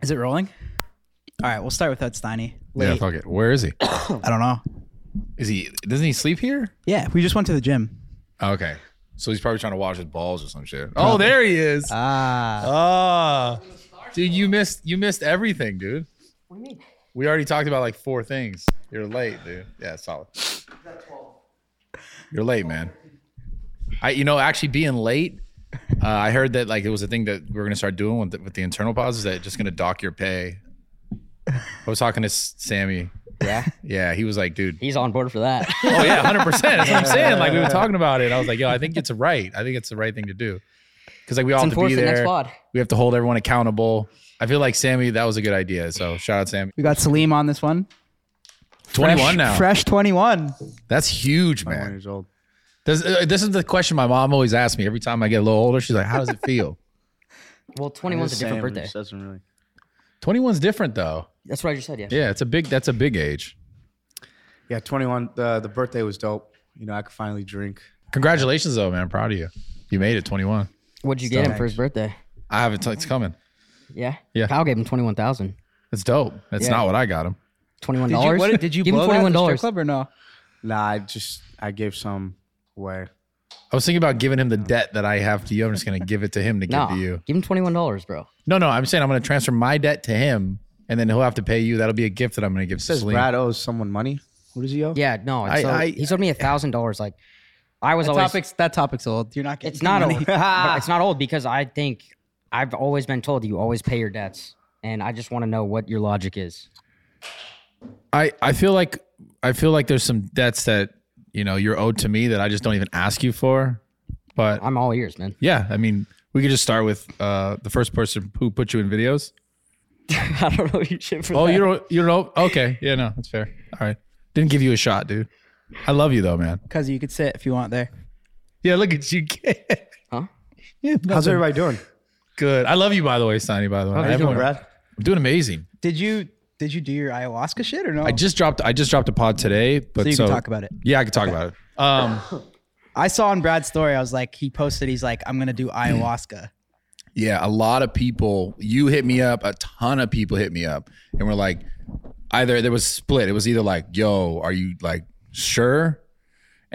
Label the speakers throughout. Speaker 1: Is it rolling? All right, we'll start with Ed Steiny.
Speaker 2: Yeah,
Speaker 1: Late.
Speaker 2: fuck it. Where is he?
Speaker 1: I don't know.
Speaker 2: Is he? Doesn't he sleep here? Oh,
Speaker 1: Yeah, we just went to the gym.
Speaker 2: Okay, so he's probably trying to wash his balls or some shit. Oh, there he is.
Speaker 1: Ah,
Speaker 2: Ah, dude, you missed you missed everything, dude. We already talked about like four things. You're late, dude. Yeah, solid. You're late, man. I, you know, actually being late. Uh, I heard that like it was a thing that we are gonna start doing with the, with the internal pauses that just gonna dock your pay. I was talking to S- Sammy.
Speaker 3: Yeah,
Speaker 2: Yeah, he was like, dude,
Speaker 3: he's on board for that.
Speaker 2: Oh yeah, hundred percent. That's what I'm saying. Like we were talking about it. I was like, yo, I think it's right. I think it's the right thing to do. Because like we all have to
Speaker 3: enforced
Speaker 2: be
Speaker 3: in next
Speaker 2: there.
Speaker 3: pod.
Speaker 2: We have to hold everyone accountable. I feel like Sammy, that was a good idea. So shout out Sammy.
Speaker 1: we got Salim on this one.
Speaker 2: Twenty one
Speaker 1: Fresh-
Speaker 2: now.
Speaker 1: Fresh 21. That's
Speaker 2: That's huge,
Speaker 4: One
Speaker 2: man.
Speaker 4: years old.
Speaker 2: Does, uh, this is the question my mom always asks me every time I get a little older. She's like, "How does it feel?"
Speaker 3: Well, 21's a different birthday.
Speaker 4: Doesn't really.
Speaker 2: 21's different though.
Speaker 3: That's what I just said. Yeah.
Speaker 2: Yeah, it's a big. That's a big age.
Speaker 4: Yeah, 21. The the birthday was dope. You know, I could finally drink.
Speaker 2: Congratulations though, man. I'm proud of you. You made it 21.
Speaker 3: What'd you get him for his birthday?
Speaker 2: I have it. It's coming.
Speaker 3: Yeah.
Speaker 2: Yeah.
Speaker 3: Kyle gave him twenty one thousand.
Speaker 2: It's dope. That's
Speaker 3: Yeah.
Speaker 2: not what I got him.
Speaker 3: Twenty one
Speaker 1: Did you,
Speaker 3: dollars.
Speaker 1: what, did you
Speaker 3: give him
Speaker 1: blow
Speaker 3: twenty
Speaker 1: that at
Speaker 3: one
Speaker 1: the strip
Speaker 3: dollars?
Speaker 1: club or no?
Speaker 4: Nah, I just I gave some away.
Speaker 2: I was thinking about giving him the debt that I have to you. I'm just gonna give it to him to give
Speaker 3: No.
Speaker 2: to you.
Speaker 3: Give him twenty one dollars, bro.
Speaker 2: No, no, I'm saying I'm gonna transfer my debt to him, and then he'll have to pay you. That'll be a gift that I'm gonna give to
Speaker 4: Says
Speaker 2: Celine.
Speaker 4: Brad owes someone money. What does he owe?
Speaker 3: Yeah. No.
Speaker 2: I-
Speaker 3: I, so
Speaker 2: I-
Speaker 3: he sold me a thousand dollars. Like, I was
Speaker 1: That
Speaker 3: always.
Speaker 1: topic's, that topic's old. You're not getting
Speaker 3: it's not
Speaker 1: money.
Speaker 3: old. but it's not old because I think I've always been told you always pay your debts, and I just want to know what your logic is.
Speaker 2: I I feel like I feel like there's some debts that you know you're owed to me that I just don't even ask you for. But
Speaker 3: I'm all ears, man.
Speaker 2: yeah, I mean, we could just start with uh, the first person who put you in videos.
Speaker 3: I don't know your shit for
Speaker 2: Oh, you don't, you don't. Okay, yeah, no, that's fair. All right, didn't give you a shot, dude. I love you though, man.
Speaker 1: Because you could sit if you want there.
Speaker 2: Yeah, look at you.
Speaker 3: Huh?
Speaker 2: Yeah,
Speaker 4: How's
Speaker 2: nothing.
Speaker 4: everybody doing?
Speaker 2: Good. I love you, by the way, Sonny. By the way,
Speaker 4: How you doing,
Speaker 2: Everyone-
Speaker 4: Brad?
Speaker 2: I'm doing amazing.
Speaker 1: Did you did you do your ayahuasca shit or no?
Speaker 2: I just dropped. I just dropped a pod today,
Speaker 1: so
Speaker 2: but so,
Speaker 1: you can talk about it.
Speaker 2: Yeah, I can talk about it. Um,
Speaker 1: I saw on Brad's story, I was like, he posted, he's like, I'm gonna do ayahuasca.
Speaker 2: yeah, a lot of people. You hit me up. A ton of people hit me up, and we're like, either there was split. It was either like, "Yo, are you like sure?"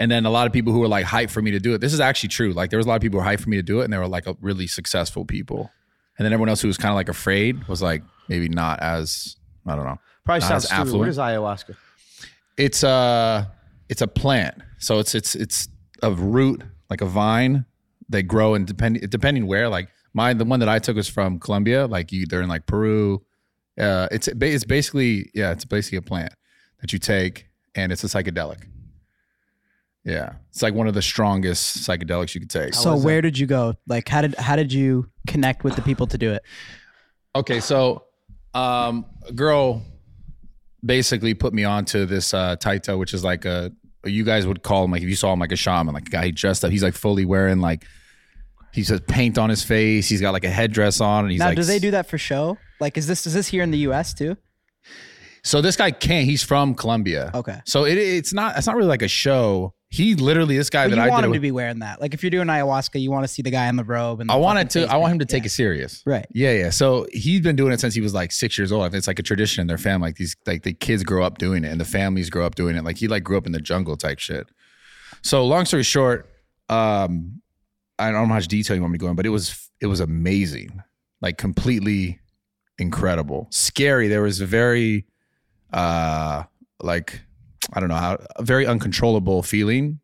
Speaker 2: And then a lot of people who were like hyped for me to do it. This is actually true. Like there was a lot of people who were hyped for me to do it, and they were like a really successful people. And then everyone else who was kind of like afraid was like maybe not as I don't know.
Speaker 4: Probably
Speaker 2: Not
Speaker 4: sounds
Speaker 2: as
Speaker 4: stupid.
Speaker 2: affluent.
Speaker 4: What is ayahuasca?
Speaker 2: It's a it's a plant. So it's it's it's a root like a vine. They grow and depending depending where like my the one that I took was from Colombia. Like you, they're in like Peru. Uh, it's ba- it's basically yeah, it's basically a plant that you take and it's a psychedelic. Yeah, it's like one of the strongest psychedelics you could take.
Speaker 1: so where did you go? Like how did how did you connect with the people to do it?
Speaker 2: Okay, so um, a girl basically put me onto this uh, taito, which is like a you guys would call him like if you saw him like a shaman, like a guy dressed up. He's like fully wearing like he's has paint on his face. He's got like a headdress on, and he's
Speaker 1: now
Speaker 2: like.
Speaker 1: do they do that for show? Like is this is this here in the US too?
Speaker 2: So this guy can't. He's from Colombia.
Speaker 1: Okay.
Speaker 2: So it, it's not it's not really like a show. He literally this guy
Speaker 1: But
Speaker 2: that
Speaker 1: you
Speaker 2: I
Speaker 1: want
Speaker 2: did.
Speaker 1: him
Speaker 2: it
Speaker 1: to be wearing that. Like if you're doing ayahuasca, you want to see the guy in the robe and
Speaker 2: with- I
Speaker 1: the
Speaker 2: wanted
Speaker 1: fucking
Speaker 2: to.
Speaker 1: face
Speaker 2: I want him to
Speaker 1: paint.
Speaker 2: take it serious.
Speaker 1: Yeah. right.
Speaker 2: Yeah, yeah. So he's been doing it since he was like six years old. I think it's like a tradition in their family. Like these, like the kids grow up doing it, and the families grow up doing it. Like he like grew up in the jungle type shit. So long story short, um, I don't know how much detail you want me to go in, but it was it was amazing, like completely incredible, scary. There was a very, uh, like I don't know how a very uncontrollable feeling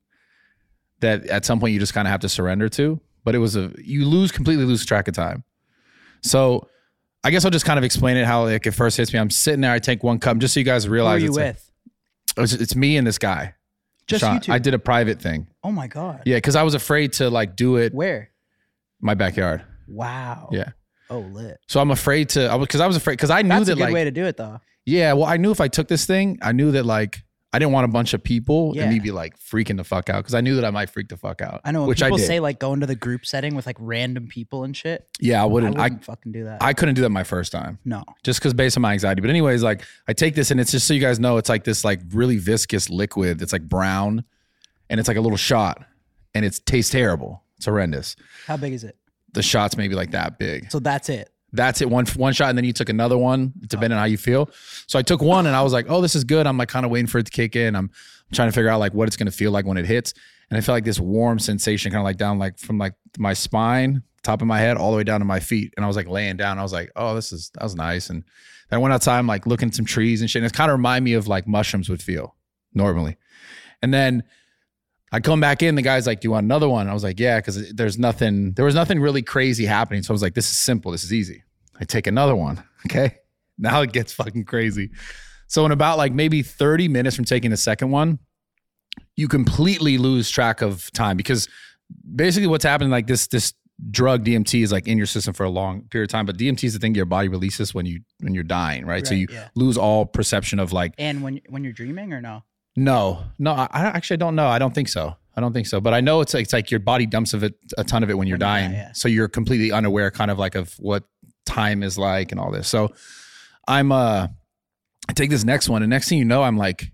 Speaker 2: that at some point you just kind of have to surrender to. But it was a you lose completely lose track of time. So I guess I'll just kind of explain it how like it first hits me. I'm sitting there, I take one cup, just so you guys
Speaker 1: Who are
Speaker 2: realize
Speaker 1: you
Speaker 2: it's, a-
Speaker 1: with?
Speaker 2: it's it's me and this guy.
Speaker 1: Just
Speaker 2: Sean.
Speaker 1: you two.
Speaker 2: I did a private thing.
Speaker 1: oh my god.
Speaker 2: Yeah, because I was afraid to like do it
Speaker 1: Where?
Speaker 2: my backyard.
Speaker 1: Wow.
Speaker 2: Yeah.
Speaker 1: Oh lit.
Speaker 2: So I'm afraid to I was because I was afraid because I knew
Speaker 1: That's a
Speaker 2: that
Speaker 1: good
Speaker 2: like
Speaker 1: way to do it though.
Speaker 2: Yeah, well, I knew if I took this thing, I knew that like I didn't want a bunch of people
Speaker 1: Yeah.
Speaker 2: and me be like freaking the fuck out because I knew that I might freak the fuck out.
Speaker 1: I know when
Speaker 2: which I
Speaker 1: people
Speaker 2: did.
Speaker 1: say like going to the group setting with like random people and shit.
Speaker 2: yeah, I
Speaker 1: I
Speaker 2: wouldn't. I,
Speaker 1: wouldn't fucking do that.
Speaker 2: I couldn't do that my first time.
Speaker 1: no.
Speaker 2: just because based on my anxiety. But anyways, like I take this and it's just so you guys know, it's like this like really viscous liquid that's like brown, and it's like a little shot, and it tastes terrible. It's horrendous.
Speaker 1: How big is it?
Speaker 2: The shot's maybe like that big.
Speaker 1: So that's it.
Speaker 2: That's it. One one shot, and then you took another one, depending on how you feel. So I took one, and I was like, "Oh, this is good." I'm like kind of waiting for it to kick in. I'm trying to figure out like what it's gonna feel like when it hits, and I felt like this warm sensation, kind of like down like from like my spine, top of my head, all the way down to my feet, and I was like laying down. I was like, "Oh, this is that was nice." And then I went outside, I'm like looking at some trees and shit, and it kind of reminded me of like mushrooms would feel normally, and then. I come back in, the guy's like, Do you want another one? I was like, Yeah, because there's nothing, there was nothing really crazy happening. So I was like, This is simple. This is easy. I take another one. Okay. Now it gets fucking crazy. So in about like maybe 30 minutes from taking the second one, you completely lose track of time because basically what's happening, like this, this drug DMT is like in your system for a long period of time. But DMT is the thing your body releases when you when you're dying, right? so
Speaker 1: Right,
Speaker 2: you
Speaker 1: yeah.
Speaker 2: lose all perception of like
Speaker 1: And when when you're dreaming or no?
Speaker 2: no, no, I, I actually don't know. I don't think so. I don't think so. But I know it's like, it's like your body dumps of it a ton of it when you're
Speaker 1: When you die,
Speaker 2: dying,
Speaker 1: yeah.
Speaker 2: so you're completely unaware, kind of like of what time is like and all this. So I'm uh, I take this next one, and next thing you know, I'm like,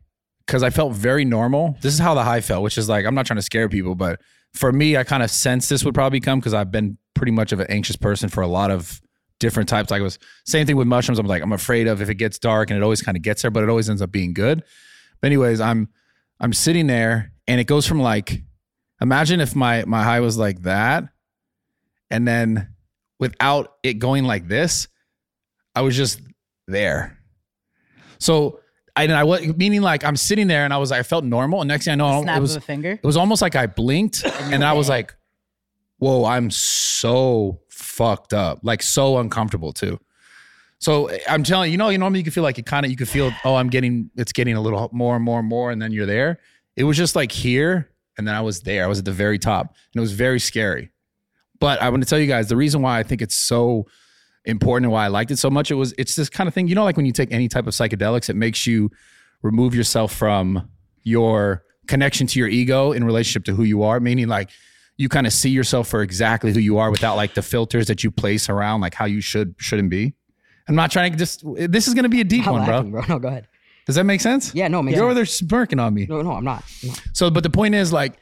Speaker 2: because I felt very normal. This is how the high felt, which is like I'm not trying to scare people, but for me, I kind of sense this would probably come because I've been pretty much of an anxious person for a lot of different types. Like it was same thing with mushrooms. I'm like I'm afraid of if it gets dark, and it always kind of gets there, but it always ends up being good. But anyways, I'm I'm sitting there and it goes from like imagine if my my high was like that and then without it going like this, I was just there. So I and I was meaning like I'm sitting there and I was like I felt normal and next thing I know
Speaker 1: Snap
Speaker 2: Oh, it was
Speaker 1: of a finger.
Speaker 2: it was almost like I blinked and I was like, whoa, I'm so fucked up, like so uncomfortable too. So I'm telling you, you know, you normally you can feel like it kind of, you can feel, oh, I'm getting, it's getting a little more and more and more. And then you're there. It was just like here. And then I was there. I was at the very top and it was very scary. But I want to tell you guys the reason why I think it's so important and why I liked it so much. It was, it's this kind of thing, you know, like when you take any type of psychedelics, it makes you remove yourself from your connection to your ego in relationship to who you are, meaning like you kind of see yourself for exactly who you are without like the filters that you place around like how you should shouldn't be. I'm not trying to just this is gonna be a deep
Speaker 3: Not
Speaker 2: one,
Speaker 3: laughing,
Speaker 2: bro.
Speaker 3: bro. No, go ahead.
Speaker 2: Does that make sense?
Speaker 3: Yeah, no, it makes
Speaker 2: You're over
Speaker 3: sense.
Speaker 2: there smirking on me.
Speaker 3: No, no, I'm not. I'm not.
Speaker 2: So, but the point is, like,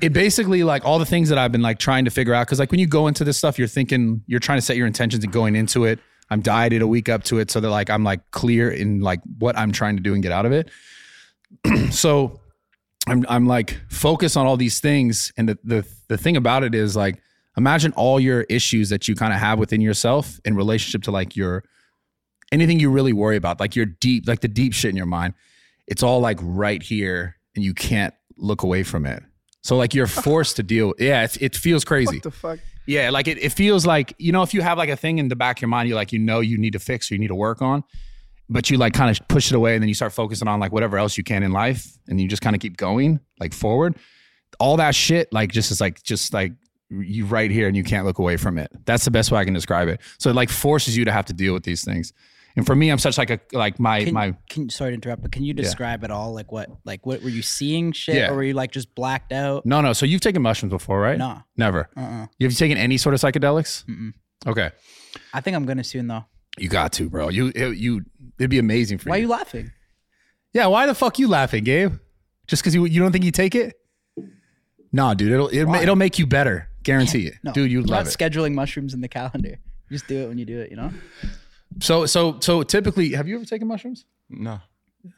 Speaker 2: it basically like all the things that I've been like trying to figure out. Cause like when you go into this stuff, you're thinking, you're trying to set your intentions and going into it. I'm dieted a week up to it. So that like I'm like clear in like what I'm trying to do and get out of it. so I'm I'm like focused on all these things. And the the the thing about it is like imagine all your issues that you kind of have within yourself in relationship to like your anything you really worry about, like your deep, like the deep shit in your mind it's all like right here and you can't look away from it. So like you're forced to deal. Yeah, it, it feels crazy.
Speaker 4: What the fuck?
Speaker 2: yeah, like it, it feels like, you know, if you have like a thing in the back of your mind, you like, you know, you need to fix or you need to work on, but you like kind of push it away and then you start focusing on like whatever else you can in life and you just kind of keep going like forward. All that shit, like just is like, just like you right here and you can't look away from it. That's the best way I can describe it. So it like forces you to have to deal with these things. And for me, I'm such like a, like my,
Speaker 1: Can,
Speaker 2: my,
Speaker 1: can, sorry to interrupt, but can you describe at all? Like what? Like what were you seeing? Shit,
Speaker 2: Yeah.
Speaker 1: or were you like just blacked out?
Speaker 2: no, no. So you've taken mushrooms before, right?
Speaker 1: No.
Speaker 2: Never.
Speaker 1: Uh-uh.
Speaker 2: You have you taken any sort of psychedelics?
Speaker 1: Mm-mm.
Speaker 2: Okay,
Speaker 1: I think I'm gonna soon though.
Speaker 2: you got to, bro. You it, you it'd be amazing for
Speaker 1: Why are
Speaker 2: you.
Speaker 1: you laughing?
Speaker 2: Yeah, why the fuck you laughing, Gabe? Just because you you don't think you take it? Nah, dude. It'll it'll, ma- it'll make you better. Guarantee it,
Speaker 1: No,
Speaker 2: dude. You
Speaker 1: I'm
Speaker 2: love
Speaker 1: not
Speaker 2: it.
Speaker 1: scheduling mushrooms in the calendar. Just do it when you do it. You know.
Speaker 2: So so so typically, have you ever taken mushrooms,
Speaker 4: No.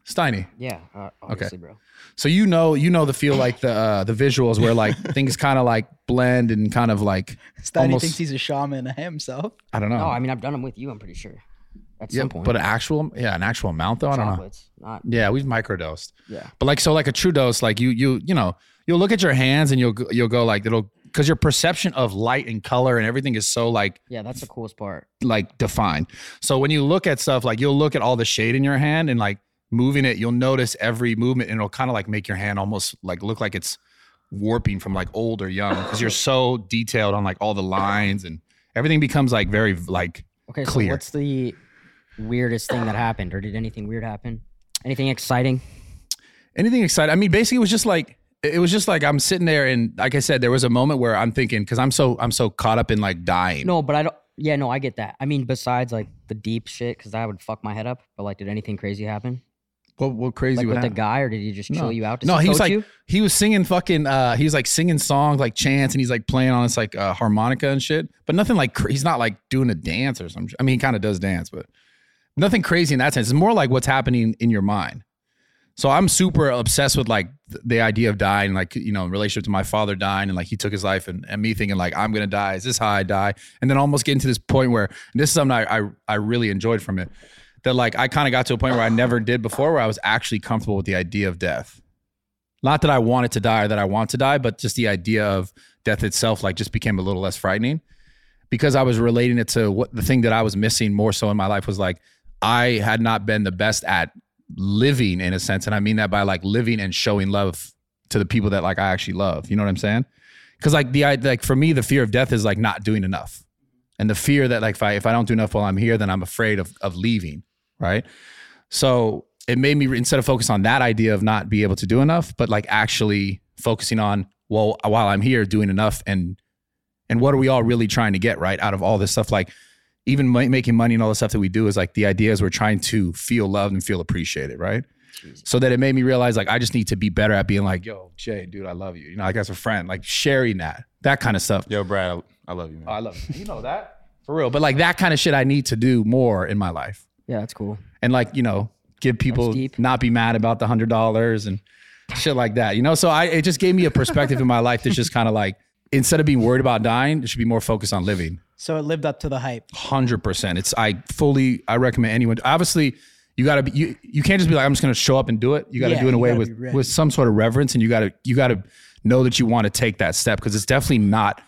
Speaker 2: Steiny?
Speaker 3: Yeah, uh, obviously, bro.
Speaker 2: So you know you know the feel like the uh, the visuals where like things kind of like blend and kind of like
Speaker 1: Steiny
Speaker 2: Almost-
Speaker 1: thinks he's a shaman himself.
Speaker 2: I don't know.
Speaker 3: No, Oh, I mean I've done them with you. I'm pretty sure. At
Speaker 2: yeah,
Speaker 3: some point,
Speaker 2: Um, but an actual yeah an actual amount though. I don't know.
Speaker 3: droplets, not
Speaker 2: Yeah, we've microdosed.
Speaker 3: Yeah.
Speaker 2: But like so like a true dose, like you you you know, you'll look at your hands and you'll go- you'll go like it'll cuz your perception of light and color and everything is so like
Speaker 3: yeah. That's the coolest part.
Speaker 2: like defined. So when you look at stuff like you'll look at all the shade in your hand and like moving it, you'll notice every movement and it'll kind of like make your hand almost like look like it's warping from like old or young cuz you're so detailed on like all the lines and everything becomes like very like
Speaker 3: Okay,
Speaker 2: Clear.
Speaker 3: so what's the weirdest thing that happened, or did anything weird happen? Anything exciting?
Speaker 2: anything exciting. I mean, basically, it was just like it was just like I'm sitting there, and like I said, there was a moment where I'm thinking because I'm so I'm so caught up in like dying.
Speaker 3: No, but I don't. Yeah, no, I get that. I mean, besides like the deep shit, because that would fuck my head up. But like, did anything crazy happen?
Speaker 2: What what crazy
Speaker 3: Like
Speaker 2: what
Speaker 3: with the
Speaker 2: happened?
Speaker 3: guy, or did he just chill you out? To
Speaker 2: no, he was
Speaker 3: coach
Speaker 2: like
Speaker 3: you?
Speaker 2: he was singing fucking uh he was like singing songs like chants and he's like playing on this like uh, harmonica and shit, but nothing like cra- he's not like doing a dance or some. sh- I mean, he kind of does dance, but nothing crazy in that sense. It's more like what's happening in your mind. So I'm super obsessed with like th- the idea of dying, like you know, in relationship to my father dying, and like he took his life, and, and me thinking like I'm gonna die. Is this how I die? And then almost getting to this point where and this is something I I, I really enjoyed from it. That like I kind of got to a point where I never did before, where I was actually comfortable with the idea of death not that I wanted to die or that I want to die, but just the idea of death itself, like just became a little less frightening because I was relating it to what the thing that I was missing more so in my life was like, I had not been the best at living in a sense. And I mean that by like living and showing love to the people that like I actually love. You know what I'm saying? Cause like the, I like for me, the fear of death is like not doing enough. And the fear that like, if I, if I don't do enough while I'm here, then I'm afraid of, of leaving. Right. So it made me instead of focus on that idea of not be able to do enough, but like actually focusing on well while I'm here doing enough and and what are we all really trying to get right out of all this stuff like even ma- making money and all the stuff that we do is like the idea is we're trying to feel loved and feel appreciated, right? So that it made me realize like I just need to be better at being like, yo, Jay, dude, I love you. You know, like as a friend, like sharing that, that kind of stuff. Oh,
Speaker 5: Yo, Brad, I, I love you, man.
Speaker 2: I love you. You know that for real. But like that kind of shit I need to do more in my life
Speaker 3: yeah, that's cool.
Speaker 2: and like you know give people
Speaker 3: That's deep.
Speaker 2: not be mad about the hundred dollars and shit like that you know so i it just gave me a perspective in my life that's just kind of like instead of being worried about dying it should be more focused on living
Speaker 1: So it lived up to the hype.
Speaker 2: 100% it's i fully i recommend anyone obviously you gotta be you, you can't just be like i'm just gonna show up and do it you gotta
Speaker 1: Yeah,
Speaker 2: do it in a
Speaker 1: you
Speaker 2: way
Speaker 1: gotta
Speaker 2: with
Speaker 1: be ready.
Speaker 2: with some sort of reverence and you gotta you gotta know that you want to take that step because it's definitely not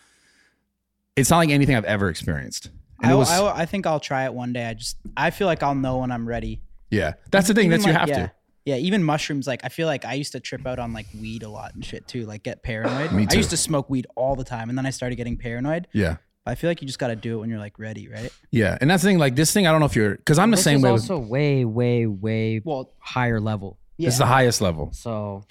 Speaker 2: it's not like anything i've ever experienced and
Speaker 1: I,
Speaker 2: it was
Speaker 1: I, I think I'll try it one day. I just I feel like I'll know when I'm ready.
Speaker 2: yeah that's the thing that's you
Speaker 1: Even,
Speaker 2: have
Speaker 1: like, yeah.
Speaker 2: to
Speaker 1: Yeah, even mushrooms. Like I feel like I used to trip out on like weed a lot and shit too. Like get paranoid.
Speaker 2: Me
Speaker 1: I
Speaker 2: too.
Speaker 1: used to smoke weed all the time, and then I started getting paranoid.
Speaker 2: yeah
Speaker 1: But I feel like you just got to do it when you're like ready, right?
Speaker 2: Yeah, and that's the thing. Like this thing, I don't know if you're because I'm the
Speaker 3: This
Speaker 2: same
Speaker 3: is
Speaker 2: way. with,
Speaker 3: also way, way, way
Speaker 1: Well,
Speaker 3: higher level.
Speaker 1: yeah.
Speaker 2: It's the highest level,
Speaker 3: So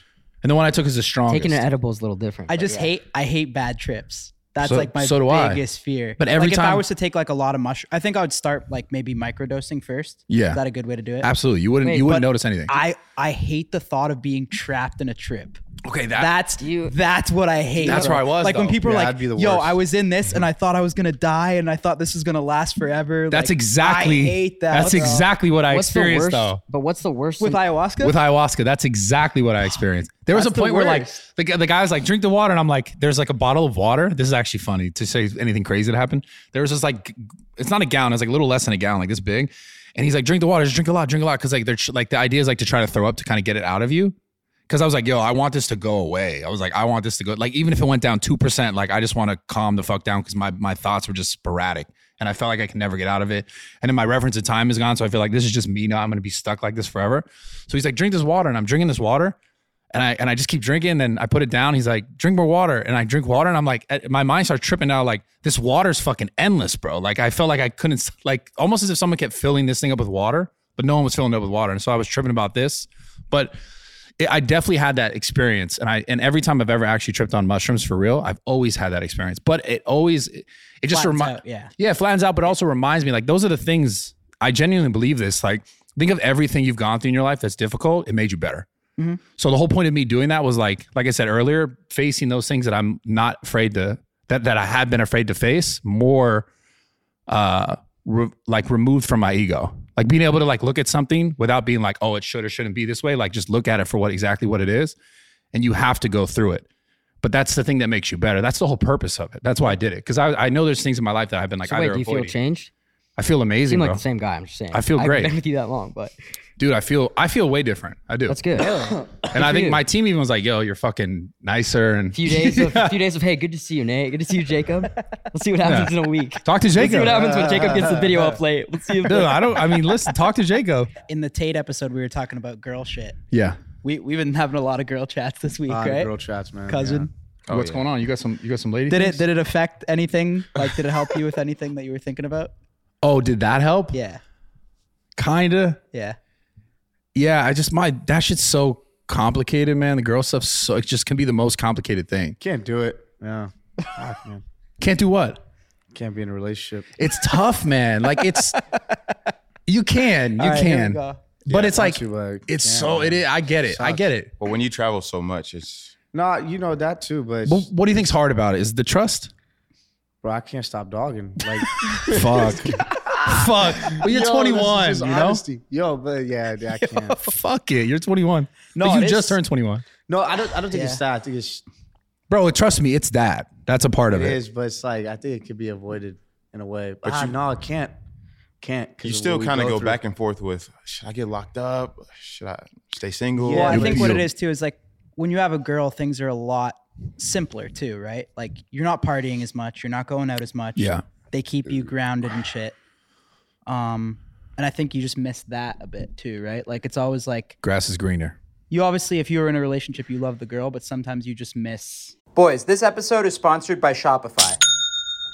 Speaker 2: and the one I took is the strongest.
Speaker 3: taking an edible is a little different.
Speaker 1: I
Speaker 3: but
Speaker 1: just
Speaker 3: yeah.
Speaker 1: hate I hate bad trips. That's
Speaker 2: So-
Speaker 1: like my
Speaker 2: so do I.
Speaker 1: biggest fear.
Speaker 2: But every
Speaker 1: like if I
Speaker 2: time-
Speaker 1: was to take like a lot of mushroom, I think I would start like maybe microdosing first.
Speaker 2: Yeah.
Speaker 1: is that a good way to do it?
Speaker 2: Absolutely, you wouldn't
Speaker 3: Wait,
Speaker 2: you wouldn't
Speaker 1: but
Speaker 2: notice anything.
Speaker 1: I I hate the thought of being trapped in a trip.
Speaker 2: okay,
Speaker 1: That's
Speaker 3: You-
Speaker 1: that's what I hate.
Speaker 2: That's
Speaker 1: bro.
Speaker 2: where I was,
Speaker 1: Like when
Speaker 2: though.
Speaker 1: people
Speaker 4: Yeah,
Speaker 1: are like,
Speaker 4: I'd be the
Speaker 1: "Yo,
Speaker 4: worst.
Speaker 1: I was in this and I thought I was gonna die and I thought this was gonna last forever."
Speaker 2: that's
Speaker 1: Like,
Speaker 2: exactly
Speaker 1: I hate that.
Speaker 2: that's
Speaker 1: bro.
Speaker 2: exactly what I
Speaker 3: What's
Speaker 2: experienced
Speaker 3: the worst,
Speaker 2: though
Speaker 3: But what's the worst?
Speaker 1: with
Speaker 3: sym-
Speaker 1: ayahuasca.
Speaker 2: with ayahuasca. That's exactly what I experienced. There was a
Speaker 1: That's the
Speaker 2: point where like
Speaker 1: worst.
Speaker 2: the, gu- the guy was like, "Drink the water," and I'm like, "There's like a bottle of water." This is actually funny to say anything crazy that happened. There was this like, g- it's not a gallon. It's like a little less than a gallon, like this big. And he's like, "Drink the water. Just drink a lot. Drink a lot." Because like they're tr- like the idea is like to try to throw up to kind of get it out of you. Cause I was like, yo, I want this to go away. I was like, I want this to go. Like, even if it went down 2%, like I just want to calm the fuck down because my my thoughts were just sporadic. And I felt like I could never get out of it. And then my reference to time is gone. So I feel like this is just me now. I'm gonna be stuck like this forever. So he's like, drink this water. And I'm drinking this water. And I and I just keep drinking. And I put it down. He's like, drink more water. And I drink water. And I'm like, eh, my mind starts tripping out. Like, this water's fucking endless, bro. Like I felt like I couldn't like almost as if someone kept filling this thing up with water, but no one was filling it up with water. And so I was tripping about this. But it, I definitely had that experience, and I and every time I've ever actually tripped on mushrooms for real, I've always had that experience. But it always it, it just
Speaker 1: Flattens
Speaker 2: reminds
Speaker 1: out, yeah.
Speaker 2: yeah, it flattens out, but also reminds me like those are the things I genuinely believe this. Like think of everything you've gone through in your life that's difficult, it made you better. So the whole point of me doing that was like like I said earlier, facing those things that I'm not afraid to that that I have been afraid to face more uh re- like removed from my ego like being able to like look at something without being like oh it should or shouldn't be this way like just look at it for what exactly what it is and you have to go through it but that's the thing that makes you better that's the whole purpose of it that's why i did it because I, I know there's things in my life that i've been like
Speaker 3: So
Speaker 2: either
Speaker 3: wait, do you feel
Speaker 2: avoiding.
Speaker 3: changed?
Speaker 2: i feel
Speaker 3: You
Speaker 2: amazing
Speaker 3: seem like
Speaker 2: bro.
Speaker 3: the same guy. I'm just saying.
Speaker 2: I feel
Speaker 3: haven't
Speaker 2: great.
Speaker 3: been with you that long, but
Speaker 2: dude i feel i feel way different i do
Speaker 3: that's good. a
Speaker 2: and i
Speaker 3: for
Speaker 2: think
Speaker 3: you.
Speaker 2: my team even was like yo you're fucking nicer and
Speaker 3: few days of few days of hey, good to see you, Nate. Good to see you, Jacob. Let's see what happens in a week.
Speaker 2: talk to
Speaker 3: Let's see
Speaker 2: jacob Uh,
Speaker 3: what happens when Jacob gets the video up late. Let's see. If
Speaker 2: dude i don't i mean listen talk to jacob
Speaker 1: In the Tate episode, we were talking about girl shit.
Speaker 2: yeah
Speaker 1: We we've been having a lot of girl chats this week,
Speaker 4: lot of
Speaker 1: right?
Speaker 4: girl chats, man.
Speaker 1: Cousin,
Speaker 2: what's going on you got some you got some lady
Speaker 1: did it
Speaker 2: things?
Speaker 1: did it affect anything? Like, did it help you with anything that you were thinking about?
Speaker 2: oh did that help
Speaker 1: Yeah,
Speaker 2: kinda
Speaker 1: yeah.
Speaker 2: yeah, I just my that shit's so complicated, man. The girl stuff's so it just can be the most complicated thing.
Speaker 4: Yeah. Can't do it. Yeah. Fuck, man.
Speaker 2: Can't do what?
Speaker 4: Can't be in a relationship.
Speaker 2: It's tough, man. Like it's you can, you
Speaker 1: All right, here we
Speaker 2: can.
Speaker 1: go. but it's like
Speaker 4: Once you, uh,
Speaker 2: It's
Speaker 4: yeah.
Speaker 2: so it is. I get it. I
Speaker 4: Sucks.
Speaker 2: get it.
Speaker 5: But when you travel so much, it's
Speaker 4: Nah, you know that too, but
Speaker 2: But what do you think's hard about it? Is it the trust?
Speaker 4: bro, I can't stop dogging. Like,
Speaker 2: Fuck. Fuck. Well, you're
Speaker 4: yo, this is
Speaker 2: 21.
Speaker 4: just
Speaker 2: You know.
Speaker 4: honesty. Yo, but yeah, yeah, I can't.
Speaker 2: Fuck it. You're 21.
Speaker 1: No,
Speaker 2: Like,
Speaker 1: it
Speaker 2: you
Speaker 1: is-
Speaker 2: just turned 21.
Speaker 4: No, I don't. I don't think
Speaker 1: Yeah.
Speaker 4: it's that. I think it's
Speaker 2: Bro, trust me, it's that. That's a part of
Speaker 4: it
Speaker 2: it.
Speaker 4: is, but it's like I think it could be avoided in a way. But ah,
Speaker 5: you-
Speaker 4: no, I can't. Can't. 'cause
Speaker 5: you
Speaker 4: of
Speaker 5: still
Speaker 4: what we
Speaker 5: kind of go,
Speaker 4: through.
Speaker 5: back and forth with should I get locked up? Should I stay single?
Speaker 1: Well, I
Speaker 2: You'll
Speaker 1: think
Speaker 2: be
Speaker 1: what it
Speaker 2: able-
Speaker 1: is too is like when you have a girl, things are a lot simpler too, right? Like you're not partying as much, you're not going out as much.
Speaker 2: Yeah.
Speaker 1: They keep you grounded and shit. Um, and I think you just miss that a bit too, right? Like it's always like
Speaker 2: Grass is greener.
Speaker 1: you obviously, if you were in a relationship, you love the girl, but sometimes you just miss.
Speaker 6: Boys, this episode is sponsored by Shopify.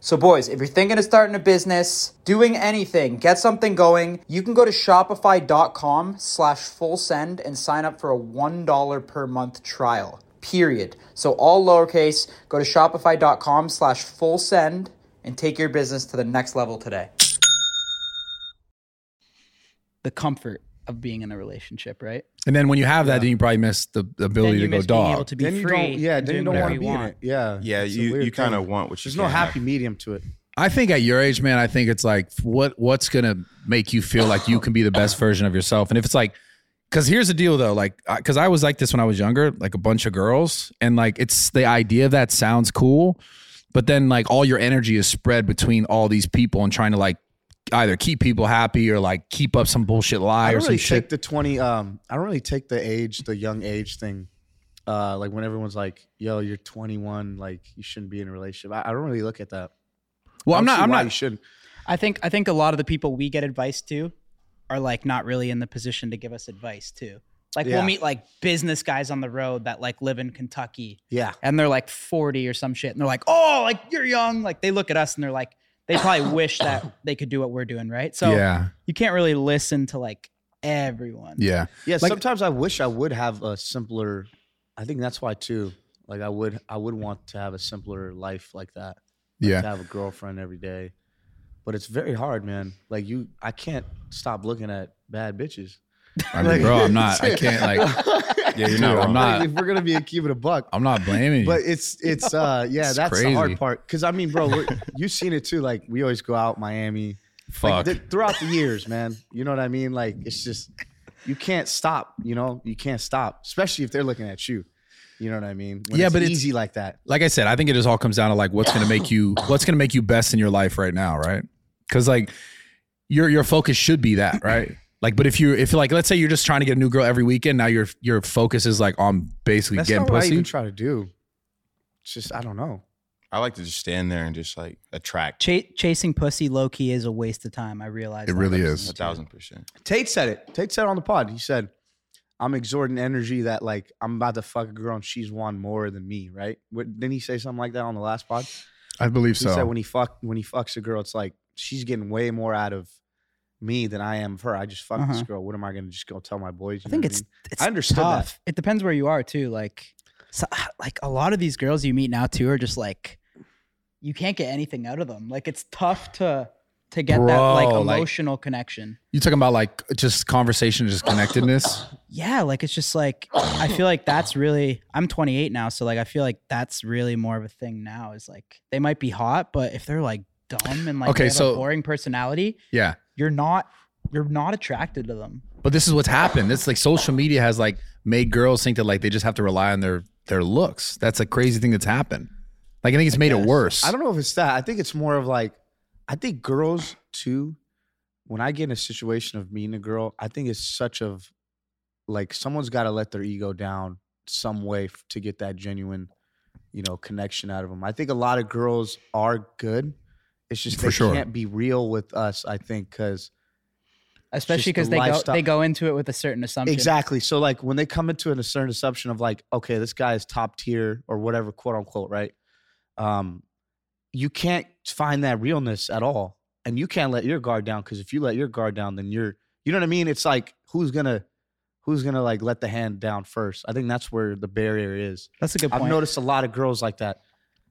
Speaker 6: So, boys, if you're thinking of starting a business, doing anything, get something going, you can go to shopify.com slash full send and sign up for a $1 per month trial, period. So, all lowercase, go to shopify.com slash full send and take your business to the next level today.
Speaker 1: the comfort of being in a relationship, right?
Speaker 2: And then when you have that, then you probably miss the, the
Speaker 1: Then
Speaker 2: ability
Speaker 1: you
Speaker 2: to go
Speaker 1: miss being able
Speaker 2: dog.
Speaker 1: to be
Speaker 4: Then you
Speaker 1: free.
Speaker 4: don't. Yeah.
Speaker 1: and
Speaker 4: Then you
Speaker 1: doing
Speaker 4: don't
Speaker 1: whatever
Speaker 4: want to be in
Speaker 1: want.
Speaker 4: it. Yeah.
Speaker 5: yeah,
Speaker 4: it's a
Speaker 5: you
Speaker 4: weird
Speaker 5: you kind of
Speaker 4: thing.
Speaker 5: want what you
Speaker 4: There's no
Speaker 5: can't have.
Speaker 4: happy medium to it.
Speaker 2: I think at your age, man, I think it's like what what's gonna make you feel like you can be the best version of yourself. And if it's like, because here's the deal though, like, because I was like this when I was younger, like a bunch of girls, and like it's the idea of that sounds cool, but then like all your energy is spread between all these people and trying to like either keep people happy or like keep up some bullshit lie
Speaker 4: I
Speaker 2: or
Speaker 4: don't
Speaker 2: some
Speaker 4: really
Speaker 2: shit.
Speaker 4: take the twenty. Um, I don't really take the age, the young age thing. Uh, like when everyone's like, "Yo, you're 21. Like you shouldn't be in a relationship." I, I don't really look at that.
Speaker 2: well,
Speaker 4: I
Speaker 2: I'm
Speaker 4: don't
Speaker 2: not.
Speaker 4: see
Speaker 2: I'm
Speaker 4: why
Speaker 2: not
Speaker 4: You shouldn't.
Speaker 1: I think I think a lot of the people we get advice to are like not really in the position to give us advice too. Like
Speaker 4: Yeah.
Speaker 1: we'll meet like business guys on the road that like live in Kentucky
Speaker 4: Yeah.
Speaker 1: and they're like 40 or some shit and they're like, "Oh, like you're young." Like they look at us and they're like they probably wish that they could do what we're doing, right? So
Speaker 2: yeah,
Speaker 1: you can't really listen to like everyone.
Speaker 2: yeah.
Speaker 4: Yeah.
Speaker 2: Like-
Speaker 4: sometimes I wish I would have a simpler. I think that's why too. Like I would, I would want to have a simpler life like that. Like,
Speaker 2: Yeah.
Speaker 4: To have a girlfriend every day, but it's very hard, man. Like you, I can't stop looking at bad bitches.
Speaker 2: I mean, bro, I'm not. I can't like.
Speaker 5: Yeah, you're
Speaker 2: Dude,
Speaker 5: not
Speaker 2: I'm
Speaker 5: wrong.
Speaker 2: not-
Speaker 4: Like, if we're gonna be a keep it a buck,
Speaker 2: I'm not blaming you.
Speaker 4: but it's it's uh yeah
Speaker 2: It's
Speaker 4: that's the
Speaker 2: crazy.
Speaker 4: hard part because i mean bro we're- you've seen it too like we always go out miami
Speaker 2: Fuck.
Speaker 4: Like, th- throughout the years man you know what i mean like it's just you can't stop you know you can't stop especially if they're looking at you you know what i mean When
Speaker 2: Yeah, but it's-
Speaker 4: easy like that
Speaker 2: like I said, I think it just all comes down to like what's gonna make you what's gonna make you best in your life right now, right? Because like your your focus should be that, right? Like, but if you if like let's say you're just trying to get a new girl every weekend, now your your focus is like on basically
Speaker 4: that's
Speaker 2: getting
Speaker 4: not what i
Speaker 2: pussy.
Speaker 4: even try to do it's just i don't know
Speaker 5: I like to just stand there and just like attract
Speaker 1: Cha- chasing pussy low key is a waste of time. I realize
Speaker 2: It
Speaker 1: that.
Speaker 2: really
Speaker 5: a
Speaker 2: is.
Speaker 5: thousand percent.
Speaker 4: tate said it tate said it on the pod he said i'm exhorting energy that like i'm about to fuck a girl and she's won more than me right what, didn't he say something like that on the last pod
Speaker 2: I believe
Speaker 4: He said when he fuck when he fucks a girl, it's like she's getting way more out of me than I am of her. I just fucked this
Speaker 1: Uh-huh.
Speaker 4: girl. What am I gonna just go tell my boys?
Speaker 1: I
Speaker 4: You know
Speaker 1: think
Speaker 4: what
Speaker 1: it's
Speaker 4: mean?
Speaker 1: it's
Speaker 4: I understood that.
Speaker 1: tough. It depends where you are too. Like, so, like a lot of these girls you meet now too are just like, you can't get anything out of them. Like it's tough to to get that like
Speaker 2: Bro, like-
Speaker 1: emotional connection.
Speaker 2: You talking about like just conversation, just connectedness?
Speaker 1: Yeah, like it's just like I feel like that's really I'm 28 now, so like I feel like that's really more of a thing now is like they might be hot, but if they're like dumb and like
Speaker 2: Okay,
Speaker 1: they have
Speaker 2: so-
Speaker 1: a boring personality,
Speaker 2: yeah.
Speaker 1: you're not you're not attracted to them.
Speaker 2: But this is what's happened. It's like social media has like made girls think that like they just have to rely on their their looks. That's a crazy thing that's happened. Like I think it's made it worse.
Speaker 4: I don't know if it's that. I think it's more of like, I think girls too. When I get in a situation of meeting a girl, I think it's such of like someone's got to let their ego down some way f- to get that genuine, you know, connection out of them. I think a lot of girls are good. It's just
Speaker 2: For
Speaker 4: they
Speaker 2: sure.
Speaker 4: can't be real with us. I think because
Speaker 1: Especially
Speaker 4: just the
Speaker 1: because they go
Speaker 4: lifestyle.
Speaker 1: they go into it with a certain assumption.
Speaker 4: Exactly. So like when they come into an, a certain assumption of like, okay, this guy is top tier or whatever, quote unquote, right? Um, you can't find that realness at all, and you can't let your guard down because if you let your guard down, then you're, you know what I mean? It's like who's gonna, who's gonna like let the hand down first? I think that's where the barrier is.
Speaker 1: That's a good point.
Speaker 4: I've noticed a lot of girls like that,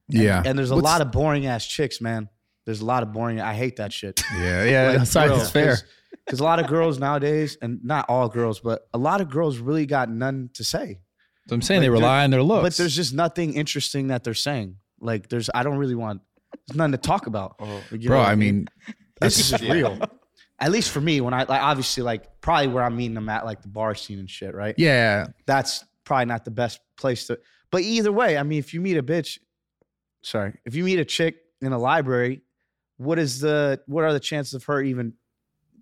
Speaker 2: yeah.
Speaker 4: and there's a
Speaker 2: What's-
Speaker 4: lot of boring ass chicks, man. There's a lot of boring. I hate that shit.
Speaker 2: Yeah, yeah. that's right. It's fair.
Speaker 4: Because a lot of girls nowadays, and not all girls, but a lot of girls really got none to say.
Speaker 2: So I'm saying
Speaker 4: Like,
Speaker 2: they
Speaker 4: there-
Speaker 2: rely on their looks.
Speaker 4: But there's just nothing interesting that they're saying. Like there's, I don't really want. There's nothing to talk about. You know
Speaker 2: Oh. bro.
Speaker 4: what
Speaker 2: I mean,
Speaker 4: this is just real. At least for me, when I like, obviously like probably where I'm meeting them at, like the bar scene and shit, right?
Speaker 2: yeah.
Speaker 4: That's probably not the best place to. But either way, I mean, if you meet a bitch, sorry, if you meet a chick in a library, what is the what are the chances of her even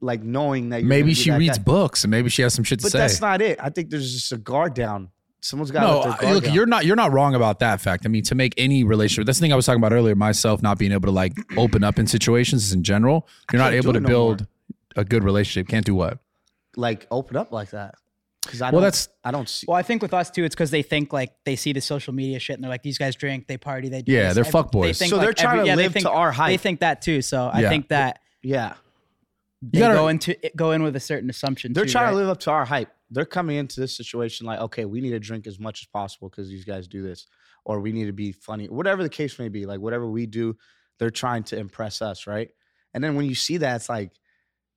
Speaker 4: like knowing that? You're
Speaker 2: Maybe
Speaker 4: gonna be
Speaker 2: she
Speaker 4: that
Speaker 2: reads
Speaker 4: guy?
Speaker 2: books and maybe she has some shit to
Speaker 4: But
Speaker 2: say.
Speaker 4: that's not it. I think there's just a guard down. Someone's got to
Speaker 2: no,
Speaker 4: let their
Speaker 2: I-
Speaker 4: guard
Speaker 2: look,
Speaker 4: down.
Speaker 2: you're not you're not wrong about that fact. I mean, to make any relationship, that's the thing I was talking about earlier. Myself not being able to like open up in situations in general, you're not
Speaker 4: can't
Speaker 2: able to
Speaker 4: do it no
Speaker 2: build a good relationship. Can't do what?
Speaker 4: like open up like that. Because I
Speaker 2: Well,
Speaker 4: don't,
Speaker 2: that's-
Speaker 4: I don't see.
Speaker 1: Well, I think with us too, it's because they think like they see the social media shit and they're like, these guys drink, they party, they do.
Speaker 2: Yeah,
Speaker 1: this.
Speaker 2: they're
Speaker 1: Ev-
Speaker 2: fuckboys.
Speaker 1: They think
Speaker 4: so
Speaker 1: like,
Speaker 4: they're trying
Speaker 1: every-
Speaker 4: to
Speaker 1: yeah, they
Speaker 4: live
Speaker 1: think-
Speaker 4: to our
Speaker 1: They
Speaker 4: hype.
Speaker 1: think that too. So I
Speaker 2: Yeah.
Speaker 1: think that
Speaker 4: yeah,
Speaker 1: they
Speaker 2: gotta-
Speaker 1: go into go in with a certain assumption.
Speaker 4: they're
Speaker 1: too,
Speaker 4: trying
Speaker 1: right?
Speaker 4: to live up to our hype. They're coming into this situation like, okay, we need to drink as much as possible because these guys do this, or we need to be funny, whatever the case may be. Like whatever we do, they're trying to impress us, right? And then when you see that, it's like,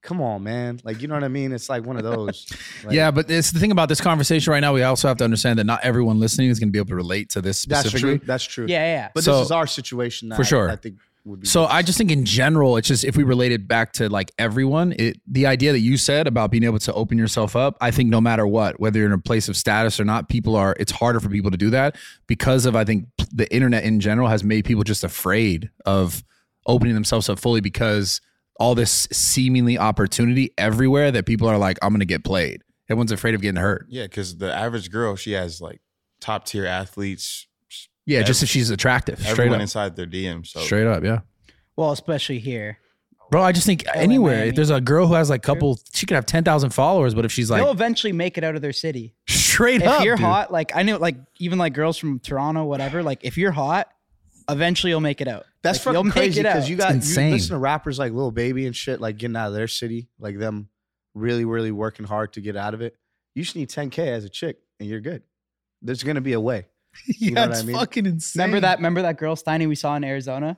Speaker 4: come on, man. Like you know what I mean? It's like one of those. Like,
Speaker 2: yeah, but it's the thing about this conversation right now. We also have to understand that not everyone listening is going to be able to relate to this
Speaker 4: that's
Speaker 2: specifically.
Speaker 4: true. That's true.
Speaker 1: Yeah, yeah, yeah.
Speaker 4: but
Speaker 2: So-
Speaker 4: this is our situation that
Speaker 2: For
Speaker 4: I-
Speaker 2: sure.
Speaker 4: I, think would be
Speaker 2: So I just think in general, it's just if we related back to like everyone, it the idea that you said about being able to open yourself up, I think no matter what, whether you're in a place of status or not, people are it's harder for people to do that because of I think the internet in general has made people just afraid of opening themselves up fully because all this seemingly opportunity everywhere that people are like, I'm gonna get played. Everyone's afraid of getting hurt.
Speaker 5: Yeah, because the average girl, she has like top tier athletes,
Speaker 2: Yeah, just if she's attractive. Straight
Speaker 5: everyone
Speaker 2: up.
Speaker 5: inside their DM. So
Speaker 2: Straight up, yeah.
Speaker 1: Well, especially here.
Speaker 2: Bro, I just think
Speaker 1: in
Speaker 2: anywhere, if
Speaker 1: Miami.
Speaker 2: there's a girl who has like couple, she could have 10,000 followers, but if she's like
Speaker 1: They'll eventually make it out of their city.
Speaker 2: straight
Speaker 1: If
Speaker 2: up,
Speaker 1: you're
Speaker 2: dude.
Speaker 1: hot, like I knew, like even like girls from Toronto, whatever. Like if you're hot, eventually you'll make it out.
Speaker 4: That's
Speaker 1: like,
Speaker 4: fucking crazy because
Speaker 1: out.
Speaker 4: you got
Speaker 2: It's
Speaker 4: you
Speaker 2: insane.
Speaker 4: listen to rappers like Lil Baby and shit, like getting out of their city, like them really, really working hard to get out of it. You just need 10k as a chick, and you're good. There's gonna be a way.
Speaker 2: yeah,
Speaker 4: know what
Speaker 2: it's
Speaker 4: I mean?
Speaker 2: fucking insane.
Speaker 1: remember that. Remember that girl Steiny we saw in Arizona,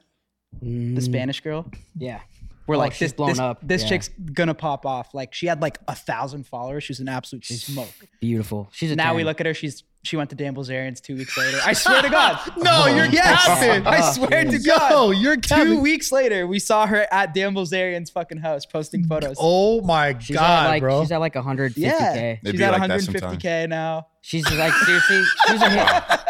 Speaker 1: the
Speaker 3: Mm,
Speaker 1: Spanish girl.
Speaker 3: Yeah.
Speaker 1: We're
Speaker 3: Oh,
Speaker 1: like,
Speaker 3: she's
Speaker 1: this,
Speaker 3: blown
Speaker 1: this,
Speaker 3: up.
Speaker 1: This
Speaker 3: Yeah.
Speaker 1: chick's gonna pop off. Like she had like a thousand followers. She was an absolute smoke.
Speaker 3: Beautiful. She's a
Speaker 1: Now we
Speaker 3: 10.
Speaker 1: look at her. She's she went to Dan Bilzerian's two weeks later. I swear to God.
Speaker 2: No, you're
Speaker 1: yes.
Speaker 2: capping.
Speaker 1: I swear to God.
Speaker 2: Yo, you're
Speaker 1: Two
Speaker 2: capping.
Speaker 1: weeks later, we saw her at Dan Bilzerian's fucking house posting photos.
Speaker 2: Oh my
Speaker 3: She's
Speaker 2: god,
Speaker 3: at like
Speaker 2: bro.
Speaker 3: she's at like 150k.
Speaker 1: yeah,
Speaker 5: It'd
Speaker 1: she's
Speaker 5: be
Speaker 1: at
Speaker 5: like that sometime.
Speaker 1: 150k now.
Speaker 3: She's like seriously, she's a hit.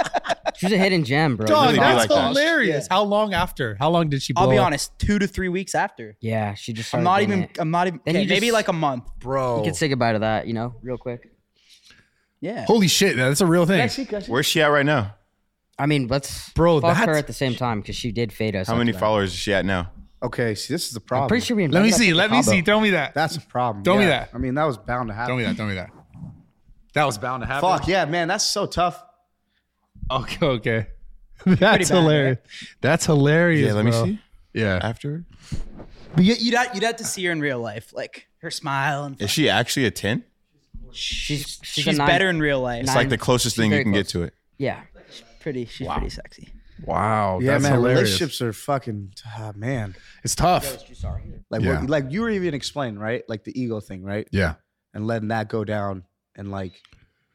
Speaker 3: She's a hidden gem, bro.
Speaker 2: Dog,
Speaker 5: really be
Speaker 2: that's
Speaker 5: like that.
Speaker 2: hilarious. How long after? How long did she? Blow
Speaker 1: I'll be
Speaker 2: up?
Speaker 1: honest, two to three weeks after.
Speaker 3: yeah, she just.
Speaker 1: I'm
Speaker 3: started
Speaker 1: not
Speaker 3: doing
Speaker 1: even.
Speaker 3: It.
Speaker 1: I'm not even.
Speaker 3: Then
Speaker 1: okay,
Speaker 3: you
Speaker 1: maybe
Speaker 3: just-
Speaker 1: like a month.
Speaker 3: You
Speaker 2: bro.
Speaker 3: could say goodbye to that, you know, real quick.
Speaker 1: Yeah.
Speaker 2: Holy shit, that's a real thing,
Speaker 5: Where's she at right now?
Speaker 3: I mean, let's
Speaker 2: bro.
Speaker 3: fuck
Speaker 2: That's
Speaker 3: her at the same time because she did fade us.
Speaker 5: How
Speaker 3: after
Speaker 5: many
Speaker 3: that.
Speaker 5: followers is she at now?
Speaker 4: Okay, see, this is the problem.
Speaker 3: I'm pretty sure we.
Speaker 2: let me
Speaker 3: invited her
Speaker 2: see.
Speaker 3: to
Speaker 2: Let me
Speaker 3: Cabo.
Speaker 2: see. Throw me that.
Speaker 4: that's a problem.
Speaker 2: Don't be
Speaker 4: yeah.
Speaker 2: that.
Speaker 4: I mean, that was bound to
Speaker 2: Throw
Speaker 4: happen.
Speaker 2: me that. Throw me that. That was bound to happen.
Speaker 4: Fuck yeah, man, that's so tough.
Speaker 2: Okay. Okay. That's hilarious. That's hilarious.
Speaker 5: Yeah, let me
Speaker 2: bro.
Speaker 5: see.
Speaker 2: Yeah.
Speaker 5: Afterward,
Speaker 1: But you, you'd have, you'd have to see her in real life, like her smile and.
Speaker 5: is she actually a ten?
Speaker 3: She's she's,
Speaker 1: She's
Speaker 3: a nine,
Speaker 1: better in real life.
Speaker 5: It's
Speaker 3: Nine.
Speaker 5: like the closest
Speaker 3: She's
Speaker 5: thing you
Speaker 3: very
Speaker 5: can get
Speaker 3: close.
Speaker 5: to it.
Speaker 3: Yeah,
Speaker 1: Pretty. She's pretty sexy.
Speaker 2: Wow.
Speaker 4: Yeah,
Speaker 2: Oh, that's
Speaker 4: man,
Speaker 2: hilarious.
Speaker 4: relationships are fucking ah, man.
Speaker 2: It's tough.
Speaker 4: Like,
Speaker 2: Yeah.
Speaker 4: what, like you were even explaining, right? Like the ego thing, right?
Speaker 2: Yeah.
Speaker 4: And letting that go down, and like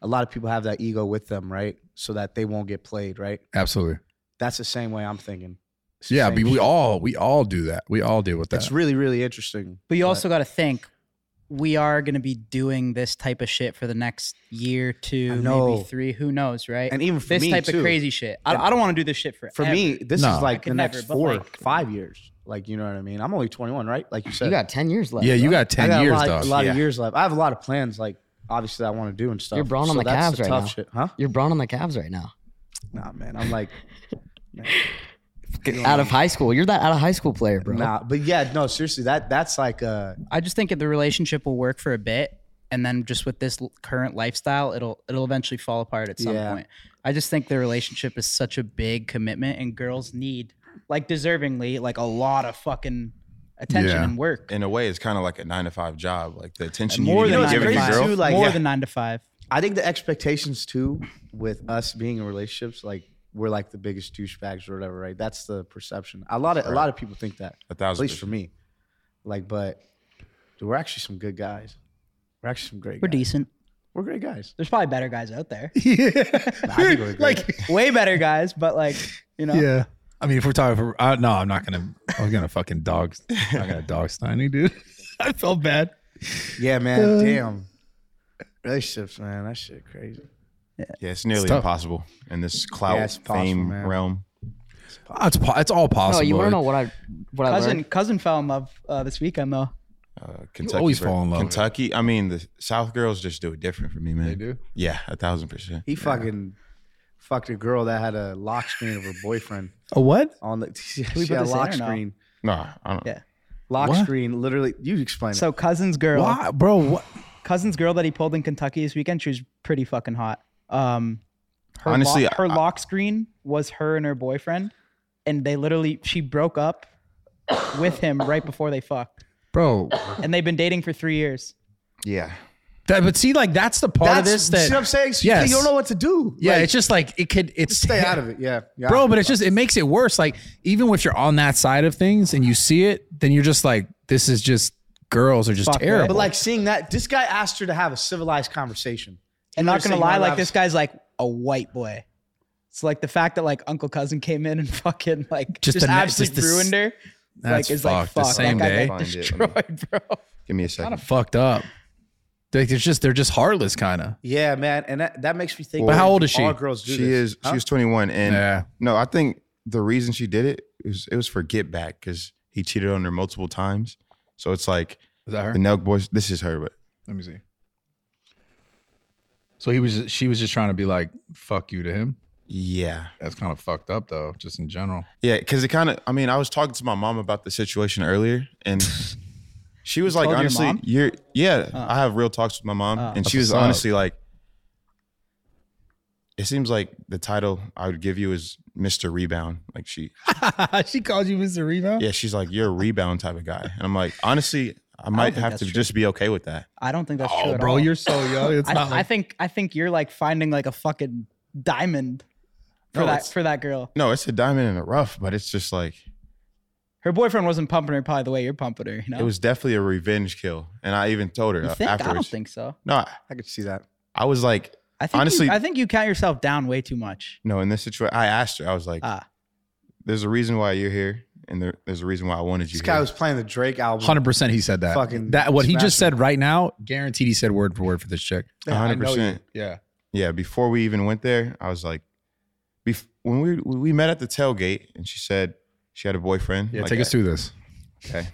Speaker 4: a lot of people have that ego with them, right? So that they won't get played, right?
Speaker 2: Absolutely.
Speaker 4: That's the same way I'm thinking. It's the
Speaker 2: Yeah.
Speaker 4: same
Speaker 2: but we
Speaker 4: shit.
Speaker 2: all we all do that. We all deal with that.
Speaker 4: It's really, really interesting.
Speaker 1: But you also got to think we are going to be doing this type of shit for the next year,
Speaker 4: I
Speaker 1: two,
Speaker 4: know.
Speaker 1: maybe three. Who knows, right?
Speaker 4: and even for
Speaker 1: this
Speaker 4: me
Speaker 1: type
Speaker 4: too,
Speaker 1: of crazy shit. I,
Speaker 4: And-
Speaker 1: I don't want to do this shit for
Speaker 4: For me, this
Speaker 2: No.
Speaker 4: is
Speaker 1: I
Speaker 4: like
Speaker 1: could
Speaker 4: the next
Speaker 1: never, but,
Speaker 4: four,
Speaker 1: like-
Speaker 4: five years. Like you know what I mean? I'm only 21, right? Like you said,
Speaker 3: You got ten years left.
Speaker 2: yeah, you
Speaker 3: bro.
Speaker 2: got ten
Speaker 4: I got
Speaker 2: years,
Speaker 4: a lot,
Speaker 2: dog.
Speaker 4: a lot
Speaker 5: Yeah.
Speaker 4: of years left. I have a lot of plans, like obviously that I want to do and stuff.
Speaker 3: You're brown on
Speaker 4: So
Speaker 3: the
Speaker 4: that's
Speaker 3: Cavs right
Speaker 4: tough
Speaker 3: now.
Speaker 4: Shit. Huh?
Speaker 3: You're brown on the Cavs right now.
Speaker 4: Nah, man. I'm like,
Speaker 3: Out of high school, you're that out of high school player, bro.
Speaker 4: nah. But yeah, no, seriously, that that's like, uh,
Speaker 1: I just think if the relationship will work for a bit, and then just with this l- current lifestyle, it'll it'll eventually fall apart at some
Speaker 4: Yeah.
Speaker 1: point. I just think the relationship is such a big commitment, and girls need, like, deservingly, like a lot of fucking attention
Speaker 2: Yeah.
Speaker 1: and work,
Speaker 5: In a way, it's kind of like a nine to five job. Like the attention
Speaker 1: More
Speaker 5: you
Speaker 1: than
Speaker 5: need
Speaker 1: nine
Speaker 5: to
Speaker 1: to
Speaker 5: give your
Speaker 1: five.
Speaker 5: girl.
Speaker 4: Too, like,
Speaker 1: more
Speaker 4: yeah.
Speaker 1: than nine to five.
Speaker 4: I think the expectations too with us being in relationships, like we're like the biggest douchebags or whatever, right? That's the perception. A lot of a lot of people think that.
Speaker 5: A
Speaker 4: At
Speaker 5: thousand.
Speaker 4: least for me, like, but dude, we're actually some good guys. We're actually some great.
Speaker 1: We're
Speaker 4: guys.
Speaker 1: decent.
Speaker 4: We're great guys.
Speaker 1: There's probably better guys out there,
Speaker 2: yeah. like
Speaker 1: way better guys, but like, you know,
Speaker 2: yeah. I mean, if we're talking for uh, no, I'm not gonna. I'm gonna fucking dog. I'm not gonna dog Steiny, dude. I felt bad.
Speaker 4: Yeah, man.
Speaker 2: Uh,
Speaker 4: damn. Relationships, man. That shit crazy.
Speaker 5: Yeah, it's nearly
Speaker 2: It's tough.
Speaker 5: impossible in this clout
Speaker 4: Yeah, it's possible,
Speaker 5: fame
Speaker 4: man.
Speaker 5: realm.
Speaker 2: Oh, It's po- it's all
Speaker 3: no,
Speaker 2: possible.
Speaker 3: you want to know what I what I
Speaker 1: cousin
Speaker 3: learned?
Speaker 1: cousin fell in love uh, this weekend though.
Speaker 5: Uh, Kentucky
Speaker 2: always
Speaker 5: bro.
Speaker 2: fall in love.
Speaker 5: Kentucky. I mean, the South girls just do it different for me, man.
Speaker 2: They do?
Speaker 5: Yeah, a thousand percent.
Speaker 4: He fucking fucked a girl that had a lock screen of her boyfriend
Speaker 2: A what?
Speaker 4: on the. She,
Speaker 1: we put
Speaker 4: had a
Speaker 1: this in
Speaker 4: lock
Speaker 1: or no?
Speaker 4: screen.
Speaker 5: Nah, I don't.
Speaker 1: Yeah.
Speaker 4: Lock
Speaker 2: What?
Speaker 4: screen. Literally, you explain it.
Speaker 1: So cousin's girl,
Speaker 2: Why, bro? What?
Speaker 1: cousin's girl that he pulled in Kentucky this weekend, she was pretty fucking hot. Um, her
Speaker 5: Honestly,
Speaker 1: lock, her
Speaker 5: I-
Speaker 1: lock screen was her and her boyfriend, and they literally she broke up with him right before they fucked,
Speaker 2: Bro,
Speaker 1: and they've been dating for three years.
Speaker 5: Yeah.
Speaker 2: that, but see, like that's the part
Speaker 4: That's
Speaker 2: of this
Speaker 4: see what I'm
Speaker 2: that
Speaker 4: saying. So you
Speaker 2: Yes.
Speaker 4: can't- You don't know what to do.
Speaker 2: yeah,
Speaker 4: Like,
Speaker 2: it's just like it could it's
Speaker 4: stay out of it. Yeah, yeah.
Speaker 2: bro. But it's just it makes it worse. Like even if you're on that side of things and you see it, then you're just like, this is just girls are just
Speaker 1: Fuck,
Speaker 2: terrible.
Speaker 4: But like seeing that, this guy asked her to have a civilized conversation.
Speaker 1: And not
Speaker 4: Interesting,
Speaker 1: gonna lie,
Speaker 4: my
Speaker 1: like
Speaker 4: life-
Speaker 1: this guy's like a white boy. It's like the fact that like Uncle Cousin came in and fucking like
Speaker 2: Just
Speaker 1: just,
Speaker 2: the ne-
Speaker 1: absolutely
Speaker 2: just the s-
Speaker 1: ruined her.
Speaker 2: That's
Speaker 1: like it's like
Speaker 2: fucked. The
Speaker 1: fuck,
Speaker 2: same
Speaker 1: that guy
Speaker 2: day?
Speaker 1: got
Speaker 5: Find it, let me-
Speaker 1: destroyed, bro.
Speaker 5: Give me a second.
Speaker 2: fucked up. Like there's just they're just heartless, kind of.
Speaker 4: Yeah, man, and that, that makes me think.
Speaker 2: But how
Speaker 4: like,
Speaker 2: old is she?
Speaker 4: All girls do
Speaker 5: She
Speaker 4: this.
Speaker 5: is.
Speaker 4: Huh?
Speaker 5: She was 21, and
Speaker 2: Yeah.
Speaker 5: no, I think the reason she did it was it was for get back because he cheated on her multiple times. So it's like
Speaker 2: Is that her?
Speaker 5: the Nelk boys. This is her, but
Speaker 2: Let me see. So he was she was just trying to be like, fuck you to him.
Speaker 5: yeah,
Speaker 2: That's kind of fucked up though, just in general.
Speaker 5: yeah. Because it kind of. I mean, I was talking to my mom about the situation earlier, and she was like,
Speaker 1: told your
Speaker 5: honestly,
Speaker 1: mom?
Speaker 5: you're yeah. I have real talks with my mom,
Speaker 1: Oh.
Speaker 5: and
Speaker 2: That's
Speaker 5: she was
Speaker 2: what's up.
Speaker 5: honestly like, it seems like the title I would give you is Mister Rebound. Like she
Speaker 2: she called you Mr. Rebound?
Speaker 5: yeah, she's like, you're a rebound type of guy. And I'm like, honestly, I might
Speaker 1: think
Speaker 5: have
Speaker 1: that's
Speaker 5: to
Speaker 1: true.
Speaker 5: just be okay with that.
Speaker 1: I don't think that's true.
Speaker 2: Oh,
Speaker 1: at
Speaker 2: bro,
Speaker 1: all.
Speaker 2: you're so young. It's
Speaker 1: I,
Speaker 2: not
Speaker 1: I
Speaker 2: like
Speaker 1: think I think you're like finding like a fucking diamond for
Speaker 5: No,
Speaker 1: that
Speaker 5: it's-
Speaker 1: for that girl.
Speaker 5: No, it's a diamond in the rough, but it's just like,
Speaker 1: Her boyfriend wasn't pumping her probably the way you're pumping her. You know?
Speaker 5: it was definitely a revenge kill. And I even told her
Speaker 1: You
Speaker 5: uh,
Speaker 1: think? I don't
Speaker 5: afterwards.
Speaker 1: think so.
Speaker 5: no, I,
Speaker 4: I could see that.
Speaker 5: I was like,
Speaker 1: I think
Speaker 5: Honestly-
Speaker 1: you, I think you count yourself down way too much.
Speaker 5: no, in this situation, I asked her, I was like,
Speaker 1: Ah.
Speaker 5: there's a reason why you're here. And there, there's a reason why I wanted you
Speaker 4: This guy
Speaker 5: here.
Speaker 4: was playing the Drake album.
Speaker 2: hundred percent he said that.
Speaker 4: Fucking
Speaker 2: that what he
Speaker 4: smash
Speaker 2: just
Speaker 4: him.
Speaker 2: said right now, guaranteed he said word for word for this chick.
Speaker 5: A hundred
Speaker 2: I know you.
Speaker 5: percent.
Speaker 2: Yeah.
Speaker 5: yeah, before we even went there, I was like, bef- when we, we met at the tailgate and she said she had a boyfriend.
Speaker 2: Yeah,
Speaker 5: like,
Speaker 2: take us through this.
Speaker 5: Okay.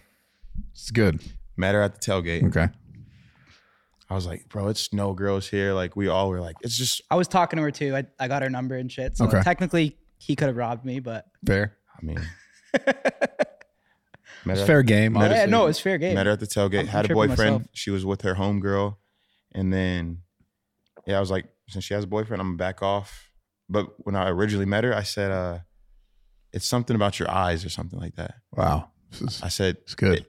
Speaker 2: It's good.
Speaker 5: Met her at the tailgate.
Speaker 2: Okay.
Speaker 5: I was like, bro, it's no girls here. Like, we all were like, it's just,
Speaker 1: I was talking to her too. I, I got her number and shit. So
Speaker 2: Okay.
Speaker 1: technically he could have robbed me, but
Speaker 2: Fair.
Speaker 5: I mean, met
Speaker 2: It's
Speaker 5: her,
Speaker 2: fair game.
Speaker 5: Met
Speaker 1: yeah,
Speaker 5: her-
Speaker 1: no, it's fair game.
Speaker 5: met her at the tailgate,
Speaker 1: I'm
Speaker 5: had a
Speaker 1: tripping
Speaker 5: boyfriend.
Speaker 1: myself.
Speaker 5: She was with her homegirl. And then, yeah, I was like, since she has a boyfriend, I'm gonna back off. But when I originally met her, I said, uh, it's something about your eyes or something like that.
Speaker 2: Wow. This is,
Speaker 5: I said,
Speaker 2: it's good.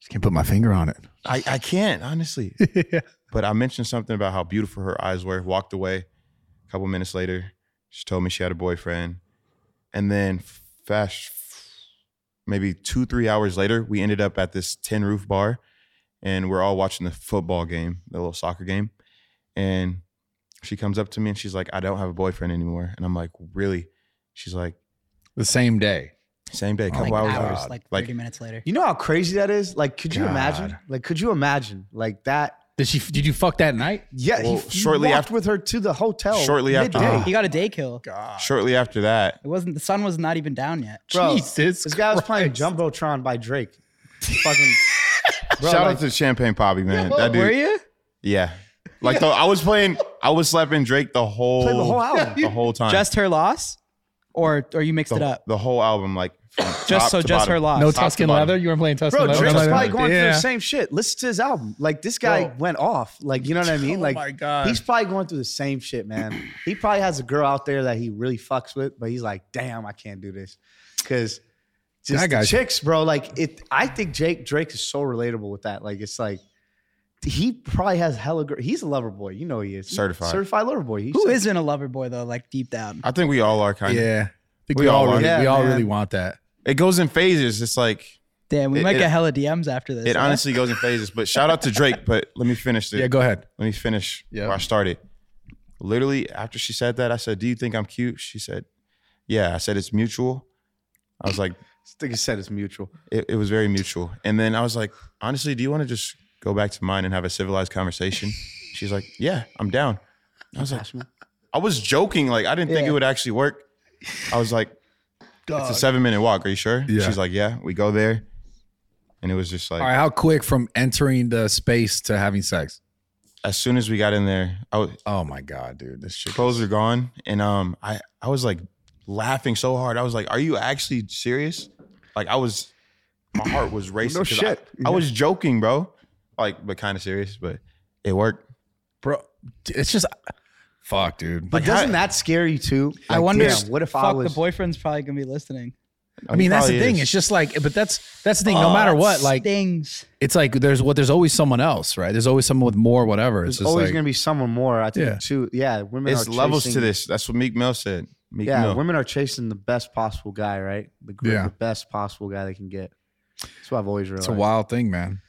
Speaker 2: Just can't put my finger on
Speaker 5: I, I can't, honestly.
Speaker 2: it.
Speaker 5: But I mentioned something about how beautiful her eyes were, walked away. A couple minutes later, she told me she had a boyfriend. And then fast maybe two, three hours later, we ended up at this tin roof bar and we're all watching the football game, the little soccer game. And she comes up to me and she's like, I don't have a boyfriend anymore. And I'm like, Really? She's like,
Speaker 2: The same day.
Speaker 5: Same
Speaker 4: Oh
Speaker 5: day, a couple
Speaker 1: like
Speaker 5: hours,
Speaker 1: hours,
Speaker 5: later.
Speaker 1: like
Speaker 5: Like,
Speaker 1: 30 minutes later.
Speaker 4: You know how crazy that is? Like, could you imagine?
Speaker 2: God.
Speaker 4: Like, could you imagine? Like that.
Speaker 2: Did she? Did you fuck that night?
Speaker 4: Yeah,
Speaker 5: Well,
Speaker 4: he, shortly
Speaker 5: shortly
Speaker 4: walked
Speaker 5: after-
Speaker 4: with her to the hotel.
Speaker 5: Shortly after-
Speaker 4: midday.
Speaker 5: Ah.
Speaker 1: He got a day kill.
Speaker 5: shortly after that,
Speaker 1: It wasn't the sun was not even down yet.
Speaker 4: Bro,
Speaker 2: Jesus,
Speaker 4: This guy was playing
Speaker 2: Christ.
Speaker 4: Jumbotron by Drake. Fucking bro,
Speaker 5: shout
Speaker 4: like,
Speaker 5: out to Champagne Poppy, man. that dude,
Speaker 1: Were you?
Speaker 5: yeah. Like though, I was playing, I was slapping Drake the whole,
Speaker 4: played the whole album.
Speaker 5: the whole time,
Speaker 1: Just her loss? Or or you mixed
Speaker 5: the,
Speaker 1: it up?
Speaker 5: the whole album, like from
Speaker 1: Just
Speaker 5: top
Speaker 1: so
Speaker 5: to
Speaker 1: just
Speaker 5: bottom.
Speaker 1: her loss.
Speaker 2: No
Speaker 5: Top to
Speaker 2: Tuscan
Speaker 5: bottom.
Speaker 2: leather. You weren't playing Tuscan
Speaker 4: Bro,
Speaker 2: leather.
Speaker 4: Drake's
Speaker 5: Something
Speaker 4: probably
Speaker 5: like that.
Speaker 4: going through
Speaker 2: Yeah.
Speaker 4: the same shit. Listen to his album. Like this guy went off. Like you know what I mean?
Speaker 2: Oh
Speaker 4: Like
Speaker 2: my God.
Speaker 4: he's probably going through the same shit, man. he probably has a girl out there that he really fucks with, but he's like, damn, I can't do this because just
Speaker 2: That
Speaker 4: the
Speaker 2: guy's-
Speaker 4: chicks, bro. Like it. I think Jake Drake is so relatable with that. Like it's like he probably has hella. Gr- he's a lover boy. You know he is
Speaker 5: Certified.
Speaker 4: certified lover boy. He's
Speaker 1: Who isn't a lover boy though, like deep down?
Speaker 5: I think we all are kind of.
Speaker 2: Yeah, I think we,
Speaker 5: We
Speaker 2: all
Speaker 5: all
Speaker 2: really,
Speaker 4: are.
Speaker 2: we
Speaker 4: Yeah,
Speaker 2: all
Speaker 4: man.
Speaker 2: really want that.
Speaker 5: It goes in phases. It's like
Speaker 1: Damn, we
Speaker 5: It-
Speaker 1: might
Speaker 5: it-
Speaker 1: get hella DMs after this. eh?
Speaker 5: it
Speaker 1: huh?
Speaker 5: honestly goes in phases. But shout out to Drake. But let me finish this.
Speaker 2: Yeah, go ahead.
Speaker 5: let me finish
Speaker 2: Yeah.
Speaker 5: where I started. Literally, after she said that, I said, Do you think I'm cute? She said, Yeah. I said, It's mutual. I was like,
Speaker 4: I think he said it's mutual.
Speaker 5: it, it was very mutual. And then I was like, honestly, do you want to just go back to mine and have a civilized conversation? She's like, yeah, I'm down. I was like, I was joking. Like, I didn't think
Speaker 1: Yeah.
Speaker 5: it would actually work. I was like,
Speaker 2: Uh,
Speaker 5: it's a seven minute walk. Are you sure?
Speaker 2: Yeah.
Speaker 5: She's like, yeah, we go there. And it was just like,
Speaker 2: All right, how quick from entering the space to having sex?
Speaker 5: as soon as we got in there, I was,
Speaker 2: Oh my god, dude, this shit.
Speaker 5: clothes are gone. And um, I, I was like laughing so hard. I was like, are you actually serious? Like, I was, my heart was racing.
Speaker 4: No
Speaker 5: 'cause
Speaker 4: shit.
Speaker 5: I, I was joking, bro. Like, but kind of serious, but it worked.
Speaker 2: bro, it's just fuck, dude.
Speaker 4: But
Speaker 5: Like,
Speaker 4: doesn't
Speaker 5: how-
Speaker 4: that scare you too?
Speaker 1: I
Speaker 4: Like,
Speaker 1: wonder
Speaker 4: damn,
Speaker 1: if-
Speaker 4: what if I
Speaker 1: Fuck,
Speaker 4: was
Speaker 1: the boyfriend's probably gonna be listening.
Speaker 2: I mean, that's the
Speaker 5: Probably
Speaker 2: thing.
Speaker 5: is.
Speaker 2: It's just like, but that's that's the thing. no matter what, like
Speaker 1: things.
Speaker 2: it's like there's what there's always someone else, right? There's always someone with more, whatever.
Speaker 4: There's
Speaker 2: It's just
Speaker 4: always
Speaker 2: like
Speaker 4: going to be someone more. I think
Speaker 2: Yeah.
Speaker 4: too. Yeah, women.
Speaker 5: it's
Speaker 4: are
Speaker 5: levels to
Speaker 4: chasing-
Speaker 5: this. That's what Meek Mill said. Meek
Speaker 4: Yeah,
Speaker 5: Mill.
Speaker 4: women are chasing the best possible guy, right? The, gr-
Speaker 2: Yeah.
Speaker 4: the best possible guy they can get. That's what I've always realized.
Speaker 2: it's a wild thing, man.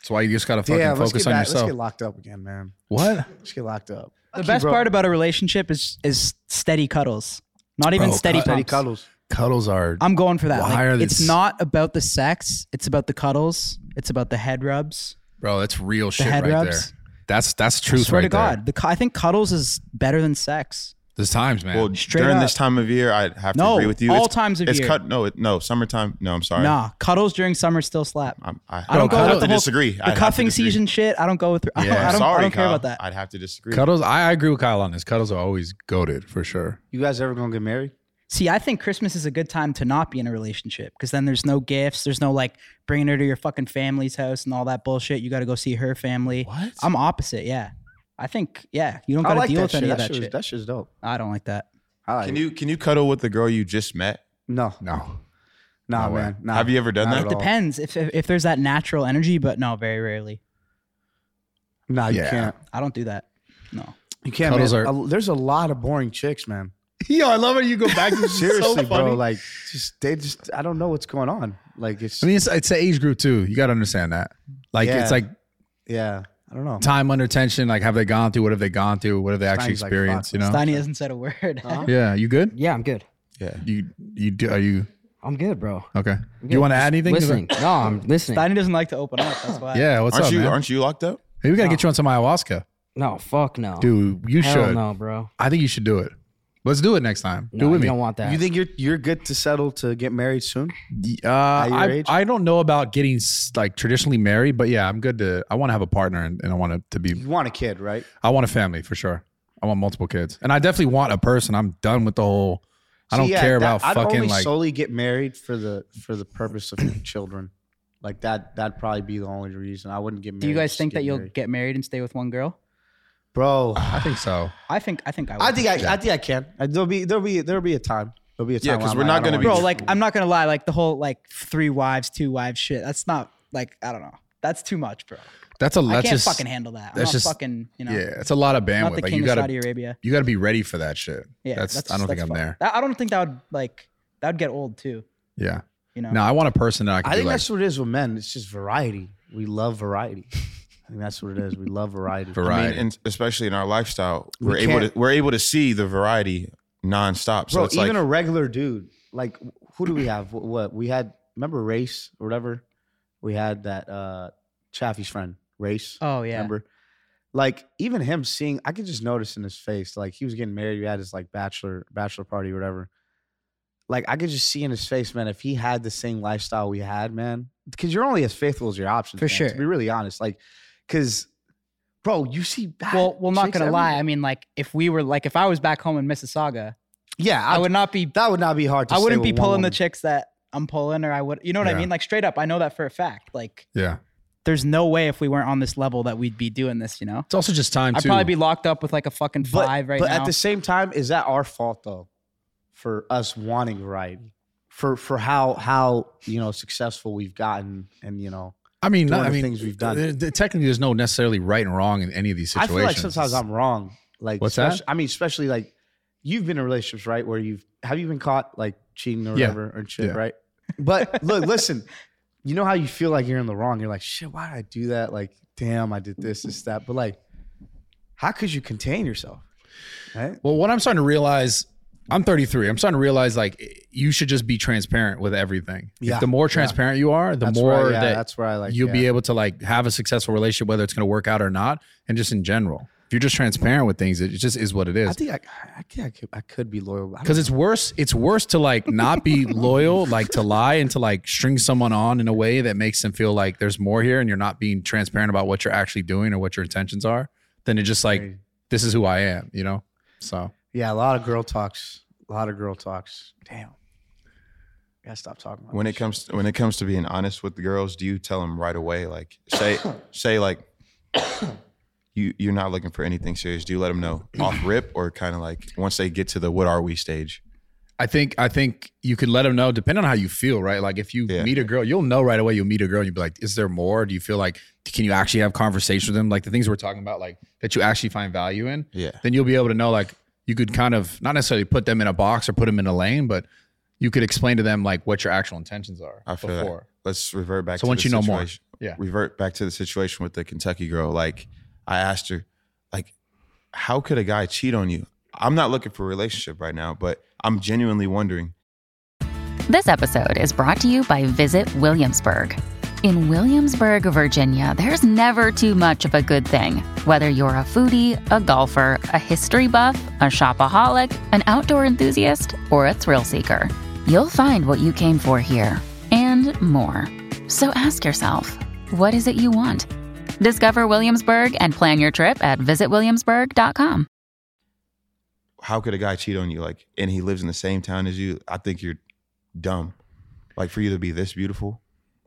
Speaker 2: That's why you just gotta fucking
Speaker 4: Damn, let's
Speaker 2: focus
Speaker 4: get
Speaker 2: on
Speaker 4: back- Let's
Speaker 2: yourself.
Speaker 4: get locked up again, man.
Speaker 2: What?
Speaker 4: Let's get locked up.
Speaker 1: The best part about a relationship is is steady cuddles. Not even
Speaker 2: Bro,
Speaker 1: steady
Speaker 2: cut- steady
Speaker 4: Teddy
Speaker 1: pumps.
Speaker 4: cuddles.
Speaker 2: Cuddles are.
Speaker 1: I'm going for that.
Speaker 2: Why
Speaker 1: Like,
Speaker 2: are they
Speaker 1: it's
Speaker 2: s-
Speaker 1: not about the sex. It's about the cuddles. It's about the head rubs.
Speaker 2: Bro, that's real shit
Speaker 1: head
Speaker 2: right
Speaker 1: rubs.
Speaker 2: there. That's that's
Speaker 1: I
Speaker 2: truth
Speaker 1: swear
Speaker 2: right
Speaker 1: to God,
Speaker 2: there.
Speaker 1: the cu- I think cuddles is better than sex.
Speaker 2: There's times, man.
Speaker 5: well,
Speaker 1: Straight
Speaker 5: during
Speaker 1: up.
Speaker 5: this time of year, I have to
Speaker 1: No,
Speaker 5: agree with you.
Speaker 1: all
Speaker 5: it's,
Speaker 1: times of
Speaker 5: it's
Speaker 1: year.
Speaker 5: cut. No, it, no, summertime. No, I'm sorry.
Speaker 1: Nah, cuddles during summer still slap.
Speaker 5: I'm, I,
Speaker 1: I don't
Speaker 2: Bro,
Speaker 1: go
Speaker 5: I'd
Speaker 2: cuddle-
Speaker 1: with
Speaker 5: have
Speaker 1: the
Speaker 5: to
Speaker 1: whole,
Speaker 5: disagree. I'd
Speaker 1: the
Speaker 5: have to
Speaker 1: cuffing
Speaker 5: disagree.
Speaker 1: season shit. I don't go with. I don't, I don't,
Speaker 5: sorry,
Speaker 1: I don't care
Speaker 5: Kyle.
Speaker 1: about that.
Speaker 5: I'd have to disagree.
Speaker 2: Cuddles, I, I agree with Kyle on this. Cuddles are always goaded for sure.
Speaker 4: You guys ever gonna get married?
Speaker 1: See, I think Christmas is a good time to not be in a relationship because then there's no gifts, there's no like bringing her to your fucking family's house and all that bullshit. You got to go see her family.
Speaker 2: What?
Speaker 1: I'm opposite. Yeah, I think yeah, you don't
Speaker 4: I
Speaker 1: got to
Speaker 4: like
Speaker 1: deal
Speaker 4: that
Speaker 1: with
Speaker 4: shit.
Speaker 1: any of that
Speaker 4: That, shit.
Speaker 1: shit.
Speaker 4: was- that shit's dope.
Speaker 1: I don't like that.
Speaker 4: I like
Speaker 5: Can
Speaker 4: it.
Speaker 5: you can you cuddle with the girl you just met?
Speaker 4: No,
Speaker 2: No.
Speaker 4: nah,
Speaker 2: No way.
Speaker 4: man. Nah,
Speaker 5: Have you ever done
Speaker 4: Not
Speaker 5: that?
Speaker 4: at
Speaker 1: It
Speaker 4: all.
Speaker 1: depends if, if if there's that natural energy, but no, very rarely.
Speaker 4: Nah, you
Speaker 2: Yeah.
Speaker 4: can't.
Speaker 1: I don't do that. No,
Speaker 4: You can't.
Speaker 2: Cuddles
Speaker 4: man.
Speaker 2: are-
Speaker 4: A- there's a lot of boring chicks, man.
Speaker 2: Yo, I love how you go back to
Speaker 4: Seriously, bro. Like, just they just. I don't know what's going on. Like, it's
Speaker 2: I mean, it's, it's an age group too. You got to understand that. Like,
Speaker 4: Yeah.
Speaker 2: it's like
Speaker 4: yeah. I don't know.
Speaker 2: time under tension. Like, have they gone through? What have they gone through? What have they actually
Speaker 4: Stein's like,
Speaker 2: experienced?
Speaker 4: fuck,
Speaker 2: you know?
Speaker 1: Steiny hasn't said a word.
Speaker 4: Uh-huh.
Speaker 2: yeah. You good?
Speaker 3: Yeah, I'm good.
Speaker 2: You you do? Are you
Speaker 3: I'm good, bro.
Speaker 2: okay? You want to add anything?
Speaker 3: Listening. No, I'm listening.
Speaker 1: Steiny doesn't like to open up. That's why.
Speaker 2: Yeah. What's
Speaker 5: Aren't
Speaker 2: up,
Speaker 5: you
Speaker 2: man?
Speaker 5: aren't you locked up?
Speaker 2: Maybe we gotta get you on some ayahuasca,
Speaker 3: No, fuck no.
Speaker 2: dude. You
Speaker 3: Hell
Speaker 2: should.
Speaker 3: no, bro.
Speaker 2: I think you should do it. Let's do it next time.
Speaker 3: No,
Speaker 2: do it with
Speaker 3: you
Speaker 2: me.
Speaker 3: don't want that.
Speaker 4: You think you're you're good to settle to get married soon?
Speaker 2: Uh, I,
Speaker 4: your age?
Speaker 2: I don't know about getting s- like traditionally married, but yeah, I'm good to. I want to have a partner, and, and I want it to be.
Speaker 4: You want a kid, right?
Speaker 2: I want a family for sure. I want multiple kids, and I definitely want a person. I'm done with the whole. I
Speaker 4: See,
Speaker 2: don't
Speaker 4: yeah,
Speaker 2: care
Speaker 4: that-
Speaker 2: about
Speaker 4: I'd
Speaker 2: fucking
Speaker 4: only
Speaker 2: like.
Speaker 4: solely get married for the for the purpose of children. Like that that'd probably be the only reason I wouldn't get married.
Speaker 1: Do you guys
Speaker 4: just
Speaker 1: think that you'll
Speaker 4: married.
Speaker 1: get married and stay with one girl?
Speaker 4: Bro,
Speaker 2: I think so.
Speaker 1: I think I think I. Would.
Speaker 4: I think I, I think I can. I- There'll be there'll be there'll be a time. There'll be a time.
Speaker 5: Yeah,
Speaker 4: where
Speaker 5: 'cause
Speaker 4: I'm
Speaker 5: we're
Speaker 4: like,
Speaker 5: not
Speaker 4: I don't
Speaker 5: gonna
Speaker 4: wanna
Speaker 5: be-
Speaker 1: bro
Speaker 4: get-
Speaker 1: like i'm not gonna lie like the whole like three wives two wives shit that's not like i don't know that's too much bro
Speaker 2: That's a.
Speaker 1: i
Speaker 2: That's
Speaker 1: can't
Speaker 2: just.
Speaker 1: fucking handle that i'm
Speaker 2: that's
Speaker 1: not
Speaker 2: just-
Speaker 1: fucking you know
Speaker 2: Yeah, it's a lot of
Speaker 1: not the
Speaker 2: bandwidth. Like
Speaker 1: king
Speaker 2: you
Speaker 1: of
Speaker 2: gotta.
Speaker 1: saudi arabia
Speaker 2: You gotta be ready for that shit.
Speaker 1: yeah
Speaker 2: that's. I don't think
Speaker 1: that's
Speaker 2: I'm
Speaker 1: fucked.
Speaker 2: there.
Speaker 1: That- i don't think that would like that would get old too
Speaker 2: Yeah.
Speaker 1: You know,
Speaker 2: No, I want a person that I can
Speaker 4: I
Speaker 2: be
Speaker 4: think
Speaker 2: like
Speaker 4: that's what it is with men. It's just variety. We love variety. I think that's what it is. We love variety.
Speaker 5: I
Speaker 2: variety.
Speaker 5: mean, and especially in our lifestyle,
Speaker 4: We
Speaker 5: we're able to
Speaker 4: can't-
Speaker 5: we're able to see the variety nonstop. So
Speaker 4: Bro,
Speaker 5: it's
Speaker 4: even
Speaker 5: like
Speaker 4: a regular dude, like who do we have? What, what we had? Remember race or whatever? We had that uh Chaffee's friend race.
Speaker 1: oh yeah,
Speaker 4: Remember? Like even him seeing, I could just notice in his face, like he was getting married. We had his like bachelor bachelor party or whatever. Like I could just see in his face, man. If he had the same lifestyle we had, man, because you're only as faithful as your options.
Speaker 1: For
Speaker 4: man,
Speaker 1: sure.
Speaker 4: To be really honest, like, because, bro, you see. Bad
Speaker 1: Well, well, not
Speaker 4: chicks
Speaker 1: gonna lie.
Speaker 4: everywhere.
Speaker 1: I mean, like if we were like if I was back home in Mississauga,
Speaker 4: yeah,
Speaker 1: I,
Speaker 4: I,
Speaker 1: would not be.
Speaker 4: That would not be hard. to
Speaker 1: I
Speaker 4: say
Speaker 1: wouldn't be
Speaker 4: with one
Speaker 1: pulling the
Speaker 4: woman.
Speaker 1: chicks that I'm pulling, or I would. You know what
Speaker 2: Yeah.
Speaker 1: I mean? Like straight up, I know that for a fact. Like
Speaker 2: yeah.
Speaker 1: there's no way if we weren't on this level that we'd be doing this. You know,
Speaker 2: It's also just time
Speaker 1: I'd
Speaker 2: too.
Speaker 1: probably be locked up with like a fucking
Speaker 4: but,
Speaker 1: five right
Speaker 4: but
Speaker 1: now.
Speaker 4: at the same time, is that our fault though, for us wanting variety, for for how how you know successful we've gotten, and you know,
Speaker 2: I mean,
Speaker 4: doing
Speaker 2: not- I
Speaker 4: the
Speaker 2: mean,
Speaker 4: things we've done.
Speaker 2: there- there- technically, there's no necessarily right and wrong in any of these situations.
Speaker 4: I feel like sometimes I'm wrong. Like
Speaker 2: What's that?
Speaker 4: especially- I mean, especially like you've been in relationships, right? Where you've have you been caught like cheating or
Speaker 2: Yeah.
Speaker 4: whatever or shit,
Speaker 2: Yeah.
Speaker 4: right? But look, listen, you know how you feel like you're in the wrong. You're like, shit, why did I do that? Like, damn, I did this, this, that. But like, how could you contain yourself? Right?
Speaker 2: Well, what I'm starting to realize, I'm 33. I'm starting to realize like you should just be transparent with everything. If
Speaker 4: Yeah.
Speaker 2: the more transparent you are, the
Speaker 4: That's
Speaker 2: more
Speaker 4: where, yeah,
Speaker 2: that
Speaker 4: that's where I like
Speaker 2: you'll
Speaker 4: yeah.
Speaker 2: be able to like have a successful relationship, whether it's going to work out or not, and just in general. If you're just transparent with things, it just is what it
Speaker 4: I
Speaker 2: is.
Speaker 4: think I, I think I could, I could be loyal. I don't
Speaker 2: Because it's worse. It's worse to like not be loyal, like to lie and to like string someone on in a way that makes them feel like there's more here, and you're not being transparent about what you're actually doing or what your intentions are. Than to just like
Speaker 4: Crazy.
Speaker 2: this is who I am, you know. So
Speaker 4: Yeah, a lot of girl talks. A lot of girl talks. Damn. Gotta stop talking about
Speaker 5: when
Speaker 4: this
Speaker 5: it
Speaker 4: shit.
Speaker 5: comes when it comes to being honest with the girls, do you tell them right away? Like say say like you you're not looking for anything serious. Do you let them know off rip or kind of like once they get to the what are we stage?
Speaker 2: I think I think you can let them know, depending on how you feel, right? Like if you
Speaker 5: Yeah.
Speaker 2: meet a girl, you'll know right away. You'll meet a girl, and you'll be like, "Is there more? Do you feel like can you actually have conversation with them? Like the things we're talking about, like that you actually find value in."
Speaker 5: Yeah.
Speaker 2: Then you'll be able to know, like you could kind of not necessarily put them in a box or put them in a lane, but you could explain to them like what your actual intentions are
Speaker 5: I feel that.
Speaker 2: before.
Speaker 5: Let's revert back
Speaker 2: So
Speaker 5: to
Speaker 2: once
Speaker 5: the
Speaker 2: you know more.
Speaker 5: situation.
Speaker 2: Yeah.
Speaker 5: Revert back to the situation with the Kentucky girl. Like I asked her, like, how could a guy cheat on you? I'm not looking for a relationship right now, but I'm genuinely wondering.
Speaker 7: This episode is brought to you by Visit Williamsburg. In Williamsburg, Virginia, there's never too much of a good thing. Whether you're a foodie, a golfer, a history buff, a shopaholic, an outdoor enthusiast, or a thrill seeker, you'll find what you came for here and more. So ask yourself, what is it you want? Discover Williamsburg and plan your trip at visitwilliamsburg.com.
Speaker 5: how could a guy cheat on you like and he lives in the same town as you i think you're dumb like for you to be this beautiful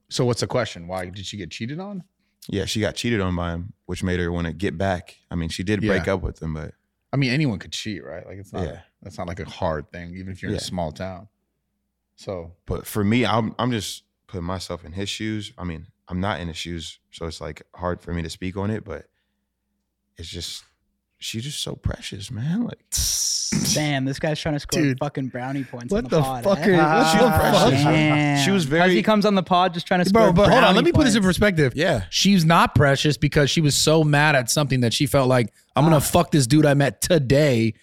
Speaker 2: So what's the question? Why did she get cheated on?
Speaker 5: yeah she got cheated on by him which made her want to get back i mean she did break
Speaker 2: Yeah.
Speaker 5: up with him but
Speaker 2: I mean, anyone could cheat, right? Like it's not
Speaker 5: Yeah.
Speaker 2: that's not like a hard thing, even if you're in
Speaker 5: Yeah.
Speaker 2: a small town. So
Speaker 5: but for me i'm i'm just putting myself in his shoes i mean i'm not in his shoes so it's like hard for me to speak on it but it's just she's just so precious man like
Speaker 1: Damn, this guy's trying to score
Speaker 2: Dude.
Speaker 1: fucking brownie points. on
Speaker 2: What
Speaker 1: the,
Speaker 2: the
Speaker 1: pod,
Speaker 2: fuck
Speaker 1: eh?
Speaker 2: are-
Speaker 4: what the fuck?
Speaker 1: Damn.
Speaker 5: She was very-
Speaker 1: As he comes on the pod, just trying to score.
Speaker 2: Bro, but hold on. Let me put this in
Speaker 1: points.
Speaker 2: perspective.
Speaker 5: Yeah.
Speaker 2: She's not precious because she was so mad at something that she felt like, I'm
Speaker 4: Ah.
Speaker 2: going to fuck this dude I met today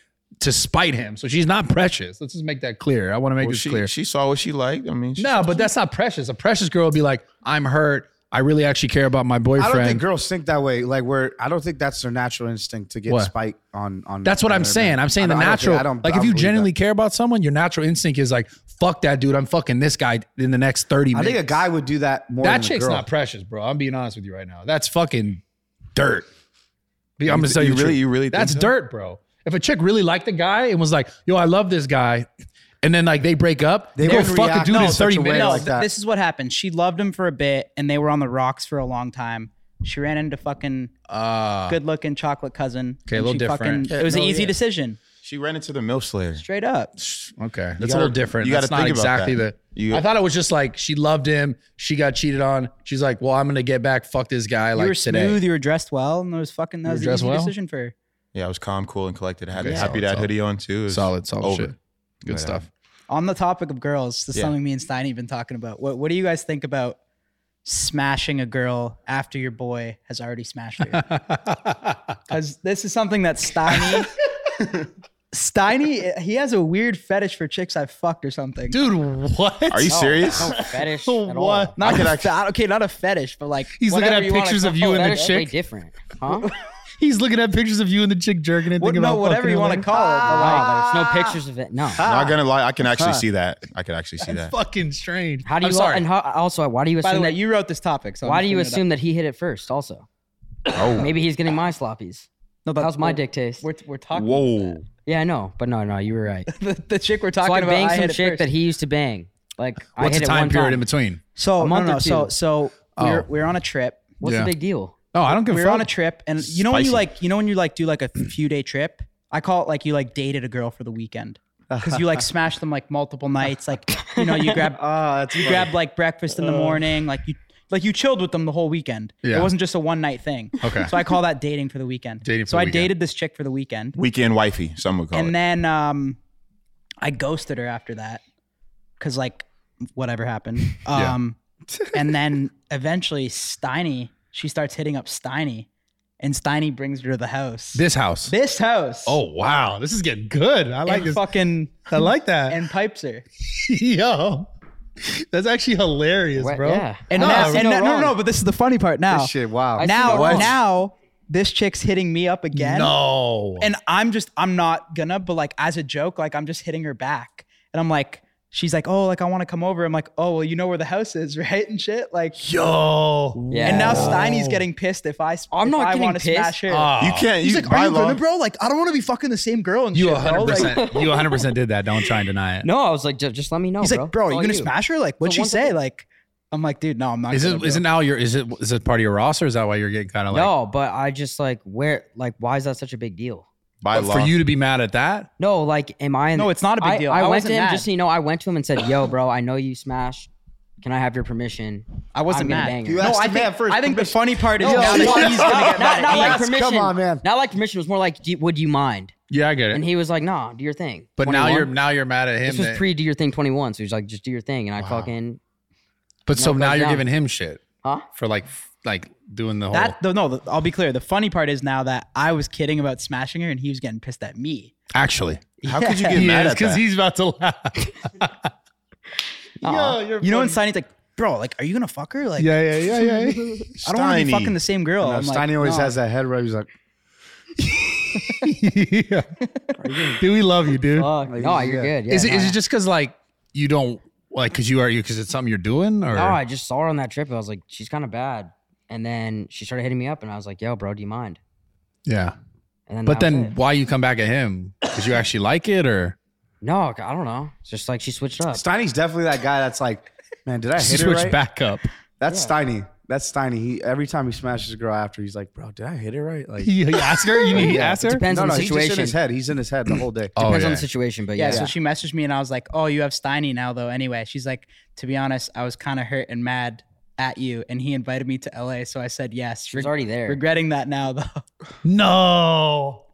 Speaker 2: to spite him. So she's not precious. Let's just make that clear. I want to make
Speaker 5: well,
Speaker 2: this
Speaker 5: she,
Speaker 2: clear.
Speaker 5: she saw what she liked i mean she-
Speaker 2: no, but that's not precious. A precious girl would be like, I'm hurt. I really actually care about my
Speaker 4: I
Speaker 2: boyfriend.
Speaker 4: don't think girls think that way. Like where I don't think that's their natural instinct to get
Speaker 2: What?
Speaker 4: spite on on.
Speaker 2: that's what
Speaker 4: on
Speaker 2: I'm
Speaker 4: their
Speaker 2: saying.
Speaker 4: man.
Speaker 2: I'm saying the
Speaker 4: don't- don't
Speaker 2: natural.
Speaker 4: think- I don't-
Speaker 2: like,
Speaker 4: I
Speaker 2: if you
Speaker 4: believe that.
Speaker 2: genuinely care about someone, your natural instinct is like, fuck that dude. I'm fucking this guy in the next 30
Speaker 4: I
Speaker 2: minutes.
Speaker 4: think a guy would do that more.
Speaker 2: That
Speaker 4: than a
Speaker 2: chick's
Speaker 4: girl.
Speaker 2: not precious, bro. I'm being honest with you right now. That's fucking dirt. Be- I'm
Speaker 5: You
Speaker 2: gonna
Speaker 5: th-
Speaker 2: tell you,
Speaker 5: you
Speaker 2: the
Speaker 5: really-
Speaker 2: truth.
Speaker 5: you really think
Speaker 2: That's
Speaker 5: so?
Speaker 2: dirt, bro. If a chick really liked the guy and was like, "Yo, I love this guy," and then like they break up, they go
Speaker 4: wouldn't
Speaker 2: fuck a
Speaker 4: react
Speaker 2: dude
Speaker 4: in
Speaker 2: in
Speaker 4: such
Speaker 2: thirty
Speaker 4: a way
Speaker 2: minutes.
Speaker 4: like
Speaker 1: No,
Speaker 4: that.
Speaker 1: th- this is what happened. She loved him for a bit, and they were on the rocks for a long time. She ran into fucking
Speaker 2: Uh,
Speaker 1: good-looking chocolate cousin.
Speaker 2: Okay, a
Speaker 1: and
Speaker 2: little
Speaker 1: she
Speaker 2: different.
Speaker 1: Fucking, it was an easy decision,
Speaker 5: she ran into the milf slayer
Speaker 1: straight up.
Speaker 2: okay, that's a
Speaker 5: gotta-
Speaker 2: little different.
Speaker 5: you gotta
Speaker 2: that's not
Speaker 5: think about
Speaker 2: exactly
Speaker 5: that.
Speaker 2: the.
Speaker 5: You-
Speaker 2: I thought it was just like she loved him. She got cheated on. She's like, "Well, I'm gonna get back. Fuck this guy."
Speaker 1: you were
Speaker 2: like
Speaker 1: smooth.
Speaker 2: today.
Speaker 1: You were dressed well, and there was fucking that
Speaker 2: You
Speaker 1: was
Speaker 2: were
Speaker 1: an
Speaker 2: dressed
Speaker 1: easy
Speaker 2: well?
Speaker 1: decision for her.
Speaker 5: yeah i was calm cool and collected I had
Speaker 2: Okay,
Speaker 5: the happy
Speaker 2: solid,
Speaker 5: dad
Speaker 2: solid.
Speaker 5: hoodie on too It was
Speaker 2: Solid, solid
Speaker 5: over.
Speaker 2: shit. Good
Speaker 5: But, uh,
Speaker 2: stuff.
Speaker 1: On the topic of girls, this is
Speaker 5: Yeah.
Speaker 1: something me and Steiny have been talking about. What What do you guys think about smashing a girl after your boy has already smashed her? Because this is something that Steiny. Steiny, he has a weird fetish for chicks I've fucked or something.
Speaker 2: Dude, what?
Speaker 5: Are you
Speaker 1: Oh,
Speaker 5: serious?
Speaker 3: No fetish at
Speaker 2: So
Speaker 3: all.
Speaker 2: what?
Speaker 1: not
Speaker 5: I could
Speaker 1: a
Speaker 5: actually-
Speaker 1: fe- okay, not a fetish, but like
Speaker 2: He's looking
Speaker 1: whatever
Speaker 2: at
Speaker 1: wanna
Speaker 2: pictures
Speaker 1: call-
Speaker 2: of you
Speaker 3: Oh,
Speaker 2: and the
Speaker 3: that's way
Speaker 2: chick.
Speaker 3: different, huh? no,
Speaker 2: He's looking at pictures of you and the chick jerking and
Speaker 1: What,
Speaker 2: thinking
Speaker 1: no,
Speaker 2: about
Speaker 1: whatever
Speaker 2: fucking
Speaker 1: you
Speaker 2: her
Speaker 1: want to
Speaker 2: later.
Speaker 1: call it. but, like,
Speaker 3: but there's no pictures of it. No.
Speaker 5: Not gonna lie, I can actually see that. I can actually see that.
Speaker 2: Fucking strange.
Speaker 3: How do you
Speaker 2: I'm sorry.
Speaker 3: and how, also why do you
Speaker 1: by the
Speaker 3: assume
Speaker 1: way,
Speaker 3: that
Speaker 1: you wrote this topic, so I'm
Speaker 3: why
Speaker 1: just
Speaker 3: do you
Speaker 1: bringing it up.
Speaker 3: assume that he hit it first also?
Speaker 5: Oh,
Speaker 3: Maybe he's getting my sloppies.
Speaker 1: No, but
Speaker 3: That was my
Speaker 1: we're-
Speaker 3: dick taste.
Speaker 1: We're, we're talking.
Speaker 5: whoa.
Speaker 3: Yeah, I know, but no, no, you were right.
Speaker 1: The, the chick we're
Speaker 3: So
Speaker 1: talking
Speaker 3: I
Speaker 1: about.
Speaker 3: banged
Speaker 1: I
Speaker 3: some
Speaker 1: hit it
Speaker 3: chick
Speaker 1: first.
Speaker 3: that he used to bang. Like I
Speaker 2: What's
Speaker 3: hit
Speaker 2: the
Speaker 3: it
Speaker 2: time
Speaker 3: one
Speaker 2: period in
Speaker 3: time.
Speaker 2: between?
Speaker 1: So
Speaker 3: A
Speaker 1: no,
Speaker 3: month
Speaker 1: no,
Speaker 3: or
Speaker 1: so
Speaker 3: two.
Speaker 1: so we're
Speaker 2: Oh.
Speaker 1: we're on a trip.
Speaker 3: What's
Speaker 2: Yeah.
Speaker 3: the big deal?
Speaker 2: Oh, I don't give a
Speaker 1: We're
Speaker 2: fuck.
Speaker 1: on a trip, and you know when you
Speaker 5: Spicy.
Speaker 1: like you know when you like do like a few day trip. I call it like you like dated a girl for the weekend because you like smash them like multiple nights. Like you know you grab
Speaker 4: Ah, that's
Speaker 1: you grabbed like breakfast in the morning. Like you like you chilled with them the whole weekend.
Speaker 2: Yeah.
Speaker 1: It wasn't just a one night thing.
Speaker 2: Okay.
Speaker 1: So I call that dating for the weekend.
Speaker 2: Dating for
Speaker 1: so
Speaker 2: the
Speaker 1: I
Speaker 2: weekend.
Speaker 1: dated this chick for the weekend.
Speaker 5: Weekend wifey, some would call
Speaker 1: and
Speaker 5: it.
Speaker 1: then um i ghosted her after that because like whatever happened
Speaker 2: Yeah.
Speaker 1: um and then eventually steiny she starts hitting up steiny and steiny brings her to the house
Speaker 2: this house.
Speaker 1: This house
Speaker 2: Oh wow, this is getting good. I like
Speaker 1: and
Speaker 2: this.
Speaker 1: fucking
Speaker 2: I like that.
Speaker 1: and pipes her
Speaker 2: Yo, that's actually hilarious,
Speaker 3: What-
Speaker 2: bro.
Speaker 3: Yeah.
Speaker 1: and,
Speaker 2: No,
Speaker 1: now,
Speaker 2: I see
Speaker 1: and
Speaker 2: no
Speaker 1: now- no, no
Speaker 2: wrong.
Speaker 1: no but this is the funny part now
Speaker 4: This shit, wow.
Speaker 3: I see
Speaker 1: now
Speaker 3: no wrong.
Speaker 1: now this chick's hitting me up again
Speaker 2: No.
Speaker 1: and I'm just I'm not gonna, but like as a joke, like I'm just hitting her back, and I'm like, she's like, oh, like I want to come over. I'm like, oh, well, you know where the house is, right? And shit, like.
Speaker 2: Yo.
Speaker 3: Yeah.
Speaker 1: And now
Speaker 2: Oh.
Speaker 1: Steiny's getting pissed if I s-
Speaker 3: I'm
Speaker 1: if
Speaker 3: not
Speaker 1: I
Speaker 3: getting
Speaker 1: want to
Speaker 3: pissed.
Speaker 1: smash her.
Speaker 2: Oh.
Speaker 5: you can't.
Speaker 1: He's
Speaker 5: you,
Speaker 1: like,
Speaker 5: by
Speaker 1: are you
Speaker 5: law-
Speaker 1: gonna, bro? Like, I don't want to be fucking the same girl and
Speaker 2: You
Speaker 1: shit, bro.
Speaker 2: 100.
Speaker 1: Like,
Speaker 2: percent You 100 percent did that. Don't try and deny it.
Speaker 3: No, I was like, just, just let me know,
Speaker 1: he's
Speaker 3: bro.
Speaker 1: like, bro, are
Speaker 3: It's
Speaker 1: you
Speaker 3: all
Speaker 1: gonna smash her? Like, what'd
Speaker 3: So
Speaker 1: she
Speaker 3: once
Speaker 1: say?
Speaker 3: I-
Speaker 1: Like, I'm like, dude, no, I'm not.
Speaker 2: Is
Speaker 1: gonna,
Speaker 2: it?
Speaker 1: bro."
Speaker 2: Is it now your? Is it? Is it part of your roster? Is that why you're getting kind of like
Speaker 3: no, but I just like where, like, why is that such a big deal?
Speaker 5: by law,
Speaker 2: for you to be mad at that?
Speaker 3: No, like, am I? In
Speaker 1: No, it's not a big
Speaker 3: I-
Speaker 1: deal.
Speaker 3: I,
Speaker 1: I
Speaker 3: went
Speaker 1: wasn't
Speaker 3: to him
Speaker 1: mad.
Speaker 3: just so you know. I went to him and said, "Yo, bro, I know you smashed. Can I have your permission?"
Speaker 1: I wasn't
Speaker 3: I'm gonna
Speaker 1: mad.
Speaker 3: bang her.
Speaker 4: You
Speaker 1: no,
Speaker 4: asked
Speaker 1: I
Speaker 4: the
Speaker 1: think
Speaker 4: man first,
Speaker 1: I think the
Speaker 4: permission.
Speaker 1: funny part is
Speaker 4: No,
Speaker 1: now that
Speaker 4: yeah.
Speaker 1: he's gonna get mad.
Speaker 3: not, not
Speaker 1: at
Speaker 3: like
Speaker 1: me.
Speaker 4: Yes,
Speaker 3: permission.
Speaker 4: come on, man.
Speaker 3: Not like permission. It was more like, do, "Would you mind?"
Speaker 2: Yeah, I get it.
Speaker 3: And he was like, "Nah, do your thing."
Speaker 2: but now
Speaker 3: 21.
Speaker 2: you're now you're mad at him.
Speaker 3: This was
Speaker 2: that-
Speaker 3: pre do your thing 21. So he's like, just do your thing. And I fucking,
Speaker 2: but so
Speaker 3: no,
Speaker 2: now
Speaker 3: goes
Speaker 2: you're
Speaker 3: down.
Speaker 2: giving him shit
Speaker 3: huh?
Speaker 2: for like f- like doing the whole.
Speaker 1: That no, no. I'll be clear. The funny part is now that I was kidding about smashing her, and he was getting pissed at me.
Speaker 2: actually,
Speaker 5: how could you get mad
Speaker 2: yeah,
Speaker 5: at
Speaker 2: because
Speaker 5: that?
Speaker 2: he's about to laugh.
Speaker 3: Aw.
Speaker 2: you're
Speaker 1: You know, when Steiny's like, bro, like, are you gonna fuck her? Like,
Speaker 2: yeah, yeah, yeah, yeah.
Speaker 1: I don't want to be
Speaker 5: Steiny.
Speaker 1: fucking the same girl.
Speaker 4: No,
Speaker 1: I'm like,
Speaker 4: Steiny always
Speaker 1: no.
Speaker 4: has that head rub. He's like,
Speaker 2: yeah. Dude, we love you, dude.
Speaker 3: Fuck. No, you're
Speaker 4: yeah.
Speaker 3: good. Yeah,
Speaker 2: is it
Speaker 3: no,
Speaker 2: is
Speaker 3: yeah.
Speaker 2: it just because like you don't like because you are you because it's something you're doing or
Speaker 3: No, I just saw her on that trip. I was like, she's kind of bad. And then she started hitting me up, and I was like, "Yo, bro, do you mind?"
Speaker 2: yeah?
Speaker 3: And then,
Speaker 2: But
Speaker 3: that was
Speaker 2: then
Speaker 3: it.
Speaker 2: why you come back at him? Because you actually like it or
Speaker 3: no, I don't know. It's just like she switched up.
Speaker 4: Steiny's definitely that guy that's like, man, did I hit her
Speaker 2: switch
Speaker 4: right?
Speaker 2: back up?
Speaker 4: That's Steiny. That's Steiny. He every time he smashes a girl after, he's like, bro, did I hit her right? Like,
Speaker 2: You, you ask her. You need to
Speaker 4: Yeah.
Speaker 2: ask her.
Speaker 3: Depends
Speaker 4: no,
Speaker 3: on
Speaker 4: no,
Speaker 3: the
Speaker 4: he's just
Speaker 3: situation.
Speaker 4: in his head. He's in his head the whole day.
Speaker 2: Oh
Speaker 3: Depends
Speaker 2: yeah.
Speaker 3: on the situation, but
Speaker 1: Yeah,
Speaker 3: yeah.
Speaker 1: so she messaged me and I was like, "Oh, you have Steiny now, though." Anyway, she's like, "To be honest, I was kind of hurt and mad at you, and he invited me to LA, so I said yes."
Speaker 3: She was
Speaker 1: Reg-
Speaker 3: already there.
Speaker 1: regretting that now, though.
Speaker 2: No.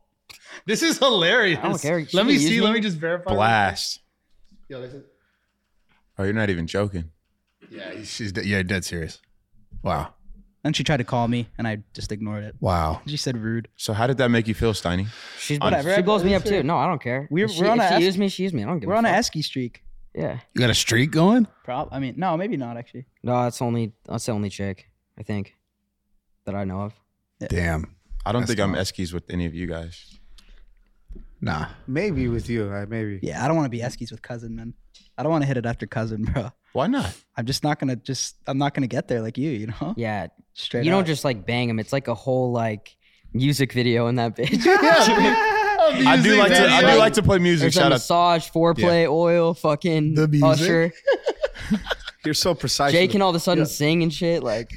Speaker 2: This is hilarious.
Speaker 3: I don't care. She
Speaker 2: Let me
Speaker 3: can use
Speaker 2: see.
Speaker 3: me.
Speaker 2: Let me just verify.
Speaker 5: Blast. Oh, you're not even joking.
Speaker 2: Yeah, she's de- yeah dead serious. Wow.
Speaker 1: And she tried to call me, and I just ignored it.
Speaker 2: Wow.
Speaker 1: She said rude.
Speaker 5: So how did that make you feel, Steiny?
Speaker 3: She's
Speaker 1: Whatever,
Speaker 3: She
Speaker 1: I-
Speaker 3: blows me
Speaker 1: that's
Speaker 3: up too. No, I don't care.
Speaker 1: We're-
Speaker 3: If she,
Speaker 1: we're on
Speaker 3: if
Speaker 1: a
Speaker 3: she
Speaker 1: ask-
Speaker 3: used me. She used me. I don't give
Speaker 1: We're
Speaker 3: a
Speaker 1: on
Speaker 3: fuck.
Speaker 1: an esky streak.
Speaker 3: yeah.
Speaker 2: You got a streak going?
Speaker 1: Prob. I mean, no, maybe not actually.
Speaker 3: No, that's only that's the only chick I think that I know of.
Speaker 2: Damn.
Speaker 5: I don't
Speaker 2: That's
Speaker 5: think I'm
Speaker 2: tough.
Speaker 5: Eskies with any of you guys.
Speaker 2: Nah.
Speaker 4: Maybe with you, uh, maybe.
Speaker 1: Yeah, I don't want to be eskies with cousin, man. I don't want to hit it after cousin, bro.
Speaker 5: Why not?
Speaker 1: I'm just not gonna just. I'm not gonna get there like you, you know.
Speaker 3: Yeah,
Speaker 1: Straight.
Speaker 3: you don't
Speaker 1: up.
Speaker 3: just like bang him. It's like a whole like music video in that bitch.
Speaker 5: I do like to. I do like to play music.
Speaker 3: There's a
Speaker 5: Shout out.
Speaker 3: massage, foreplay, oil, fucking
Speaker 2: The music.
Speaker 3: Usher.
Speaker 4: You're so precise.
Speaker 3: Jay
Speaker 4: with-
Speaker 3: can all of a sudden sing and shit. Like,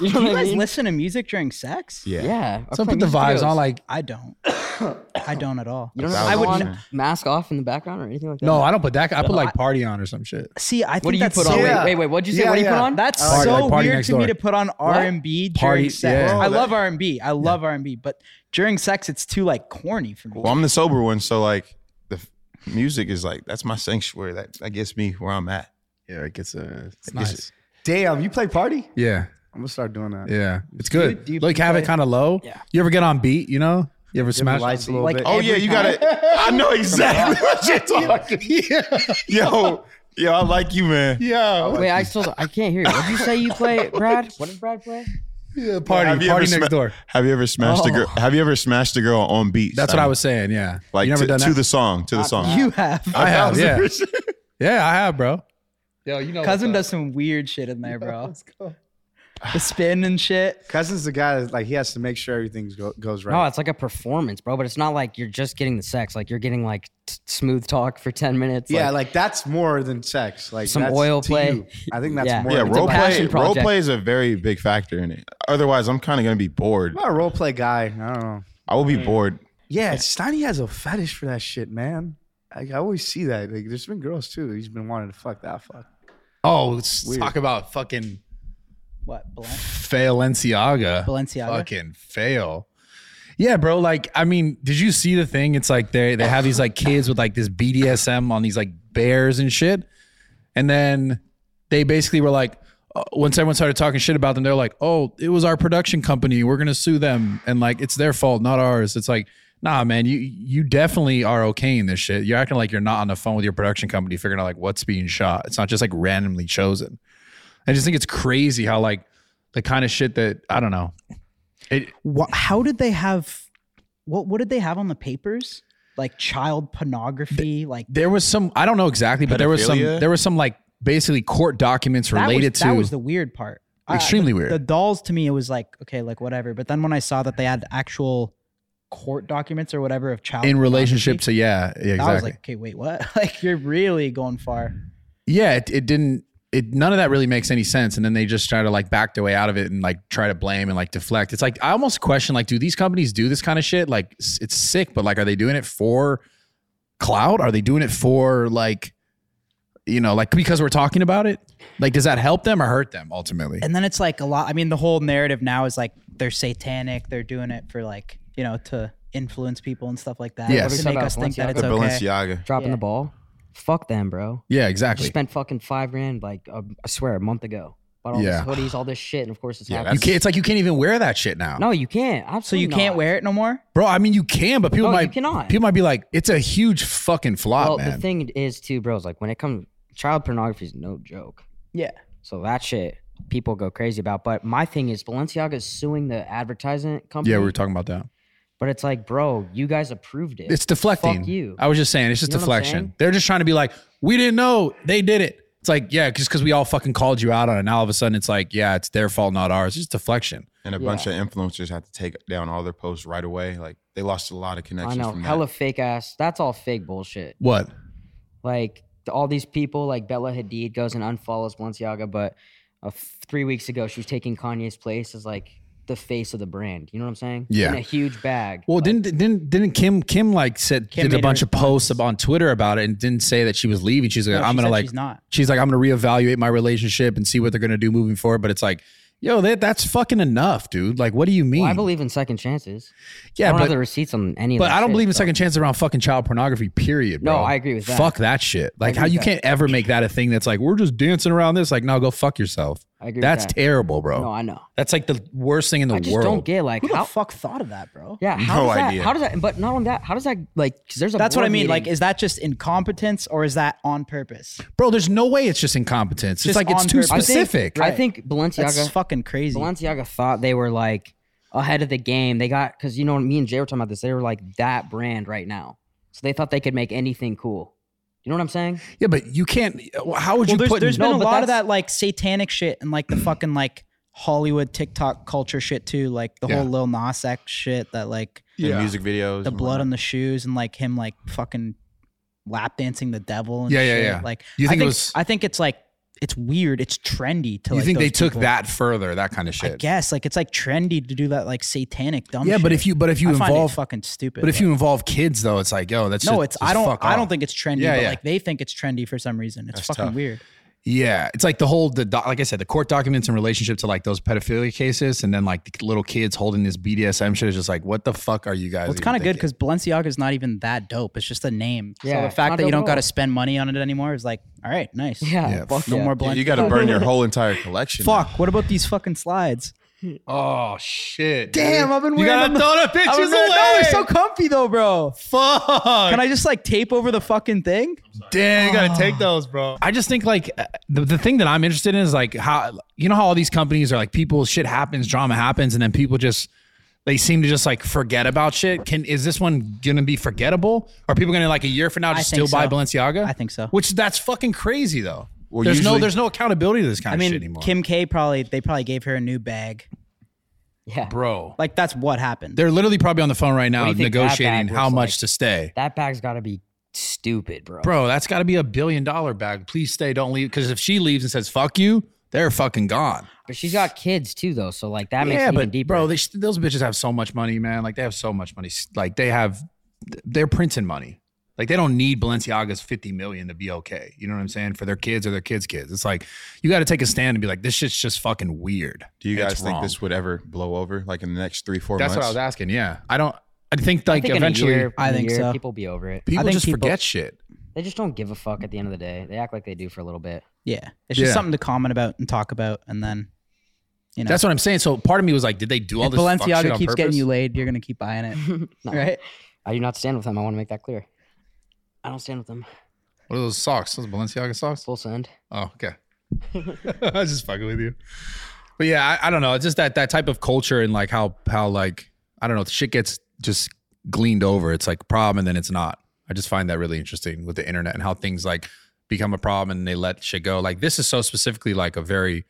Speaker 3: you know
Speaker 1: Do
Speaker 3: what
Speaker 1: you
Speaker 3: I
Speaker 1: guys
Speaker 3: mean?
Speaker 1: listen to music during sex?
Speaker 5: Yeah.
Speaker 3: Yeah. I
Speaker 2: So
Speaker 3: play
Speaker 2: put the
Speaker 3: music
Speaker 2: vibes
Speaker 3: videos.
Speaker 2: on like
Speaker 1: I don't. I don't at all.
Speaker 3: You don't
Speaker 5: That
Speaker 3: I
Speaker 5: was
Speaker 3: would
Speaker 5: awesome.
Speaker 3: mask off in the background or anything like that.
Speaker 2: no, I don't put that. I put like party on or some shit.
Speaker 1: See, I think
Speaker 3: What do you
Speaker 1: that's
Speaker 3: put
Speaker 1: so
Speaker 3: on?
Speaker 1: weird.
Speaker 4: Yeah.
Speaker 3: Wait, wait, wait. What did you say?
Speaker 4: Yeah,
Speaker 3: what do you
Speaker 4: yeah.
Speaker 3: put on?
Speaker 1: That's
Speaker 2: Party-
Speaker 1: so
Speaker 2: like Party
Speaker 1: weird
Speaker 2: Next
Speaker 1: to me
Speaker 2: Door.
Speaker 1: to put on R and B during
Speaker 2: Party-
Speaker 1: sex.
Speaker 2: yeah.
Speaker 1: I love R and B. I love R and B, but during sex, it's too like corny for me.
Speaker 5: Well, I'm the sober one, so like the music is like that's my sanctuary. That that gets me where I'm at.
Speaker 2: Yeah, it gets a.
Speaker 5: It gets- nice.
Speaker 4: Damn, you play party?
Speaker 2: Yeah,
Speaker 4: I'm gonna start doing that.
Speaker 2: yeah, it's
Speaker 4: Do you-
Speaker 2: good.
Speaker 4: do you
Speaker 2: like have it
Speaker 4: play-
Speaker 2: kind of low. Yeah. You ever get on beat? You know. You ever
Speaker 4: Dim the
Speaker 2: smash?
Speaker 4: lights a little
Speaker 1: Like-
Speaker 4: bit.
Speaker 5: Oh yeah, you got it. I know exactly what you're talking.
Speaker 2: yeah.
Speaker 5: Yo, yo, I like you, man.
Speaker 2: Yeah.
Speaker 3: Wait, I still I can't hear you. What did you say you play, Brad? What did Brad play?
Speaker 2: yeah. Party.
Speaker 5: Have you ever
Speaker 2: party next
Speaker 5: sma-
Speaker 2: door.
Speaker 5: Have you ever smashed a girl? Have you ever smashed a girl on beat?
Speaker 2: That's what
Speaker 5: Simon?
Speaker 2: I was saying. Yeah.
Speaker 5: like.
Speaker 2: you never
Speaker 5: to,
Speaker 2: done
Speaker 5: to
Speaker 2: that?
Speaker 5: the song, to the song.
Speaker 1: You have.
Speaker 2: I have. Yeah.
Speaker 5: yeah.
Speaker 2: yeah, I have, bro. Yo, you know.
Speaker 1: Cousin does some weird shit in there, bro.
Speaker 2: go.
Speaker 1: The spin and shit.
Speaker 4: Cousin's the guy that like he has to make sure everything go, goes
Speaker 3: No,
Speaker 4: right.
Speaker 3: it's like a performance, bro. But it's not like you're just getting the sex. Like you're getting like t- smooth talk for ten minutes.
Speaker 4: yeah,
Speaker 3: like,
Speaker 4: like, that's more than sex. Like
Speaker 3: Some
Speaker 4: that's
Speaker 3: oil
Speaker 4: to
Speaker 3: play.
Speaker 4: you. I think that's
Speaker 3: Yeah.
Speaker 4: more.
Speaker 5: Yeah,
Speaker 4: than
Speaker 5: role
Speaker 4: sex.
Speaker 5: play.
Speaker 3: passion
Speaker 5: Role
Speaker 3: project.
Speaker 5: play is a very big factor in it. Otherwise, I'm kind of gonna be bored.
Speaker 4: I'm not a role play guy. I don't know.
Speaker 5: I will be
Speaker 1: Mm.
Speaker 5: bored.
Speaker 4: Yeah, Steiny has a fetish for that shit, man. I, I always see that. Like, there's been girls too. He's been wanting to fuck that fuck.
Speaker 2: Oh, let's
Speaker 4: Weird.
Speaker 2: talk about fucking
Speaker 1: What? Balen-
Speaker 2: Balenciaga.
Speaker 1: Balenciaga.
Speaker 2: Fucking fail. Yeah, bro. Like, I mean, did you see the thing? It's like they they have these like kids with like this BDSM on these like bears and shit, and then they basically were like, uh, once everyone started talking shit about them, they're like, oh, it was our production company. We're gonna sue them, and like it's their fault, not ours. It's like, nah, man, you you definitely are okaying this shit. You're acting like you're not on the phone with your production company, figuring out like what's being shot. It's not just like randomly chosen. I just think it's crazy how like the kind of shit that I don't know. It,
Speaker 1: Wha how did they have? What? What did they have on the papers? Like child pornography. like
Speaker 2: there was some I don't know exactly, but there was some
Speaker 5: Pedophilia?
Speaker 2: there was some like basically court documents
Speaker 1: that was-
Speaker 2: related
Speaker 1: That
Speaker 2: to
Speaker 1: was the weird part. I-
Speaker 2: extremely
Speaker 1: the,
Speaker 2: weird.
Speaker 1: The dolls to me, it was like okay, like whatever. But then when I saw that they had actual court documents or whatever of child
Speaker 2: in relationship
Speaker 1: pornography,
Speaker 2: to yeah, yeah exactly.
Speaker 1: I was like, okay, wait, what? Like you're really going far.
Speaker 2: yeah, it, it didn't. It none of that really makes any sense. And then they just try to like back their way out of it and like try to blame and like deflect. It's like I almost question like, do these companies do this kind of shit? Like s- it's sick, but like, are they doing it for cloud? Are they doing it for like, you know, like because we're talking about it? Like, does that help them or hurt them ultimately?
Speaker 1: And then it's like a lot. I mean, the whole narrative now is like they're satanic. They're doing it for like you know to influence people and stuff like that. to make
Speaker 2: Yes.
Speaker 3: What are we talking
Speaker 1: us
Speaker 3: about?
Speaker 1: think that
Speaker 3: Balenciaga?
Speaker 1: it's okay.
Speaker 5: the Balenciaga.
Speaker 3: dropping
Speaker 1: Yeah.
Speaker 3: the ball. Fuck them, bro.
Speaker 2: yeah,
Speaker 3: I
Speaker 2: exactly.
Speaker 3: just spent fucking five grand, like a, I swear, a month ago. Bought all
Speaker 2: Yeah.
Speaker 3: these hoodies, all this shit, and of course it's
Speaker 5: Yeah,
Speaker 2: You
Speaker 3: happening.
Speaker 2: can't, it's like you can't even wear that shit now.
Speaker 3: No, you can't.
Speaker 1: So
Speaker 3: Absolutely
Speaker 1: you can't
Speaker 3: not.
Speaker 1: wear it no more.
Speaker 2: Bro, I mean you can, but people
Speaker 3: No, Oh, you
Speaker 2: might
Speaker 3: cannot.
Speaker 2: people might be like, it's a huge fucking flop,
Speaker 3: well,
Speaker 2: man.
Speaker 3: the thing is, too, bro, is like when it comes, child pornography is no joke.
Speaker 1: Yeah.
Speaker 3: So that shit people go crazy about. But my thing is, Balenciaga is suing the advertising company.
Speaker 2: yeah, we were talking about that.
Speaker 3: But it's like, bro, you guys approved it.
Speaker 2: It's deflecting.
Speaker 3: Fuck you.
Speaker 2: I was just saying, it's just
Speaker 3: You know what I'm
Speaker 2: deflection.
Speaker 3: saying?
Speaker 2: They're just trying to be like, we didn't know they did it. It's like, yeah, just because we all fucking called you out on it. Now all of a sudden it's like, yeah, it's their fault, not ours. It's just deflection.
Speaker 5: And a bunch of influencers had to take down all their posts right away. Like they lost a lot of
Speaker 3: I
Speaker 5: connections
Speaker 3: know,
Speaker 5: from that.
Speaker 3: hella fake ass. That's all fake bullshit.
Speaker 2: What?
Speaker 3: Like th- all these people, like Bella Hadid goes and unfollows Balenciaga, but uh, f- three weeks ago she was taking Kanye's place as like the face of the brand. You know what I'm saying?
Speaker 2: Yeah.
Speaker 3: In a huge bag.
Speaker 2: Well,
Speaker 3: Like,
Speaker 2: didn't didn't didn't Kim Kim like said
Speaker 1: Kim
Speaker 2: did a
Speaker 1: made a
Speaker 2: bunch of
Speaker 1: response.
Speaker 2: posts up on Twitter about it and didn't say that she was leaving. She's like,
Speaker 1: No, she
Speaker 2: I'm gonna
Speaker 1: said
Speaker 2: like
Speaker 1: she's not.
Speaker 2: she's like, I'm gonna reevaluate my relationship and see what they're gonna do moving forward. But it's like, yo, that that's fucking enough, dude. Like, what do you mean?
Speaker 3: Well, I believe in second chances. I
Speaker 2: yeah,
Speaker 3: don't have
Speaker 2: but
Speaker 3: the receipts on any of
Speaker 2: but
Speaker 3: that
Speaker 2: I don't
Speaker 3: shit,
Speaker 2: believe in
Speaker 3: so.
Speaker 2: second chances around fucking child pornography. Period.
Speaker 3: No,
Speaker 2: Bro.
Speaker 3: I agree with that.
Speaker 2: Fuck that shit. Like,
Speaker 3: agree
Speaker 2: how
Speaker 3: with
Speaker 2: you
Speaker 3: that.
Speaker 2: can't ever make that a thing that's like we're just dancing around this. Like, no, go fuck yourself.
Speaker 3: I agree.
Speaker 2: That's
Speaker 3: with that.
Speaker 2: terrible, bro.
Speaker 3: No, I know.
Speaker 2: that's like the worst thing in the
Speaker 3: I just
Speaker 2: world.
Speaker 3: don't get like
Speaker 1: Who the
Speaker 3: how.
Speaker 1: fuck thought of that, bro?
Speaker 3: yeah, how
Speaker 5: No
Speaker 3: does that?
Speaker 5: idea.
Speaker 3: How does that? But not only that, how does that like? Because there's a.
Speaker 1: That's what I
Speaker 3: board
Speaker 1: mean. Like,
Speaker 3: meeting-
Speaker 1: is that just incompetence or is that on purpose?
Speaker 2: burl. There's no way it's just incompetence.
Speaker 1: Just
Speaker 2: it's like it's
Speaker 1: on
Speaker 2: too
Speaker 1: purpose. I think-
Speaker 2: specific.
Speaker 3: I think
Speaker 1: That's
Speaker 3: Balenciaga
Speaker 1: fucking crazy.
Speaker 3: Balenciaga thought they were like ahead of the game. They got because you know me and Jay were talking about this. They were like that brand right now, so they thought they could make anything cool. You know what I'm saying?
Speaker 2: yeah, but you can't. How would
Speaker 1: well,
Speaker 2: you
Speaker 1: there's,
Speaker 2: put?
Speaker 1: there's been
Speaker 3: No,
Speaker 1: a
Speaker 3: but
Speaker 1: lot of
Speaker 3: that's-
Speaker 1: that like satanic shit and like the fucking like Hollywood TikTok culture shit too, like the
Speaker 2: Yeah.
Speaker 1: whole Lil Nas X shit that like
Speaker 5: And music videos.
Speaker 1: the
Speaker 5: and
Speaker 1: blood
Speaker 5: whatnot.
Speaker 1: on the shoes and like him like fucking lap dancing the devil and
Speaker 2: Yeah, yeah,
Speaker 1: shit.
Speaker 2: yeah.
Speaker 1: Like I
Speaker 2: You think
Speaker 1: think
Speaker 2: it was-
Speaker 1: I think it's like it's weird. It's trendy to
Speaker 2: you
Speaker 1: like,
Speaker 2: think they
Speaker 1: those
Speaker 2: took
Speaker 1: people.
Speaker 2: that further? That kind of shit.
Speaker 1: I guess like it's like trendy to do that like satanic dumb
Speaker 2: yeah, but
Speaker 1: shit.
Speaker 2: if you but if you
Speaker 1: I find it
Speaker 2: involve
Speaker 1: fucking stupid.
Speaker 2: but if you involve kids though, it's like yo, that's
Speaker 1: No,
Speaker 2: just-
Speaker 1: it's
Speaker 2: just
Speaker 1: I don't
Speaker 2: fuck
Speaker 1: I
Speaker 2: off.
Speaker 1: don't think it's trendy,
Speaker 2: Yeah,
Speaker 1: but
Speaker 2: yeah.
Speaker 1: like they think it's trendy for some reason. It's
Speaker 5: That's
Speaker 1: fucking
Speaker 5: tough.
Speaker 1: weird.
Speaker 2: Yeah, it's like the whole the doc- like I said, the court documents in relationship to like those pedophilia cases, and then like the little kids holding this BDSM shit is just like, what the fuck are you guys?
Speaker 1: Well, it's
Speaker 2: even
Speaker 1: kind of good
Speaker 2: thinking?
Speaker 1: because Balenciaga is not even that dope. It's just a name.
Speaker 3: Yeah,
Speaker 1: so the
Speaker 3: it's
Speaker 1: fact
Speaker 3: not
Speaker 1: that you
Speaker 3: dope at
Speaker 1: don't got
Speaker 3: all.
Speaker 1: to spend money on it anymore is like, all right, nice.
Speaker 3: Yeah.
Speaker 2: Yeah,
Speaker 3: fuck
Speaker 1: No
Speaker 3: yeah.
Speaker 1: more Balenciaga.
Speaker 5: You, got to burn your whole entire collection. now.
Speaker 1: Fuck. What about these fucking slides?
Speaker 2: oh shit,
Speaker 1: Damn, I've been
Speaker 2: You
Speaker 1: wearing
Speaker 2: gotta
Speaker 1: them-
Speaker 2: throw the
Speaker 1: I
Speaker 2: pictures
Speaker 1: was gonna- No,
Speaker 2: away.
Speaker 1: they're so comfy though, bro.
Speaker 2: fuck.
Speaker 1: Can I just like tape over the fucking thing?
Speaker 2: Damn, you gotta take those, bro. Oh. I just think like uh, the, the thing that I'm interested in is like how you know how all these companies are like people shit happens, drama happens, and then people just they seem to just like forget about shit. Can is this one gonna be forgettable? Are people gonna like a year from now
Speaker 1: I
Speaker 2: just still
Speaker 1: think
Speaker 2: buy
Speaker 1: so.
Speaker 2: Balenciaga?
Speaker 1: I think so.
Speaker 2: Which that's fucking crazy though.
Speaker 5: Well,
Speaker 2: there's no
Speaker 5: usually-
Speaker 2: there's no accountability to this kind
Speaker 1: I
Speaker 2: of shit
Speaker 1: mean,
Speaker 2: anymore.
Speaker 1: Kim K probably they probably gave her a new bag.
Speaker 3: Yeah.
Speaker 2: bro.
Speaker 1: Like that's what happened.
Speaker 2: They're literally probably on the phone right
Speaker 3: What do
Speaker 2: now
Speaker 3: you think that
Speaker 2: negotiating
Speaker 3: bag
Speaker 2: how
Speaker 3: looks
Speaker 2: much
Speaker 3: like?
Speaker 2: to stay.
Speaker 3: That bag's got to be stupid, bro.
Speaker 2: Bro, that's gotta be a billion dollar bag. Please stay, don't leave. Cause if she leaves and says fuck you, they're fucking gone.
Speaker 3: But she's got kids too, though. So like that makes
Speaker 2: yeah,
Speaker 3: it even
Speaker 2: but
Speaker 3: deeper.
Speaker 2: bro, they, sh- those bitches have so much money, man. Like they have so much money. S- Like they have, they're printing money. Like they don't need Balenciaga's fifty million to be okay. You know what I'm saying? For their kids or their kids' kids, it's like you got to take a stand and be like, this shit's just fucking weird.
Speaker 5: Do you
Speaker 2: And
Speaker 5: guys
Speaker 2: it's
Speaker 5: think
Speaker 2: wrong.
Speaker 5: this would ever blow over, like in the next three, four
Speaker 2: That's what I
Speaker 5: months?
Speaker 2: was asking. Yeah, I don't. I think like
Speaker 3: I think
Speaker 2: eventually
Speaker 3: in a year,
Speaker 1: I
Speaker 3: in a
Speaker 1: think
Speaker 3: year,
Speaker 1: so.
Speaker 3: People be over it.
Speaker 2: people
Speaker 1: I think
Speaker 2: just
Speaker 1: people-
Speaker 2: forget shit.
Speaker 3: They just don't give a fuck at the end of the day. They act like they do for a little bit.
Speaker 1: yeah, it's just
Speaker 2: Yeah.
Speaker 1: something to comment about and talk about, and then you know.
Speaker 2: That's what I'm saying. So part of me was like, did they do all
Speaker 1: if
Speaker 2: this? fuck shit
Speaker 1: Balenciaga
Speaker 2: on
Speaker 1: keeps getting
Speaker 2: purpose?
Speaker 1: you laid, you're gonna keep buying it,
Speaker 3: No,
Speaker 1: right?
Speaker 3: I do not stand with them. I want to make that clear. I don't stand with them.
Speaker 2: What are those socks? Those Balenciaga socks?
Speaker 3: Full send.
Speaker 2: Oh, okay. I was just fucking with you. But yeah, I, I don't know. It's just that that type of culture and like how how like I don't know, shit gets just gleaned over. It's like a problem and then it's not. I just find that really interesting with the internet and how things like become a problem and they let shit go. Like this is so specifically like a very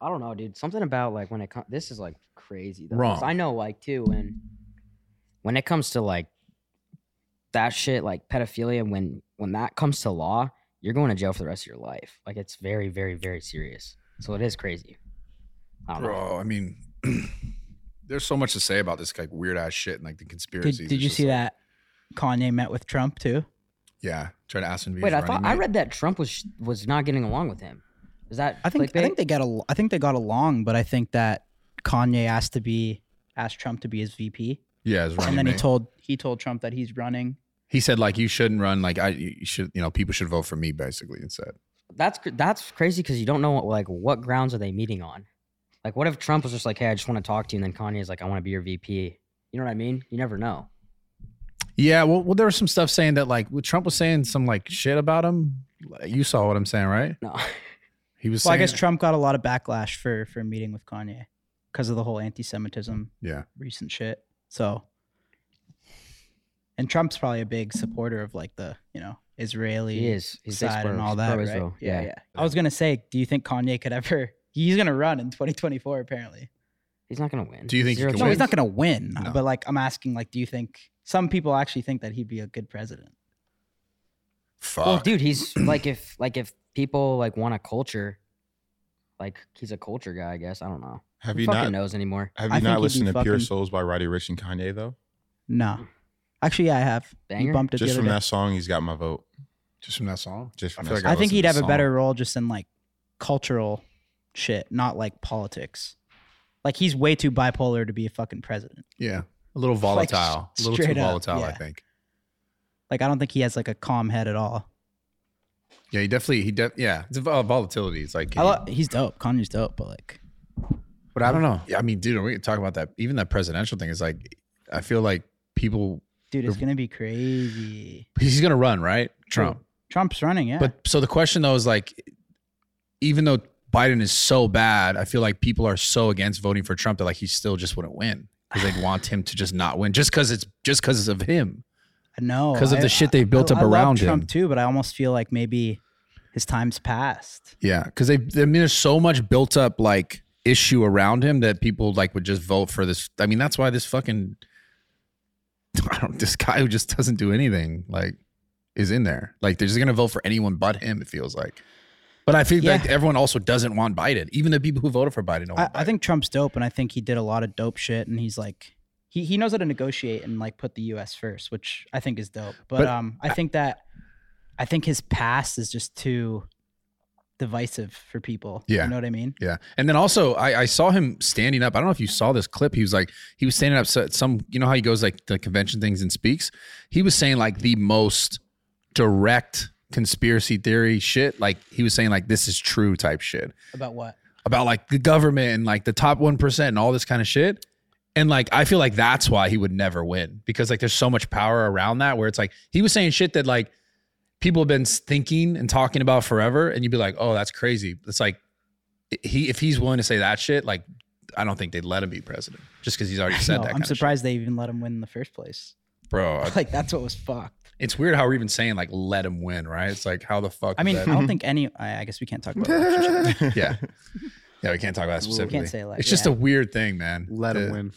Speaker 3: I don't know, dude. Something about like when it comes. This is like crazy. Though,
Speaker 2: Wrong.
Speaker 3: 'cause I know, like too, when when it comes to like that shit, like pedophilia. When when that comes to law, you're going to jail for the rest of your life. Like it's very, very, very serious. So it is crazy. I don't know.
Speaker 2: bro. I mean, there's so much to say about this like weird ass shit and like the conspiracies.
Speaker 1: Did, did you see that Kanye met with Trump too?
Speaker 2: Yeah, trying to ask him.
Speaker 3: Wait, I thought I read that Trump was was not getting along with him. Is that
Speaker 1: I think I
Speaker 3: clickbait?
Speaker 1: think they got al- I think they got along, but I think that Kanye asked to be asked Trump to be his VP,
Speaker 2: Yeah, it's
Speaker 1: and then he told he told Trump that he's running.
Speaker 2: he said like you shouldn't run. Like I you should you know people should vote for me basically instead.
Speaker 3: that's cr- that's crazy because you don't know what, like what grounds are they meeting on. Like, what if Trump was just like, "Hey, I just want to talk to you," and then Kanye's like, "I want to be your VP." You know what I mean? You never know.
Speaker 2: Yeah, well, well, there was some stuff saying that like what Trump was saying some like shit about him. Like, You saw what I'm saying, right?
Speaker 3: No,
Speaker 2: He was
Speaker 1: Well, I
Speaker 2: saying,
Speaker 1: guess Trump got a lot of backlash for for meeting with Kanye because of the whole anti-Semitism
Speaker 2: yeah,
Speaker 1: recent shit. So, and Trump's probably a big supporter of like the you know Israeli
Speaker 3: he is. He's big
Speaker 1: side and
Speaker 3: pro-
Speaker 1: all that, right?
Speaker 3: pro-Israel.
Speaker 1: Yeah, yeah. I was gonna say, do you think Kanye could ever? He's gonna run in 2024, apparently.
Speaker 3: He's not gonna win.
Speaker 2: Do you think he
Speaker 3: Zero
Speaker 2: can
Speaker 1: No, he's
Speaker 2: win?
Speaker 1: not gonna win.
Speaker 2: No.
Speaker 1: But like, I'm asking, like, do you think some people actually think that he'd be a good president?
Speaker 2: fuck.
Speaker 3: Well, dude, he's like if like if people like want a culture, like he's a culture guy. I guess I don't know.
Speaker 5: Have
Speaker 3: Who
Speaker 5: you
Speaker 3: fucking
Speaker 5: not?
Speaker 3: knows anymore?
Speaker 5: Have
Speaker 1: I
Speaker 5: you
Speaker 1: think he'd
Speaker 5: not
Speaker 1: be
Speaker 5: listened to Pure
Speaker 1: fucking-
Speaker 5: Souls by Roddy Rich and Kanye though?
Speaker 2: Hmm.
Speaker 1: No, actually, yeah, I have. You
Speaker 3: Banger?
Speaker 1: bumped it
Speaker 5: Just
Speaker 1: the
Speaker 5: from
Speaker 1: other day.
Speaker 5: that song, he's got my vote.
Speaker 2: just from that song.
Speaker 5: Just from
Speaker 2: I feel
Speaker 5: that
Speaker 2: like
Speaker 1: I
Speaker 5: song.
Speaker 1: think he'd
Speaker 2: listened to
Speaker 1: have
Speaker 2: the
Speaker 1: a better role just in like cultural shit, not like politics. Like he's way too bipolar to be a fucking president.
Speaker 2: Yeah, a little
Speaker 1: Like,
Speaker 2: volatile, a little too
Speaker 1: straight up,
Speaker 2: volatile. I
Speaker 1: yeah.
Speaker 2: think.
Speaker 1: Like I don't think he has like a calm head at all.
Speaker 2: Yeah, he definitely he def- yeah. It's a vol- volatility. It's like
Speaker 1: I lo- he's dope. Kanye's dope, but like
Speaker 2: But I don't know. Yeah, I mean, dude, we could talk about that. Even that presidential thing is like, I feel like people
Speaker 1: dude, it's gonna be crazy.
Speaker 2: he's gonna run right, Trump.
Speaker 1: Trump's running, yeah.
Speaker 2: But so the question though is like, even though Biden is so bad, I feel like people are so against voting for Trump that like he still just wouldn't win because they'd want him to just not win just because it's just because of him.
Speaker 1: no,
Speaker 2: 'Cause of the shit they've built up
Speaker 1: Oh, love
Speaker 2: around
Speaker 1: Trump
Speaker 2: him.
Speaker 1: too. But I almost feel like maybe his time's passed.
Speaker 2: Yeah, because they I mean there's so much built up like issue around him that people like would just vote for this. I mean that's why this fucking I don't this guy who just doesn't do anything like is in there. Like they're just gonna vote for anyone but him. It feels like. But I feel like
Speaker 1: Yeah.
Speaker 2: everyone also doesn't want Biden. Even the people who voted for Biden don't.
Speaker 1: I,
Speaker 2: want
Speaker 1: I
Speaker 2: Biden.
Speaker 1: think Trump's dope, and I think he did a lot of dope shit, and he's like, he he knows how to negotiate and like put the U.S. first, which I think is dope. But,
Speaker 2: But
Speaker 1: um, I think that I think his past is just too divisive for people.
Speaker 2: Yeah.
Speaker 1: You know what I mean?
Speaker 2: Yeah. And then also, I, I saw him standing up. I don't know if you saw this clip. He was like, he was standing up. So some, you know how he goes like the convention things and speaks? He was saying like the most direct conspiracy theory shit. Like he was saying like this is true type shit
Speaker 1: About what?
Speaker 2: about like the government and like the top 1% and all this kind of shit. And like, I feel like that's why he would never win because like there's so much power around that where it's like he was saying shit that like people have been thinking and talking about forever. And you'd be like, oh, that's crazy. It's like, he, if he's willing to say that shit, like, I don't think they'd let him be president just because he's already said
Speaker 1: No,
Speaker 2: that.
Speaker 1: I'm
Speaker 2: kind of shit.
Speaker 1: surprised they even let him win in the first place.
Speaker 2: bro. I-
Speaker 1: Like that's what was fucked.
Speaker 2: It's weird how we're even saying like let him win, right? It's like how the fuck.
Speaker 1: I
Speaker 2: is
Speaker 1: mean, I
Speaker 2: that-
Speaker 1: don't think any. I, I guess we can't talk about. Election.
Speaker 2: yeah, yeah, we can't talk about that specifically.
Speaker 1: say let-
Speaker 2: it's just
Speaker 1: yeah.
Speaker 2: a weird thing, man.
Speaker 4: Let
Speaker 2: The-
Speaker 4: him win.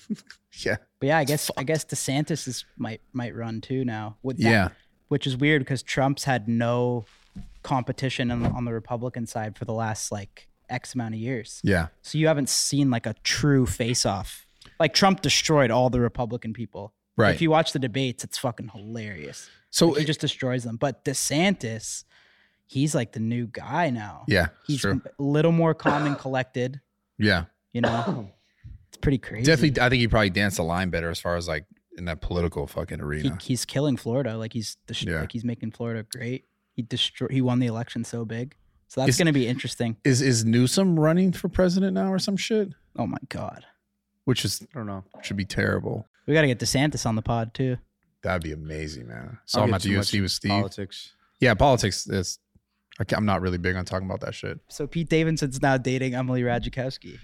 Speaker 2: Yeah,
Speaker 1: But yeah, I guess I guess DeSantis is might might run too now. With that,
Speaker 2: yeah.
Speaker 1: which is weird because Trump's had no competition on, on the Republican side for the last like X amount of years.
Speaker 2: Yeah.
Speaker 1: So you haven't seen like a true face off. Like Trump destroyed all the Republican people.
Speaker 2: Right.
Speaker 1: If you watch the debates, it's fucking hilarious.
Speaker 2: so
Speaker 1: he just destroys them. But DeSantis, he's like the new guy now.
Speaker 2: yeah,
Speaker 1: He's
Speaker 2: true.
Speaker 1: a little more calm and collected,
Speaker 2: Yeah.
Speaker 1: you know? It's pretty crazy.
Speaker 2: Definitely I think he probably danced the line better as far as like in that political fucking
Speaker 1: he,
Speaker 2: arena.
Speaker 1: he's killing Florida. Like he's dest-
Speaker 2: Yeah.
Speaker 1: like he's making Florida great. He destroy. He won the election so big. So that's
Speaker 2: Is-
Speaker 1: going to be interesting.
Speaker 2: is is Newsom running for president now or some shit?
Speaker 1: Oh my god,
Speaker 2: Which is
Speaker 4: I don't know.
Speaker 2: should be terrible.
Speaker 1: we got to get DeSantis on the pod too.
Speaker 2: That'd be amazing, man.
Speaker 4: I'll
Speaker 2: Saw him
Speaker 4: get
Speaker 2: at the
Speaker 4: too
Speaker 2: UFC
Speaker 4: much
Speaker 2: with Steve.
Speaker 4: Politics.
Speaker 2: Yeah, politics is I ca- I'm not really big on talking about that shit.
Speaker 1: So Pete Davidson's now dating Emily Ratajkowski.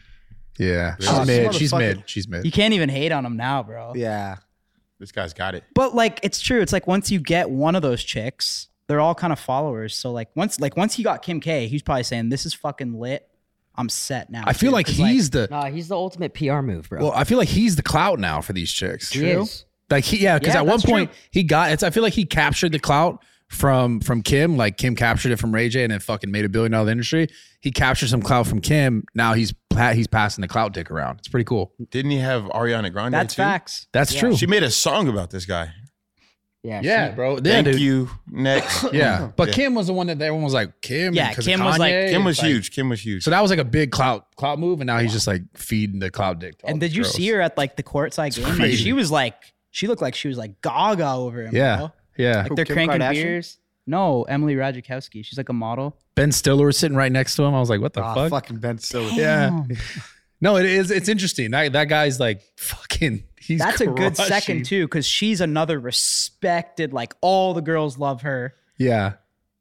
Speaker 2: Yeah.
Speaker 5: Oh,
Speaker 2: She's mid.
Speaker 4: this
Speaker 2: She's mid.
Speaker 4: motherfucker.
Speaker 2: She's
Speaker 1: You
Speaker 2: mid.
Speaker 1: can't even hate on him now, bro.
Speaker 4: Yeah.
Speaker 5: This guy's got it.
Speaker 1: But like, it's true. It's like once you get one of those chicks, they're all kind of followers. So like once like once he got Kim K, he's probably saying, "This is fucking lit. I'm set now."
Speaker 2: I feel
Speaker 1: too."
Speaker 2: like
Speaker 1: 'Cause,
Speaker 2: he's the
Speaker 3: Nah, he's the ultimate PR move, bro.
Speaker 2: well, I feel like he's the clout now for these chicks.
Speaker 3: he is.
Speaker 2: Like he, yeah, because
Speaker 1: Yeah,
Speaker 2: at one
Speaker 1: that's true.
Speaker 2: point he got. It's I feel like he captured the clout from from Kim. Like Kim captured it from Ray J, and it fucking made a billion dollar industry. He captured some clout from Kim. Now he's pa- he's passing the clout dick around. It's pretty cool.
Speaker 5: Didn't he have Ariana Grande?
Speaker 1: that's
Speaker 5: too?
Speaker 1: facts.
Speaker 2: That's
Speaker 3: Yeah.
Speaker 2: true.
Speaker 5: She made a song about this guy.
Speaker 3: Yeah, she-
Speaker 2: bro. Yeah,
Speaker 5: Thank
Speaker 2: dude.
Speaker 5: you. Next.
Speaker 2: Yeah, but
Speaker 5: Yeah.
Speaker 2: Kim was the one that everyone was like Kim.
Speaker 1: Yeah,
Speaker 2: because
Speaker 1: Kim was like-
Speaker 5: Kim was huge. Kim was huge.
Speaker 2: So that was like a big clout clout move, and now he's just like feeding the clout dick. to all
Speaker 1: And
Speaker 2: these
Speaker 1: did you
Speaker 2: girls.
Speaker 1: see her at like the courtside game? Like,
Speaker 2: crazy.
Speaker 1: she was like, she looked like she was like gaga over him.
Speaker 2: Yeah.
Speaker 1: bro.
Speaker 2: Yeah,
Speaker 1: like they're
Speaker 4: Kim
Speaker 1: cranking
Speaker 4: Kardashian?
Speaker 1: beers. No, Emily Ratajkowski. She's like a model.
Speaker 2: Ben Stiller was sitting right next to him. I was like, what the
Speaker 4: Ah,
Speaker 2: fuck?
Speaker 4: fucking Ben Stiller.
Speaker 2: Yeah. No, it is. It's interesting. That, that guy's like fucking. He's
Speaker 1: That's a good
Speaker 2: crushing.
Speaker 1: second too, because she's another respected. Like all the girls love her.
Speaker 2: Yeah,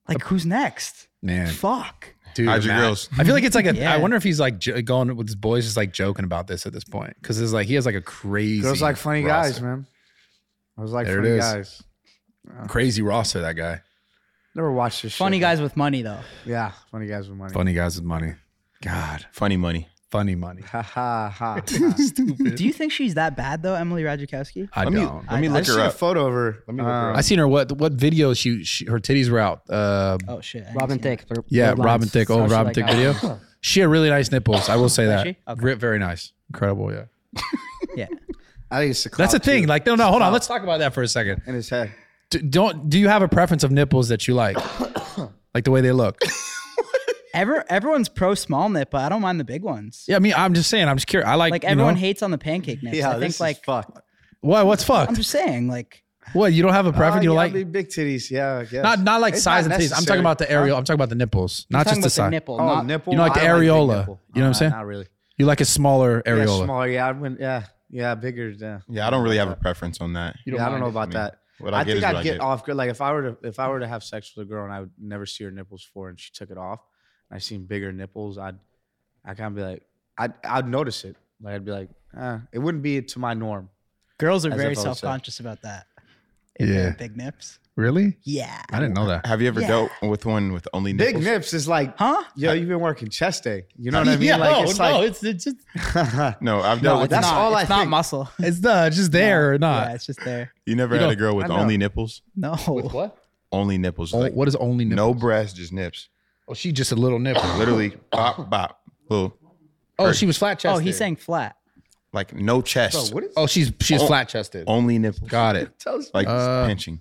Speaker 1: Like who's next?
Speaker 2: man.
Speaker 1: Fuck.
Speaker 2: Dude,
Speaker 5: How'd your
Speaker 2: Matt-
Speaker 5: girls?
Speaker 2: I feel like it's like a. I
Speaker 1: Yeah.
Speaker 2: wonder if he's like jo- going with his boys, just like joking about this at this point, because it's like he has like a crazy.
Speaker 4: Girls like funny
Speaker 2: roster.
Speaker 4: guys, man. I was like
Speaker 2: There it
Speaker 4: funny
Speaker 2: is.
Speaker 4: guys.
Speaker 2: Crazy roster, that guy.
Speaker 4: Never watched this.
Speaker 1: Funny
Speaker 4: shit.
Speaker 1: guys with money though.
Speaker 4: Yeah, funny guys with money.
Speaker 2: Funny guys with money. God,
Speaker 5: Funny money.
Speaker 2: funny money.
Speaker 4: Ha ha ha.
Speaker 2: Stupid.
Speaker 1: Do you think she's that bad though, Emily Ratajkowski?
Speaker 2: I
Speaker 5: Let me,
Speaker 2: don't.
Speaker 5: let me
Speaker 1: I-
Speaker 4: I
Speaker 5: look
Speaker 4: just
Speaker 5: her
Speaker 4: seen a
Speaker 5: up.
Speaker 4: photo of her.
Speaker 5: Let me look her
Speaker 4: Uh,
Speaker 5: up.
Speaker 2: I seen her. What what video? She, she her titties were out. Uh,
Speaker 1: Oh shit. I didn't
Speaker 3: Robin
Speaker 1: see that.
Speaker 3: Thicke. Blur-
Speaker 2: yeah,
Speaker 3: blurred lines.
Speaker 2: Robin Thicke. Old
Speaker 3: Especially
Speaker 2: Robin
Speaker 3: like
Speaker 2: Thicke
Speaker 3: that.
Speaker 2: video. She had really nice nipples. I will say that.
Speaker 1: she? Okay.
Speaker 2: Re- Very nice. Incredible. Yeah.
Speaker 1: Yeah.
Speaker 4: I think it's a
Speaker 2: That's a
Speaker 4: clout, too.
Speaker 2: thing. Like no, no. Hold on. Let's talk about that for a second.
Speaker 4: in his head.
Speaker 2: D- don't do you have a preference of nipples that you like like the way they look
Speaker 1: Ever everyone's pro small nip, but I don't mind the big ones.
Speaker 2: yeah i mean i'm just saying i'm just curious i like
Speaker 1: Like
Speaker 2: you
Speaker 1: everyone
Speaker 2: know-
Speaker 1: hates on the pancake nips.
Speaker 4: Yeah,
Speaker 1: I
Speaker 4: this
Speaker 1: think
Speaker 4: is
Speaker 1: like
Speaker 2: uh,
Speaker 4: fucked.
Speaker 2: why what's fucked
Speaker 1: I'm just saying like
Speaker 2: what you don't have a preference
Speaker 4: Ah,
Speaker 2: you
Speaker 4: yeah,
Speaker 2: like
Speaker 4: big- big titties. Yeah, I guess.
Speaker 2: not not like
Speaker 4: It's
Speaker 2: size
Speaker 4: not
Speaker 2: and taste i'm
Speaker 4: necessary.
Speaker 2: talking about the areola i'm talking about the nipples not
Speaker 1: talking
Speaker 2: just the
Speaker 1: about
Speaker 2: size
Speaker 1: nipple.
Speaker 4: Oh,
Speaker 1: not-
Speaker 4: nipple.
Speaker 2: You know, like the
Speaker 4: I big
Speaker 2: areola.
Speaker 4: nipple.
Speaker 2: You know what I'm
Speaker 4: Uh,
Speaker 2: saying?
Speaker 4: Not really.
Speaker 2: you like a smaller
Speaker 4: Yeah,
Speaker 2: areola
Speaker 4: smaller. Yeah, I wouldn't. Yeah, yeah, bigger. Yeah,
Speaker 5: Yeah, I don't really have a preference on that.
Speaker 4: yeah, I don't know about that.
Speaker 5: What I,
Speaker 4: I
Speaker 5: get
Speaker 4: think
Speaker 5: is what
Speaker 4: I'd
Speaker 5: I
Speaker 4: get
Speaker 5: get.
Speaker 4: off. Like if I were to, if I were to have sex with a girl and I would never see her nipples before, and she took it off, and I seen bigger nipples, I'd, I kind of be like, I'd, I'd notice it. Like I'd be like, eh, it wouldn't be to my norm.
Speaker 1: girls are
Speaker 4: As
Speaker 1: very
Speaker 4: if I would
Speaker 1: self
Speaker 4: say.
Speaker 1: conscious about that. If they
Speaker 2: yeah
Speaker 1: have big nips.
Speaker 2: really
Speaker 1: Yeah.
Speaker 2: i didn't know that
Speaker 5: Have you ever
Speaker 1: Yeah.
Speaker 5: dealt with one with only nipples?
Speaker 4: Big nips is like,
Speaker 1: Huh?
Speaker 4: yo, you've been working chest day. You know what I mean? like it's like,
Speaker 2: it's, it's just
Speaker 5: No, I've
Speaker 4: No,
Speaker 5: dealt with.
Speaker 4: that's
Speaker 1: not,
Speaker 4: all I
Speaker 1: it's not
Speaker 4: think.
Speaker 1: muscle.
Speaker 2: it's not it's just there or not
Speaker 1: Yeah, it's just there.
Speaker 5: You never
Speaker 2: You
Speaker 5: had a
Speaker 2: don't-
Speaker 5: girl with
Speaker 4: I know.
Speaker 5: only nipples?
Speaker 1: No. Oh,
Speaker 2: what
Speaker 5: Only nipples.
Speaker 2: oh,
Speaker 5: like,
Speaker 2: what is only nipple?
Speaker 5: No breasts, just nips.
Speaker 2: oh she just a little nipple
Speaker 5: Literally, bop, bop. Little,
Speaker 2: oh she was flat chested
Speaker 1: Oh, he's saying flat.
Speaker 5: like no chest.
Speaker 4: bro, what is?
Speaker 2: oh she's she's
Speaker 5: Oh.
Speaker 2: flat chested
Speaker 5: only nipples.
Speaker 2: got it
Speaker 4: Tells
Speaker 5: Like
Speaker 2: Uh,
Speaker 5: pinching.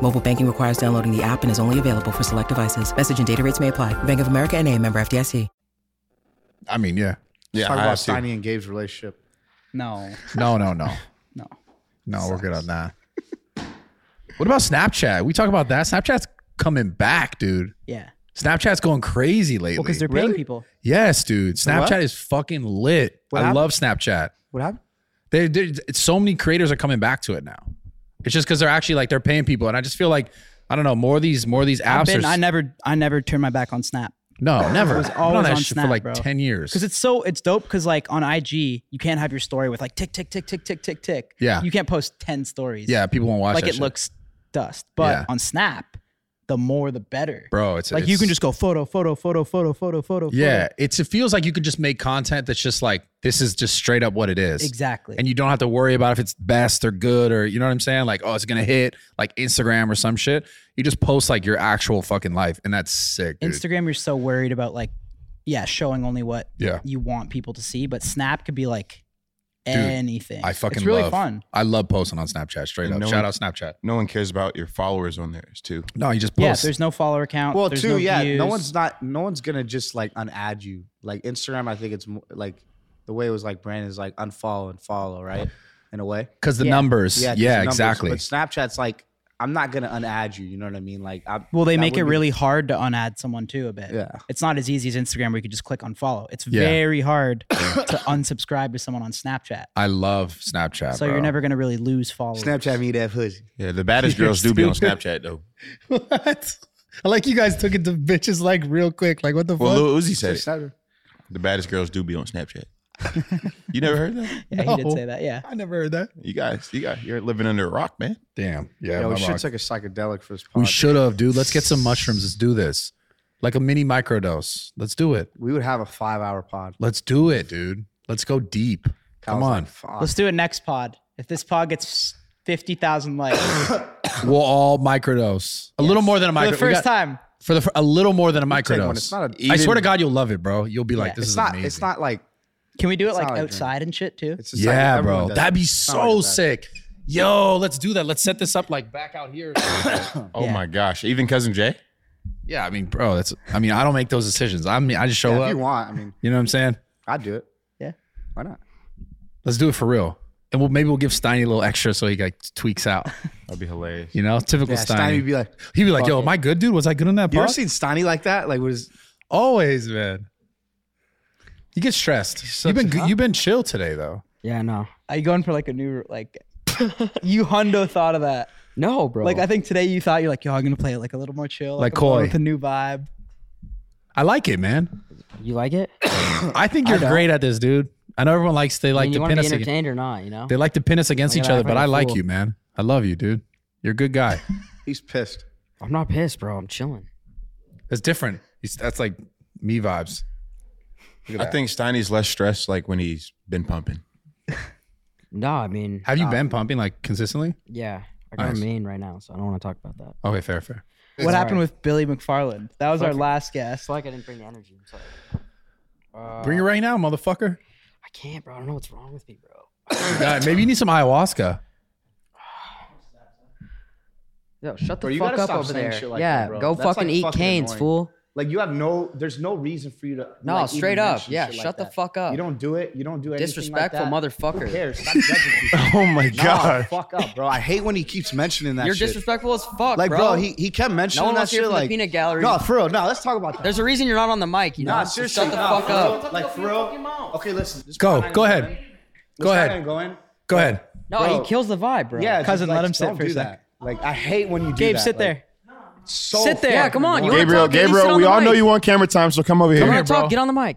Speaker 8: Mobile banking requires downloading the app and is only available for select devices. Message and data rates may apply. Bank of America and a member FDIC.
Speaker 2: I mean, yeah.
Speaker 5: Yeah,
Speaker 4: Talk
Speaker 5: I
Speaker 4: about
Speaker 5: have to.
Speaker 4: Steiny and Gabe's relationship.
Speaker 1: No,
Speaker 2: No, no, no.
Speaker 1: no.
Speaker 2: No, we're good on that. what about Snapchat? We talk about that. Snapchat's coming back, dude.
Speaker 1: Yeah.
Speaker 2: Snapchat's going crazy lately.
Speaker 1: Well, because they're paying people.
Speaker 2: yes, dude.
Speaker 4: what?
Speaker 2: Snapchat is fucking lit.
Speaker 4: What
Speaker 2: I
Speaker 4: happened?
Speaker 2: love Snapchat.
Speaker 4: What happened?
Speaker 2: They, they, so many creators are coming back to it now. It's just because they're actually like they're paying people, and I just feel like I don't know more of these more of these apps.
Speaker 1: I've been,
Speaker 2: are,
Speaker 1: I never, I never turned my back on Snap
Speaker 2: no, never.
Speaker 1: was
Speaker 2: I've been
Speaker 1: always
Speaker 2: that
Speaker 1: on
Speaker 2: shit
Speaker 1: Snap,
Speaker 2: for like
Speaker 1: bro.
Speaker 2: ten years.
Speaker 1: because it's so it's dope. Because like on IG, you can't have your story with like tick tick tick tick tick tick tick.
Speaker 2: Yeah.
Speaker 1: you can't post ten stories.
Speaker 2: yeah, people won't watch.
Speaker 1: like
Speaker 2: that
Speaker 1: it
Speaker 2: shit.
Speaker 1: looks dust. But
Speaker 2: Yeah.
Speaker 1: on Snap, the more the better,
Speaker 2: bro. It's
Speaker 1: Like you
Speaker 2: it's-
Speaker 1: can just go photo, photo, photo, photo, photo, photo.
Speaker 2: yeah.
Speaker 1: photo.
Speaker 2: It's it feels like you could just make content that's just like this is just straight up what it is.
Speaker 1: exactly.
Speaker 2: and you don't have to worry about if it's best or good or you know what I'm saying? Like, oh, it's gonna hit like Instagram or some shit. You just post like your actual fucking life, and that's sick. Dude.
Speaker 1: Instagram, you're so worried about like, yeah, showing only what
Speaker 2: Yeah.
Speaker 1: you want people to see. But Snap could be like
Speaker 2: Dude,
Speaker 1: anything.
Speaker 2: I fucking
Speaker 1: it's really
Speaker 2: love-
Speaker 1: fun.
Speaker 2: I love posting on Snapchat straight
Speaker 5: And
Speaker 2: up.
Speaker 5: no
Speaker 2: Shout
Speaker 5: one-
Speaker 2: out Snapchat.
Speaker 5: No one cares about your followers on theirs too.
Speaker 2: No, you just
Speaker 1: Yeah,
Speaker 2: post.
Speaker 1: there's no follower count.
Speaker 4: Well,
Speaker 1: there's
Speaker 4: too,
Speaker 1: no
Speaker 4: yeah.
Speaker 1: views.
Speaker 4: No one's not. No one's gonna just like unadd you. Like Instagram, I think it's mo- like the way it was like branded is like unfollow and follow, right? In a way.
Speaker 2: because the
Speaker 1: yeah.
Speaker 2: numbers. Yeah,
Speaker 4: 'cause the numbers.
Speaker 2: exactly.
Speaker 4: But Snapchat's like, I'm not gonna unadd you. You know what I mean? Like, I,
Speaker 1: Well, they
Speaker 4: that
Speaker 1: make it
Speaker 4: would be-
Speaker 1: really hard to unadd someone too a bit.
Speaker 4: Yeah.
Speaker 1: It's not as easy as Instagram where you could just click unfollow. It's
Speaker 2: Yeah.
Speaker 1: very hard to unsubscribe to someone on Snapchat.
Speaker 2: I love Snapchat.
Speaker 1: So
Speaker 2: Ah, bro.
Speaker 1: you're never going to really lose followers.
Speaker 4: Snapchat me that pussy.
Speaker 5: Yeah, the baddest
Speaker 2: You're
Speaker 5: girls do be on
Speaker 2: stupid.
Speaker 5: Snapchat though.
Speaker 2: what? I like you guys took it to bitches like real quick. Like what the
Speaker 5: Well, Lil Uzi said it.
Speaker 4: Snapchat.
Speaker 5: The baddest girls do be on Snapchat. you never heard that?
Speaker 1: Yeah, he did
Speaker 2: No.
Speaker 1: say that. Yeah.
Speaker 2: I never heard that.
Speaker 5: You guys, you guys, you're living under a rock, man.
Speaker 2: Damn. Yeah.
Speaker 4: Yeah, we
Speaker 2: my
Speaker 4: should
Speaker 2: wrong.
Speaker 4: take a psychedelic for this. Podcast.
Speaker 2: we should have, dude. Let's get some mushrooms. Let's do this. Like a mini microdose. Let's do it.
Speaker 4: We would have a five-hour pod.
Speaker 2: Let's do it, dude. Let's go deep. Come
Speaker 4: Kyle's
Speaker 2: on.
Speaker 4: like, "Fuck."
Speaker 1: Let's do it next pod. If this pod gets 50,000 likes for
Speaker 2: We'll all microdose. A little more than a micro.
Speaker 1: the
Speaker 2: we
Speaker 1: first
Speaker 2: got-
Speaker 1: time,
Speaker 2: For the fir- a little more than a
Speaker 4: Take one.
Speaker 2: microdose.
Speaker 4: It's not a.
Speaker 2: I swear to
Speaker 5: Even-
Speaker 2: God, you'll love it, bro. You'll be like, this
Speaker 4: it's
Speaker 2: is
Speaker 4: not.
Speaker 2: amazing.
Speaker 4: It's not like.
Speaker 1: can we do it
Speaker 4: It's
Speaker 1: like
Speaker 4: not like
Speaker 1: outside and shit too?
Speaker 4: It's just like
Speaker 2: Yeah,
Speaker 4: everyone
Speaker 2: bro.
Speaker 4: does
Speaker 2: That'd
Speaker 4: it.
Speaker 2: be
Speaker 4: It's not
Speaker 2: so
Speaker 4: like that.
Speaker 2: sick. Yo, let's do that. Let's set this up like back out here.
Speaker 5: Oh
Speaker 1: Yeah.
Speaker 5: my gosh. Even cousin Jay?
Speaker 2: yeah, I mean, bro, that's. I mean, I don't make those decisions. I mean, I just show
Speaker 4: Yeah,
Speaker 2: up.
Speaker 4: if you
Speaker 2: You,
Speaker 4: want, I mean,
Speaker 2: know what I'm saying?
Speaker 4: I'd do it.
Speaker 1: Yeah.
Speaker 4: Why not?
Speaker 2: Let's do it for real, and we'll maybe we'll give Steiny a little extra so he like tweaks out.
Speaker 5: That'd be hilarious.
Speaker 2: You know, typical
Speaker 4: Yeah, Steiny
Speaker 2: Steiny.
Speaker 4: would be like,
Speaker 2: He'd be like,
Speaker 4: fuck
Speaker 2: "Yo,
Speaker 4: it."
Speaker 2: am I good, dude? Was I good on that
Speaker 4: You ever
Speaker 2: part?"
Speaker 4: seen Steiny like that? Like, was
Speaker 2: Always, man. You get stressed. You've been you've been chill today though.
Speaker 3: Yeah, no,
Speaker 1: Are you going for like a new, like, you hundo thought of that.
Speaker 3: no, bro.
Speaker 1: Like, I think today you thought you're like, yo, I'm going to play it like a little more chill.
Speaker 2: Oh. Like
Speaker 1: I'm going
Speaker 2: Koi.
Speaker 1: With a new vibe.
Speaker 2: I like it, man.
Speaker 3: you like it.
Speaker 2: I think you're great at this, dude. I know everyone likes they
Speaker 3: I
Speaker 2: like
Speaker 3: mean, you
Speaker 2: to
Speaker 3: want to
Speaker 2: pin
Speaker 3: be
Speaker 2: us. Against,
Speaker 3: entertained or not? You know.
Speaker 2: they like to pin us against
Speaker 3: Like,
Speaker 2: each
Speaker 3: I
Speaker 2: other, but
Speaker 3: play
Speaker 2: I like
Speaker 3: fool.
Speaker 2: you, man. I love you, dude. You're a good guy.
Speaker 4: he's pissed?
Speaker 3: I'm not pissed, bro. I'm chilling.
Speaker 2: That's different. He's- That's like me vibes.
Speaker 5: I think Steiny's less stressed like when he's been pumping.
Speaker 3: No, I mean,
Speaker 2: Have you been pumping like consistently?
Speaker 3: yeah, I got
Speaker 2: Nice.
Speaker 3: a main right now, so I don't want to talk about that.
Speaker 2: Okay, fair, fair.
Speaker 1: What happened with Billy McFarland? That was our last guest.
Speaker 3: It's like I didn't bring the energy. I'm sorry.
Speaker 2: Bring it right now, motherfucker.
Speaker 3: I can't, bro. I don't know what's wrong with me, bro.
Speaker 2: Uh, maybe you need some ayahuasca.
Speaker 3: Yo, shut the
Speaker 4: Bro, you
Speaker 3: fuck
Speaker 4: gotta
Speaker 3: up
Speaker 4: stop
Speaker 3: over
Speaker 4: saying
Speaker 3: there.
Speaker 4: shit like
Speaker 3: yeah,
Speaker 4: that, bro.
Speaker 3: go
Speaker 4: That's, like,
Speaker 3: fucking eat
Speaker 4: fucking
Speaker 3: canes,
Speaker 4: annoying.
Speaker 3: fool.
Speaker 4: Like, you have no, there's no reason for you to.
Speaker 3: No,
Speaker 4: like, even
Speaker 3: straight up.
Speaker 4: mention
Speaker 3: Yeah,
Speaker 4: shit
Speaker 3: shut
Speaker 4: like
Speaker 3: the
Speaker 4: that.
Speaker 3: fuck up.
Speaker 4: You don't do it. You don't do anything.
Speaker 3: Disrespectful
Speaker 4: like that. Who
Speaker 3: motherfucker.
Speaker 4: cares? Stop judging people.
Speaker 2: Oh my
Speaker 4: Nah, fuck up, bro. I hate when he keeps mentioning that.
Speaker 3: You're
Speaker 4: shit.
Speaker 3: disrespectful as fuck,
Speaker 4: Like,
Speaker 3: bro.
Speaker 4: bro, he, he kept mentioning
Speaker 3: one
Speaker 4: that
Speaker 3: wants to hear
Speaker 4: shit.
Speaker 3: from the
Speaker 4: Like,
Speaker 3: peanut gallery.
Speaker 4: No, for real. No, let's talk about that.
Speaker 3: There's a reason you're not on the mic. You know.
Speaker 4: nah,
Speaker 3: So
Speaker 4: seriously.
Speaker 3: shut the
Speaker 4: nah,
Speaker 3: fuck
Speaker 4: for
Speaker 3: up.
Speaker 4: real. Like, for real. Okay, listen. this
Speaker 2: Go,
Speaker 4: part I
Speaker 2: go
Speaker 4: ain't
Speaker 2: ahead.
Speaker 4: going.
Speaker 2: Go
Speaker 4: This part
Speaker 2: ahead.
Speaker 4: I ain't going.
Speaker 2: Go ahead.
Speaker 3: No,
Speaker 4: Bro.
Speaker 3: he kills the vibe, bro.
Speaker 4: Yeah, it's
Speaker 1: Cousin,
Speaker 4: just
Speaker 1: let
Speaker 4: like,
Speaker 1: him sit
Speaker 4: don't
Speaker 1: for a
Speaker 4: do
Speaker 1: sec.
Speaker 4: that. Like, I hate when you do
Speaker 1: Gabe,
Speaker 4: that.
Speaker 1: sit
Speaker 4: Like,
Speaker 1: there.
Speaker 4: so
Speaker 1: Sit there. Yeah,
Speaker 4: fucking
Speaker 3: come on, you
Speaker 4: annoying.
Speaker 3: wanna
Speaker 5: Gabriel,
Speaker 3: talk, at least sit
Speaker 5: Gabriel,
Speaker 3: on
Speaker 5: we
Speaker 3: the
Speaker 5: all know
Speaker 3: mic.
Speaker 5: you want camera time, so come over
Speaker 3: Come
Speaker 5: here.
Speaker 3: on, talk. Get on the mic.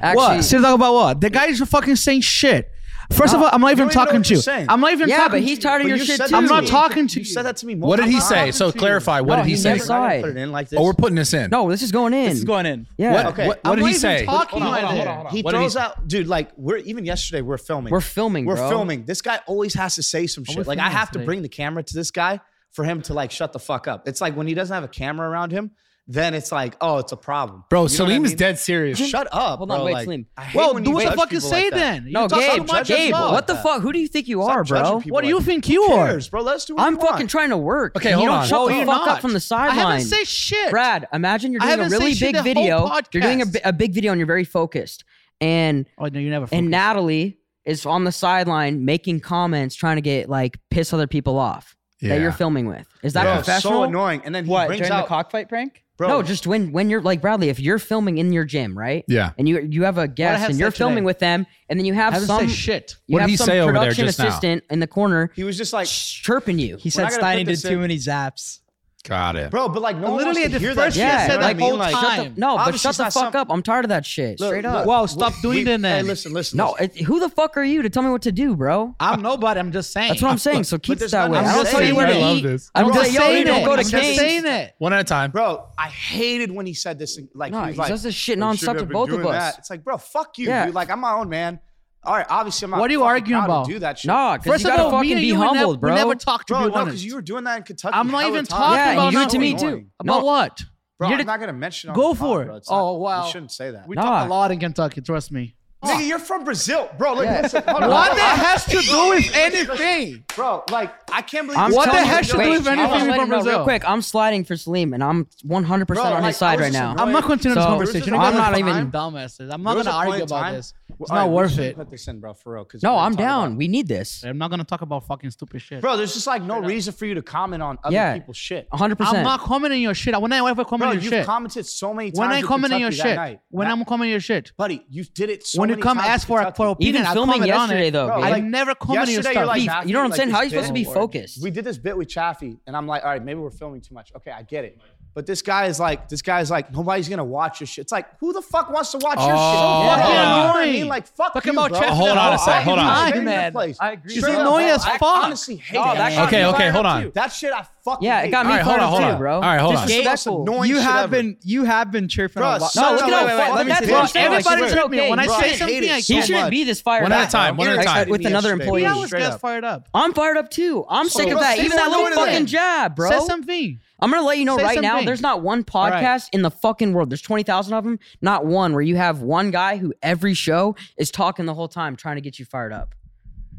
Speaker 3: Actually,
Speaker 9: What? Sit talk about what? The guys are fucking saying shit. First of
Speaker 4: No,
Speaker 9: all, I'm not
Speaker 4: you
Speaker 9: even
Speaker 4: don't even know
Speaker 9: talking
Speaker 4: what
Speaker 9: to
Speaker 4: you're
Speaker 9: you.
Speaker 4: saying.
Speaker 9: I'm not even
Speaker 3: Yeah,
Speaker 9: talking
Speaker 3: but
Speaker 9: to
Speaker 3: he's
Speaker 9: you.
Speaker 3: tired of
Speaker 4: But
Speaker 3: your
Speaker 4: you
Speaker 3: shit
Speaker 4: said
Speaker 3: too.
Speaker 4: that
Speaker 9: I'm not
Speaker 4: me.
Speaker 9: talking to
Speaker 4: You
Speaker 9: you.
Speaker 4: said that to me.
Speaker 2: What did he say? So clarify. What
Speaker 3: No,
Speaker 2: did he
Speaker 3: he
Speaker 2: say?
Speaker 3: never- Sorry.
Speaker 4: Put it in like this.
Speaker 2: Oh, we're putting this in.
Speaker 3: No, this is going in.
Speaker 1: This is going in.
Speaker 3: Yeah.
Speaker 2: What?
Speaker 4: Okay.
Speaker 2: What,
Speaker 9: I'm
Speaker 2: what did
Speaker 9: not
Speaker 2: he
Speaker 9: even
Speaker 2: say?
Speaker 9: talking
Speaker 4: Hold on,
Speaker 9: right
Speaker 4: hold on,
Speaker 9: there.
Speaker 4: hold on, hold on. He
Speaker 2: What did
Speaker 4: throws
Speaker 2: he-
Speaker 4: out, dude. Like we're even yesterday, we're filming.
Speaker 3: We're filming,
Speaker 4: We're
Speaker 3: bro.
Speaker 4: filming. This guy always has to say some
Speaker 9: Oh,
Speaker 4: shit.
Speaker 9: we're
Speaker 4: Like I
Speaker 9: filming
Speaker 4: have to
Speaker 9: today.
Speaker 4: bring the camera to this guy for him to like shut the fuck up. It's like when he doesn't have a camera around him, then it's like, oh, it's a problem.
Speaker 2: Bro,
Speaker 4: You know what I
Speaker 2: Salim's
Speaker 4: mean?
Speaker 2: dead serious.
Speaker 4: Shut up.
Speaker 3: Hold on,
Speaker 4: bro.
Speaker 3: wait,
Speaker 4: like,
Speaker 3: Salim.
Speaker 4: I hate
Speaker 9: Well,
Speaker 4: when
Speaker 9: do what
Speaker 4: judge
Speaker 9: the fuck you
Speaker 4: people
Speaker 9: say
Speaker 4: like that.
Speaker 9: then. You
Speaker 3: No,
Speaker 9: talk so
Speaker 3: Gabe,
Speaker 9: much as
Speaker 3: Gabe,
Speaker 9: well.
Speaker 4: like
Speaker 3: what the
Speaker 4: that.
Speaker 3: fuck? Who do you think you
Speaker 4: Stop
Speaker 3: are,
Speaker 4: judging
Speaker 3: bro?
Speaker 4: people
Speaker 9: What do
Speaker 4: like
Speaker 9: you
Speaker 4: that.
Speaker 9: think you
Speaker 4: Who
Speaker 9: are?
Speaker 4: cares, bro? Let's do what
Speaker 3: I'm
Speaker 4: you want.
Speaker 3: fucking trying to work.
Speaker 2: Okay,
Speaker 3: and
Speaker 2: hold
Speaker 3: you
Speaker 2: on.
Speaker 3: don't shut
Speaker 9: No,
Speaker 3: the
Speaker 9: you're
Speaker 3: fuck up
Speaker 9: not.
Speaker 3: from the
Speaker 9: I
Speaker 3: sideline.
Speaker 9: haven't said shit.
Speaker 3: Brad, imagine you're
Speaker 9: I
Speaker 3: doing a
Speaker 9: haven't said
Speaker 3: really
Speaker 9: shit
Speaker 3: big
Speaker 9: the
Speaker 3: video.
Speaker 9: whole
Speaker 3: You're doing a,
Speaker 9: podcast.
Speaker 3: bi- a big video and you're very focused. And
Speaker 9: Oh no, you never.
Speaker 3: and
Speaker 9: focus.
Speaker 3: Natalie is on the sideline making comments, trying to get like piss other people off that you're filming with. Is that
Speaker 2: Bro, so
Speaker 4: Bro,
Speaker 3: professional?
Speaker 4: so annoying. And then he
Speaker 1: What
Speaker 4: brings
Speaker 1: during
Speaker 4: out
Speaker 1: the cockfight prank?
Speaker 4: bro.
Speaker 3: No, just when when you're like Bradley, if you're filming in your gym, right?
Speaker 2: Yeah.
Speaker 3: And you you have a guest
Speaker 9: have
Speaker 3: and you're
Speaker 9: said today.
Speaker 3: filming with them, and then you have
Speaker 9: I haven't
Speaker 3: some
Speaker 9: said shit.
Speaker 3: you
Speaker 2: What did
Speaker 3: have
Speaker 2: he
Speaker 3: some
Speaker 2: say over there
Speaker 3: production
Speaker 2: just now?
Speaker 3: assistant in the corner
Speaker 4: he was just like,
Speaker 3: chirping you.
Speaker 1: He
Speaker 4: not
Speaker 1: said
Speaker 4: gonna
Speaker 1: Steiny
Speaker 4: put
Speaker 1: did
Speaker 4: this
Speaker 1: too
Speaker 4: in-
Speaker 1: many zaps.
Speaker 2: Got it.
Speaker 4: bro, but like no one
Speaker 9: literally
Speaker 4: wants
Speaker 9: at the
Speaker 4: to hear
Speaker 9: first
Speaker 4: that.
Speaker 9: shit I
Speaker 4: shit,
Speaker 9: said
Speaker 4: you know what
Speaker 9: that whole
Speaker 4: I mean? Like,
Speaker 9: time.
Speaker 3: Shut the- no, but
Speaker 4: Obviously,
Speaker 3: shut
Speaker 4: it's
Speaker 3: the
Speaker 4: not
Speaker 3: fuck
Speaker 4: something-
Speaker 3: up. I'm tired of that shit.
Speaker 4: Look,
Speaker 3: Straight
Speaker 4: look,
Speaker 3: up.
Speaker 9: Well, stop doing
Speaker 4: we-
Speaker 9: it then.
Speaker 4: Hey, listen, listen.
Speaker 3: no,
Speaker 4: listen.
Speaker 3: it, who the fuck are you to tell me what to do, bro?
Speaker 9: I'm nobody. I'm just saying.
Speaker 3: That's what I'm saying. So keep it
Speaker 4: there's
Speaker 3: that way.
Speaker 4: nothing
Speaker 3: I
Speaker 4: to
Speaker 3: don't tell
Speaker 4: say.
Speaker 3: you where
Speaker 4: I
Speaker 3: to
Speaker 2: love
Speaker 3: eat.
Speaker 2: this.
Speaker 3: I don't
Speaker 9: I'm
Speaker 3: tell
Speaker 9: just
Speaker 3: you, yo, you
Speaker 9: saying
Speaker 3: don't
Speaker 9: it.
Speaker 3: go
Speaker 9: I'm just
Speaker 3: to
Speaker 9: saying
Speaker 3: Canes.
Speaker 9: it.
Speaker 2: One at a time.
Speaker 4: bro, I hated when he said this. Like,
Speaker 3: No,
Speaker 4: he
Speaker 3: he
Speaker 4: was like,
Speaker 3: does this shit
Speaker 4: "You shouldn't
Speaker 3: nonstop to
Speaker 4: have been
Speaker 3: both of
Speaker 4: doing
Speaker 3: us.
Speaker 4: that." It's like, bro, fuck you,
Speaker 3: Yeah.
Speaker 4: dude. Like, I'm my own man. All right, obviously, I'm not.
Speaker 9: What are you
Speaker 4: fucking
Speaker 9: arguing
Speaker 4: proud to
Speaker 9: about?
Speaker 4: Do that shit.
Speaker 3: Nah, because
Speaker 9: First
Speaker 3: you
Speaker 9: of
Speaker 3: gotta
Speaker 9: all, me
Speaker 3: fucking
Speaker 9: and
Speaker 3: be
Speaker 9: you were never,
Speaker 3: humbled,
Speaker 9: we
Speaker 3: bro.
Speaker 9: never talked to
Speaker 4: bro,
Speaker 9: be
Speaker 4: no,
Speaker 9: honest.
Speaker 4: because you were doing that in Kentucky.
Speaker 9: I'm not
Speaker 4: hella
Speaker 9: even
Speaker 4: times.
Speaker 9: talking
Speaker 3: Yeah,
Speaker 9: about
Speaker 3: and you do it to
Speaker 9: nothing.
Speaker 3: me too.
Speaker 4: Annoying.
Speaker 9: About
Speaker 3: No.
Speaker 9: what?
Speaker 4: Bro,
Speaker 3: You
Speaker 4: I'm
Speaker 3: did-
Speaker 4: not gonna mention. it on
Speaker 9: Go
Speaker 4: the pod,
Speaker 9: for it.
Speaker 4: bro. It's
Speaker 9: Oh,
Speaker 4: not-
Speaker 9: wow.
Speaker 4: You shouldn't say that.
Speaker 9: We
Speaker 3: Nah.
Speaker 9: talk a lot in Kentucky. Trust me.
Speaker 4: Nigga, you're from Brazil, bro. Like, listen, hold on,
Speaker 9: What
Speaker 4: hold
Speaker 9: that
Speaker 4: on.
Speaker 9: has to do with anything?
Speaker 4: bro? Like, I can't believe.
Speaker 3: I'm
Speaker 4: you
Speaker 9: What the
Speaker 3: telling
Speaker 9: heck
Speaker 3: you-
Speaker 9: should
Speaker 3: wait,
Speaker 9: do with
Speaker 3: hold on,
Speaker 9: anything
Speaker 3: let
Speaker 9: from
Speaker 3: him know
Speaker 9: Brazil?
Speaker 3: Real quick, I'm sliding for Salim, and I'm 100 percent
Speaker 4: Bro,
Speaker 3: on
Speaker 4: like,
Speaker 3: his side
Speaker 4: I was
Speaker 3: right
Speaker 4: just
Speaker 3: now.
Speaker 4: annoyed.
Speaker 9: I'm not continuing this
Speaker 3: So,
Speaker 9: conversation.
Speaker 4: there was
Speaker 3: I'm
Speaker 4: a
Speaker 3: not
Speaker 4: time-
Speaker 3: even.
Speaker 9: dumbasses. I'm not
Speaker 4: There was
Speaker 9: gonna
Speaker 4: a point
Speaker 9: argue
Speaker 4: in
Speaker 9: about
Speaker 4: time-
Speaker 9: this. It's
Speaker 4: All right,
Speaker 9: not
Speaker 4: we
Speaker 9: worth
Speaker 4: should
Speaker 9: it.
Speaker 4: Put this in, bro, for real. 'cause
Speaker 3: No,
Speaker 4: we're
Speaker 3: I'm
Speaker 4: talking
Speaker 3: down.
Speaker 4: about-
Speaker 3: We need this.
Speaker 9: I'm not gonna talk about fucking stupid shit.
Speaker 4: Bro, there's just like no reason for you to comment on other
Speaker 3: Yeah.
Speaker 4: people's shit.
Speaker 3: 100.
Speaker 9: I'm
Speaker 3: percent
Speaker 9: not commenting your shit. When I ever comment
Speaker 4: Bro,
Speaker 9: your
Speaker 4: you've
Speaker 9: shit,
Speaker 4: commented so many times.
Speaker 9: when I
Speaker 4: in
Speaker 9: comment on your
Speaker 4: Kentucky that
Speaker 9: shit,
Speaker 4: night.
Speaker 9: when
Speaker 4: That-
Speaker 9: I'm commenting your shit,
Speaker 4: buddy, you did it so
Speaker 9: when you
Speaker 4: many
Speaker 9: come
Speaker 4: times in
Speaker 9: ask for a,
Speaker 4: Kentucky.
Speaker 9: for opinion,
Speaker 3: Even
Speaker 9: I
Speaker 3: filming
Speaker 9: comment on
Speaker 3: yesterday,
Speaker 9: it.
Speaker 3: though,
Speaker 9: I
Speaker 4: Gabe. Like,
Speaker 9: never comment on your
Speaker 4: yesterday you're
Speaker 9: stuff.
Speaker 4: like,
Speaker 3: Oh, you
Speaker 4: Matthew,
Speaker 3: know what I'm
Speaker 4: like,
Speaker 3: saying? How
Speaker 4: this
Speaker 3: are you supposed to be
Speaker 4: bit-
Speaker 3: focused?
Speaker 4: We did this bit with Chaffee, and I'm like, all right, maybe we're filming too much. Okay, I get it. But this guy is like, this guy is like, nobody's gonna watch your shit. It's like, who the fuck wants to watch your shit?
Speaker 2: Oh,
Speaker 4: yeah.
Speaker 2: fucking
Speaker 4: You know what I
Speaker 9: annoying.
Speaker 4: mean? Like, fuck
Speaker 9: Fuck
Speaker 4: you,
Speaker 9: about
Speaker 4: bro.
Speaker 9: Chaffee
Speaker 2: Hold
Speaker 9: the
Speaker 2: on a
Speaker 9: whole
Speaker 2: sec, hold on.
Speaker 9: time,
Speaker 4: Stay in your
Speaker 9: man.
Speaker 4: place.
Speaker 1: I agree.
Speaker 9: She's
Speaker 4: Straight up,
Speaker 9: annoying
Speaker 4: bro.
Speaker 9: as
Speaker 4: I
Speaker 9: fuck.
Speaker 4: honestly hate
Speaker 3: Oh,
Speaker 4: it.
Speaker 3: that got
Speaker 2: Okay, me okay, fired hold up on.
Speaker 4: Dude, That shit I fucking
Speaker 3: Yeah, it
Speaker 4: hate.
Speaker 3: got me
Speaker 2: All right, hold
Speaker 3: fired
Speaker 2: on, hold
Speaker 3: too,
Speaker 2: on.
Speaker 3: bro.
Speaker 2: All right, hold on.
Speaker 4: Disrespectful.
Speaker 1: Gabe,
Speaker 4: annoying
Speaker 1: you
Speaker 4: shit
Speaker 1: have
Speaker 4: ever.
Speaker 1: been you have been chirping
Speaker 4: Bro,
Speaker 1: a lot.
Speaker 4: so-
Speaker 3: No, look at
Speaker 4: Wait, wait,
Speaker 3: how
Speaker 4: wait,
Speaker 3: fuck-
Speaker 4: let me
Speaker 3: that's
Speaker 4: see
Speaker 3: what I'm
Speaker 4: this.
Speaker 3: saying, like,
Speaker 9: Everybody
Speaker 3: he's
Speaker 9: tripped
Speaker 3: okay,
Speaker 9: me when I
Speaker 3: bro.
Speaker 4: I
Speaker 9: say
Speaker 4: hate
Speaker 9: something.
Speaker 4: it
Speaker 9: I
Speaker 4: so
Speaker 3: He
Speaker 9: can't.
Speaker 3: shouldn't
Speaker 4: much.
Speaker 3: be this fired
Speaker 2: One at a
Speaker 3: up,
Speaker 2: time,
Speaker 3: bro.
Speaker 2: one at a
Speaker 3: Like,
Speaker 2: time.
Speaker 3: With another employee.
Speaker 9: We
Speaker 4: Straight
Speaker 9: always
Speaker 4: up.
Speaker 9: get fired up.
Speaker 3: I'm fired up too. I'm sick
Speaker 4: bro,
Speaker 3: of that.
Speaker 4: say
Speaker 3: Even that
Speaker 4: something
Speaker 3: little
Speaker 4: to them.
Speaker 3: fucking jab, bro.
Speaker 9: Say something.
Speaker 3: I'm gonna let you know
Speaker 9: Say
Speaker 3: right now.
Speaker 9: something.
Speaker 3: There's not one podcast
Speaker 9: right.
Speaker 3: in the fucking world. There's twenty thousand of them. Not one where you have one guy who every show is talking the whole time, trying to get you fired up.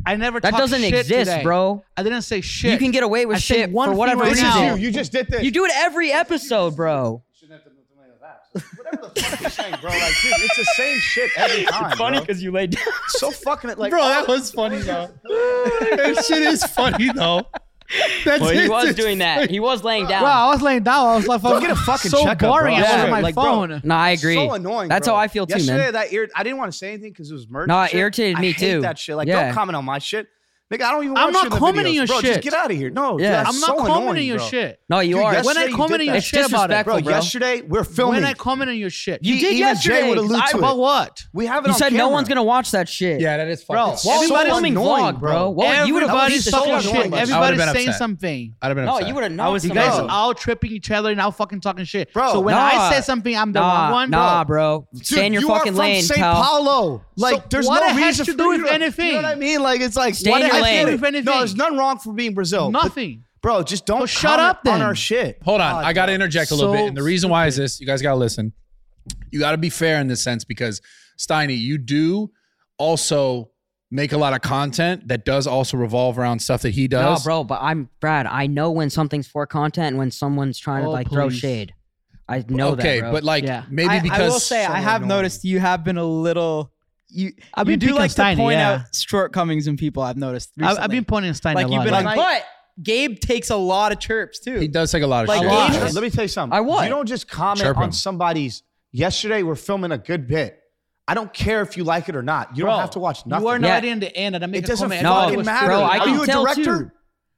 Speaker 9: I never.
Speaker 3: That
Speaker 9: talked
Speaker 3: doesn't
Speaker 9: shit
Speaker 3: exist,
Speaker 9: today.
Speaker 3: bro.
Speaker 9: I didn't say shit.
Speaker 3: You can get away with
Speaker 9: I said
Speaker 3: shit
Speaker 9: one
Speaker 3: for whatever
Speaker 9: female
Speaker 4: This
Speaker 3: reason.
Speaker 4: is
Speaker 9: now.
Speaker 4: you. You just did this.
Speaker 3: You do it every episode, bro.
Speaker 4: Whatever the fuck you're saying, bro. Like, dude, it's the same shit every time. bro.
Speaker 1: you laid down.
Speaker 4: so fucking it, like,
Speaker 2: Bro, that was funny though. that shit is funny though. That's
Speaker 3: But he
Speaker 2: it's
Speaker 3: was
Speaker 2: just-
Speaker 3: doing that. He was laying down.
Speaker 9: Bro, I was laying down. I was like,
Speaker 4: Go get a fucking
Speaker 9: so
Speaker 4: checkup,
Speaker 9: boring.
Speaker 4: bro.
Speaker 9: I was on
Speaker 4: Yeah.
Speaker 9: my
Speaker 4: Like, bro,
Speaker 9: phone.
Speaker 3: no, I agree.
Speaker 4: So annoying.
Speaker 3: That's
Speaker 4: bro.
Speaker 3: how I feel too,
Speaker 4: Yesterday,
Speaker 3: man.
Speaker 4: That ir- I didn't want to say anything because it was murder.
Speaker 3: Nah, it
Speaker 4: shit.
Speaker 3: irritated
Speaker 4: I
Speaker 3: me,
Speaker 4: hate
Speaker 3: too.
Speaker 4: That shit. Like,
Speaker 3: Yeah.
Speaker 4: don't comment on my shit. Nigga, I don't even.
Speaker 9: I'm
Speaker 4: watch
Speaker 9: not
Speaker 4: your
Speaker 9: commenting
Speaker 4: videos,
Speaker 9: your
Speaker 4: bro.
Speaker 9: shit.
Speaker 4: Just get out of here. No,
Speaker 3: Yeah.
Speaker 4: yeah,
Speaker 3: That's
Speaker 9: I'm not commenting your shit.
Speaker 3: No, you
Speaker 4: Dude,
Speaker 3: are.
Speaker 4: yesterday
Speaker 9: When I
Speaker 4: you
Speaker 9: comment
Speaker 4: did
Speaker 9: on your
Speaker 4: that.
Speaker 3: it's
Speaker 9: shit about it,
Speaker 3: disrespectful,
Speaker 4: Bro,
Speaker 9: bro.
Speaker 3: bro.
Speaker 4: yesterday we're filming.
Speaker 9: When I comment on your shit,
Speaker 3: You did
Speaker 4: even Jay
Speaker 3: yesterday.
Speaker 4: would allude
Speaker 3: I-
Speaker 4: to
Speaker 9: about
Speaker 4: it.
Speaker 9: what?
Speaker 4: We have it.
Speaker 3: you
Speaker 4: on
Speaker 3: said no
Speaker 4: camera.
Speaker 3: one's gonna watch that shit.
Speaker 2: Yeah, that is
Speaker 9: Bro,
Speaker 2: fucking.
Speaker 9: why
Speaker 4: so
Speaker 9: everybody's
Speaker 3: filming
Speaker 4: annoying,
Speaker 3: vlog, bro.
Speaker 4: bro.
Speaker 3: What you would have
Speaker 9: Everybody's talking
Speaker 4: shit.
Speaker 9: shit.
Speaker 4: I would've
Speaker 9: Everybody's
Speaker 2: been
Speaker 9: saying
Speaker 2: upset.
Speaker 9: something.
Speaker 2: I'd have been
Speaker 3: No,
Speaker 2: upset.
Speaker 3: you would have
Speaker 1: I
Speaker 3: known.
Speaker 1: was-
Speaker 9: You guys
Speaker 4: Bro.
Speaker 9: all tripping each other and all fucking talking shit.
Speaker 4: Bro.
Speaker 9: so when
Speaker 3: Nah.
Speaker 9: I say something, I'm the
Speaker 3: Nah,
Speaker 9: wrong one.
Speaker 3: nah, bro.
Speaker 4: Dude,
Speaker 3: Stay in your
Speaker 4: you
Speaker 3: fucking
Speaker 4: are from
Speaker 3: lane,
Speaker 4: St.
Speaker 3: pal.
Speaker 4: Paulo. Like, there's
Speaker 9: what
Speaker 4: no
Speaker 9: it has
Speaker 4: reason
Speaker 9: to
Speaker 4: for
Speaker 9: do
Speaker 4: you
Speaker 9: with anything?
Speaker 4: You know what I mean? Like, it's like
Speaker 3: Stay
Speaker 4: what
Speaker 3: in your
Speaker 4: I
Speaker 3: lane.
Speaker 4: can't-
Speaker 9: With anything.
Speaker 4: No, there's nothing wrong for being Brazil. but-
Speaker 9: Nothing.
Speaker 4: bro. Just don't
Speaker 9: Well, shut
Speaker 4: comment
Speaker 9: up then.
Speaker 4: on our shit.
Speaker 2: Hold on,
Speaker 4: God,
Speaker 2: I got to
Speaker 4: bro.
Speaker 2: interject a little
Speaker 9: Oh, So
Speaker 2: bit. And the reason why is this: you guys got to listen. You got to be fair in this sense because Steiny, you do also make a lot of content that does also revolve around stuff that he
Speaker 3: No,
Speaker 2: does.
Speaker 3: bro, but I'm Brad. I know when something's for content and when someone's trying to
Speaker 9: Oh,
Speaker 3: like throw
Speaker 9: please.
Speaker 3: shade. I know
Speaker 2: okay,
Speaker 3: that, bro.
Speaker 2: but like
Speaker 9: Yeah.
Speaker 2: maybe
Speaker 1: I,
Speaker 2: because
Speaker 1: I will say I have noticed you have been a little you.
Speaker 9: I've
Speaker 1: you
Speaker 9: been
Speaker 1: do
Speaker 9: picking
Speaker 1: like
Speaker 9: Steiny,
Speaker 1: to point
Speaker 9: yeah.
Speaker 1: out shortcomings in people. I've noticed.
Speaker 9: I,
Speaker 1: Recently.
Speaker 9: I've been pointing Stein
Speaker 1: like
Speaker 9: a lot.
Speaker 1: you've been
Speaker 9: lately.
Speaker 1: like, but Gabe takes a lot of chirps too.
Speaker 2: he does take a lot of
Speaker 1: Like,
Speaker 2: shit.
Speaker 1: Gabe-
Speaker 4: Let me tell you something.
Speaker 3: I would.
Speaker 4: You don't just comment
Speaker 2: Chirp him.
Speaker 4: on somebody's. Yesterday, we're filming a good bit. I don't care if you like it or not. You
Speaker 9: Bro,
Speaker 4: don't have to watch nothing.
Speaker 9: You are
Speaker 3: Yeah.
Speaker 9: not in the end, and I make
Speaker 4: it
Speaker 9: a
Speaker 4: doesn't
Speaker 9: comment.
Speaker 3: No,
Speaker 9: everybody
Speaker 4: fucking
Speaker 9: was
Speaker 4: matter.
Speaker 3: bro, I
Speaker 4: are
Speaker 3: can
Speaker 4: you a
Speaker 3: tell
Speaker 4: director?
Speaker 3: too.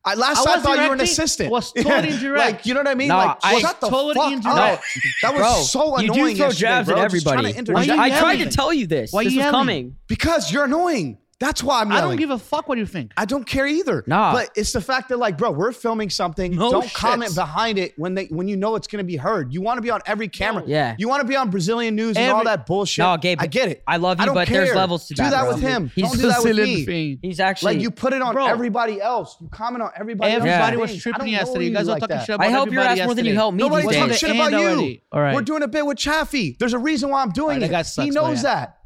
Speaker 4: I last
Speaker 9: I
Speaker 4: I,
Speaker 9: was
Speaker 4: thought you were an
Speaker 9: directing.
Speaker 4: assistant.
Speaker 9: Was totally indirect.
Speaker 4: like you know what I mean?
Speaker 3: No,
Speaker 4: like
Speaker 3: I-
Speaker 4: shut the
Speaker 9: totally
Speaker 4: fuck up.
Speaker 9: indirect.
Speaker 4: That was
Speaker 3: Bro,
Speaker 4: so
Speaker 3: you
Speaker 4: annoying.
Speaker 3: do throw
Speaker 4: yesterday,
Speaker 3: jabs
Speaker 4: bro.
Speaker 3: at
Speaker 4: Just trying to
Speaker 3: everybody.
Speaker 4: interject.
Speaker 9: Why you
Speaker 3: I tried to
Speaker 9: yelling?
Speaker 3: tell you this.
Speaker 9: Why
Speaker 3: this
Speaker 9: you
Speaker 3: was
Speaker 9: yelling?
Speaker 3: coming.
Speaker 4: Because you're annoying. That's why I'm
Speaker 9: I
Speaker 4: yelling.
Speaker 9: don't give a fuck what you think.
Speaker 4: I don't care either.
Speaker 3: Nah.
Speaker 4: But it's the fact that like, bro, we're filming something.
Speaker 9: No
Speaker 4: don't
Speaker 9: shit.
Speaker 4: comment behind it when they when you know it's gonna be heard. You want to be on every camera.
Speaker 3: Yeah.
Speaker 4: You want to be on Brazilian news and
Speaker 9: Every-
Speaker 4: all that bullshit.
Speaker 3: No, Gabe,
Speaker 4: I get it.
Speaker 3: I love you,
Speaker 4: don't
Speaker 3: but there's
Speaker 4: care.
Speaker 3: levels to
Speaker 4: Do
Speaker 3: that,
Speaker 4: that,
Speaker 3: bro.
Speaker 4: with him.
Speaker 3: He's
Speaker 4: don't do that with me.
Speaker 9: thing.
Speaker 3: He's actually.
Speaker 4: Like you put it on
Speaker 9: Bro.
Speaker 4: everybody else. You comment on everybody.
Speaker 9: Everybody
Speaker 4: else's
Speaker 9: was
Speaker 4: thing. I
Speaker 9: tripping
Speaker 4: don't know
Speaker 9: yesterday. You guys
Speaker 4: like
Speaker 9: are talking
Speaker 4: that.
Speaker 9: shit about
Speaker 3: I help your ass
Speaker 9: everybody
Speaker 3: more than you
Speaker 9: yesterday.
Speaker 3: help me
Speaker 4: Nobody
Speaker 3: these
Speaker 4: talking
Speaker 3: days.
Speaker 4: shit
Speaker 9: And
Speaker 4: about you.
Speaker 9: already. All right.
Speaker 4: We're doing a bit with Chaffee. There's a reason why I'm doing
Speaker 9: All right, that
Speaker 4: it.
Speaker 9: guy sucks,
Speaker 4: he knows
Speaker 9: man.
Speaker 4: that.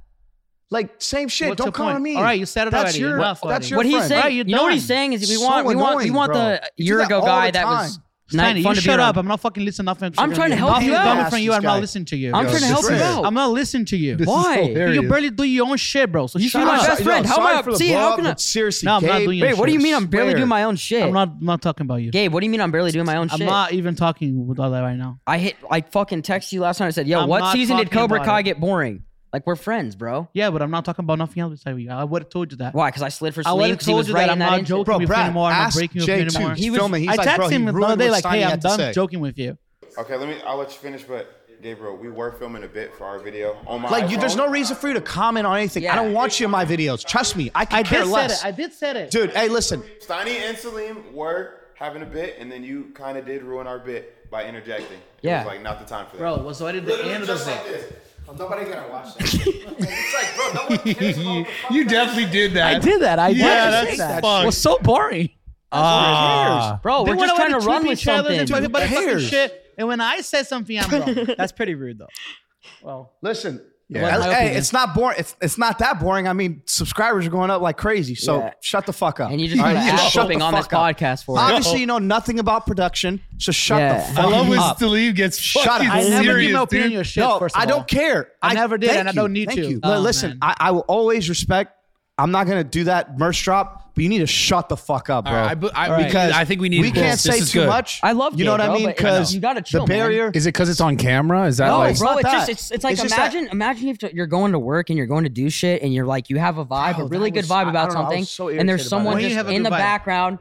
Speaker 4: Like same shit.
Speaker 9: What's
Speaker 4: don't
Speaker 9: your
Speaker 4: come
Speaker 9: point?
Speaker 4: on me.
Speaker 9: All right, you said it
Speaker 4: that's
Speaker 9: already.
Speaker 4: Your,
Speaker 9: Enough already.
Speaker 4: that's your
Speaker 9: What
Speaker 3: what he's
Speaker 4: friend.
Speaker 3: saying,
Speaker 9: Right, you're
Speaker 3: you know what
Speaker 9: done.
Speaker 3: he's saying is we
Speaker 4: So
Speaker 3: want, we want, we
Speaker 4: annoying,
Speaker 3: want
Speaker 4: bro.
Speaker 3: the
Speaker 4: You do
Speaker 3: year
Speaker 4: that
Speaker 3: ago
Speaker 4: all
Speaker 3: guy
Speaker 4: the
Speaker 3: that was
Speaker 4: time.
Speaker 3: not
Speaker 9: Steiny,
Speaker 3: fun
Speaker 9: you
Speaker 3: to be
Speaker 9: shut
Speaker 3: around.
Speaker 9: up. I'm not fucking listening. Nothing
Speaker 3: I'm trying to help
Speaker 9: nothing
Speaker 3: you out.
Speaker 9: coming from you. I'm not
Speaker 4: Ass
Speaker 9: listening to you.
Speaker 3: I'm
Speaker 2: Yo,
Speaker 3: trying to
Speaker 2: this
Speaker 3: help you
Speaker 2: is-
Speaker 3: out.
Speaker 9: I'm not listening to you.
Speaker 2: This is
Speaker 3: Why?
Speaker 2: hilarious.
Speaker 9: You barely do your own shit, bro. So you
Speaker 3: Shut
Speaker 9: shut
Speaker 3: up.
Speaker 9: up.
Speaker 3: best friend. How am I up- see, how can I-
Speaker 4: seriously?
Speaker 9: No, I'm not
Speaker 4: Gabe,
Speaker 9: doing
Speaker 3: Wait, what do you mean? I'm barely
Speaker 4: Swear.
Speaker 3: doing my own shit.
Speaker 9: I'm not I'm not talking about you.
Speaker 3: Gabe, what do you mean? I'm barely doing my own
Speaker 9: I'm
Speaker 3: shit.
Speaker 9: not even talking with all that right now.
Speaker 3: I hit. I fucking texted you last night. I said, "Yo,
Speaker 9: I'm
Speaker 3: what
Speaker 9: not
Speaker 3: season did
Speaker 9: talking
Speaker 3: Cobra
Speaker 9: about
Speaker 3: Kai
Speaker 9: it.
Speaker 3: get boring? Like we're friends, bro.
Speaker 9: Yeah, but I'm not talking about nothing else besides you. I would have told you that.
Speaker 3: Why? Because I slid for
Speaker 9: I
Speaker 3: Salim
Speaker 9: would've
Speaker 3: because he
Speaker 9: told
Speaker 3: was
Speaker 9: you that
Speaker 3: right in
Speaker 9: I'm
Speaker 3: that
Speaker 9: not
Speaker 3: intro.
Speaker 9: joking.
Speaker 4: Bro,
Speaker 9: with you
Speaker 4: Brad,
Speaker 9: anymore. I'm not
Speaker 4: ask
Speaker 9: breaking with you
Speaker 4: Jay
Speaker 9: anymore.
Speaker 4: too. He's
Speaker 9: He
Speaker 3: was-
Speaker 4: filming. He's
Speaker 9: I
Speaker 4: like, bro,
Speaker 9: texted
Speaker 4: he
Speaker 9: him the
Speaker 4: ruined
Speaker 9: other day
Speaker 4: what
Speaker 9: like, "Hey,
Speaker 4: Steiny had
Speaker 9: I'm
Speaker 4: to say."
Speaker 9: done joking with you."
Speaker 5: Okay, let me. I'll let you finish, but Gabriel, we were filming a bit for our video on my.
Speaker 4: Like, you, there's
Speaker 5: iPhone.
Speaker 4: no reason for you to comment on anything.
Speaker 3: Yeah.
Speaker 4: I don't want you in my videos. Trust me, I can
Speaker 9: I
Speaker 4: care
Speaker 9: did said
Speaker 4: less.
Speaker 9: it. I did said it.
Speaker 4: Dude, hey, listen.
Speaker 5: Steiny and Salim were having a bit, and then you kind of did ruin our bit by interjecting.
Speaker 3: Yeah.
Speaker 5: it was like not the time for that.
Speaker 9: Bro, it was already the end of the day.
Speaker 5: this. Oh, nobody's gonna watch that. it's like, bro, no one cares about what the fuck
Speaker 2: you definitely did that.
Speaker 9: that. I
Speaker 2: Yeah, that's Ah. fucked.
Speaker 9: so boring.
Speaker 3: Bro,
Speaker 9: They
Speaker 3: we're
Speaker 9: wanna
Speaker 3: just trying to
Speaker 9: already
Speaker 3: run
Speaker 9: trip
Speaker 3: with
Speaker 9: each other
Speaker 3: something.
Speaker 9: and talk about fucking
Speaker 4: cares?
Speaker 9: shit. And when I said something, I'm wrong.
Speaker 1: That's pretty rude though.
Speaker 4: Listen.
Speaker 3: wasn't my
Speaker 4: Hey,
Speaker 3: opinion.
Speaker 4: it's not boring. It's it's not that boring. I mean, subscribers are going up like crazy. So
Speaker 3: Yeah.
Speaker 4: shut the fuck up.
Speaker 3: And you just
Speaker 4: All
Speaker 3: kinda
Speaker 4: You
Speaker 3: ass
Speaker 4: shut
Speaker 3: whooping
Speaker 4: the
Speaker 3: on this
Speaker 4: fuck up.
Speaker 3: podcast for it.
Speaker 4: Obviously, you know nothing about production. So shut
Speaker 3: Yeah.
Speaker 4: the
Speaker 2: I
Speaker 4: fuck
Speaker 2: love when
Speaker 4: up.
Speaker 2: Staleev gets
Speaker 4: Shut
Speaker 2: fucking
Speaker 4: up. I
Speaker 2: serious,
Speaker 4: never give
Speaker 9: my opinion
Speaker 2: dude.
Speaker 9: on your shit,
Speaker 4: no,
Speaker 9: first of
Speaker 4: I
Speaker 9: all.
Speaker 4: don't care.
Speaker 9: I never did,
Speaker 4: thank
Speaker 9: and I don't need
Speaker 4: thank
Speaker 9: to.
Speaker 4: You.
Speaker 9: Oh,
Speaker 4: Li- Listen,
Speaker 9: man.
Speaker 4: I, I will always respect. I'm not gonna do that merch drop, but you need to shut the fuck up, bro.
Speaker 2: All right, I bu- I- we
Speaker 4: because
Speaker 2: need- I think we need
Speaker 4: We
Speaker 2: to-
Speaker 4: can't
Speaker 2: this
Speaker 4: say
Speaker 2: is
Speaker 4: too
Speaker 2: good.
Speaker 4: much.
Speaker 3: I love
Speaker 4: you know
Speaker 3: Gabe,
Speaker 4: what I
Speaker 3: bro,
Speaker 4: mean
Speaker 3: but, you know,
Speaker 4: because
Speaker 3: you gotta chill,
Speaker 4: the
Speaker 3: man.
Speaker 4: barrier.
Speaker 2: Is it because it's on camera? Is Oh, that
Speaker 3: No,
Speaker 2: like?
Speaker 3: bro,
Speaker 4: not
Speaker 3: it's
Speaker 4: that.
Speaker 3: just it's, it's like
Speaker 4: It's just
Speaker 3: imagine imagine if you're going to work and you're going to do shit and you're like you have a vibe,
Speaker 4: Bro,
Speaker 3: a really
Speaker 4: that
Speaker 3: good
Speaker 4: was-
Speaker 3: vibe
Speaker 4: I- I
Speaker 3: about
Speaker 4: don't know, I was
Speaker 3: something,
Speaker 4: so
Speaker 3: and there's
Speaker 4: irritated by
Speaker 3: someone
Speaker 9: that. When you
Speaker 3: just
Speaker 9: have a
Speaker 3: in
Speaker 9: good
Speaker 3: the
Speaker 9: vibe.
Speaker 3: background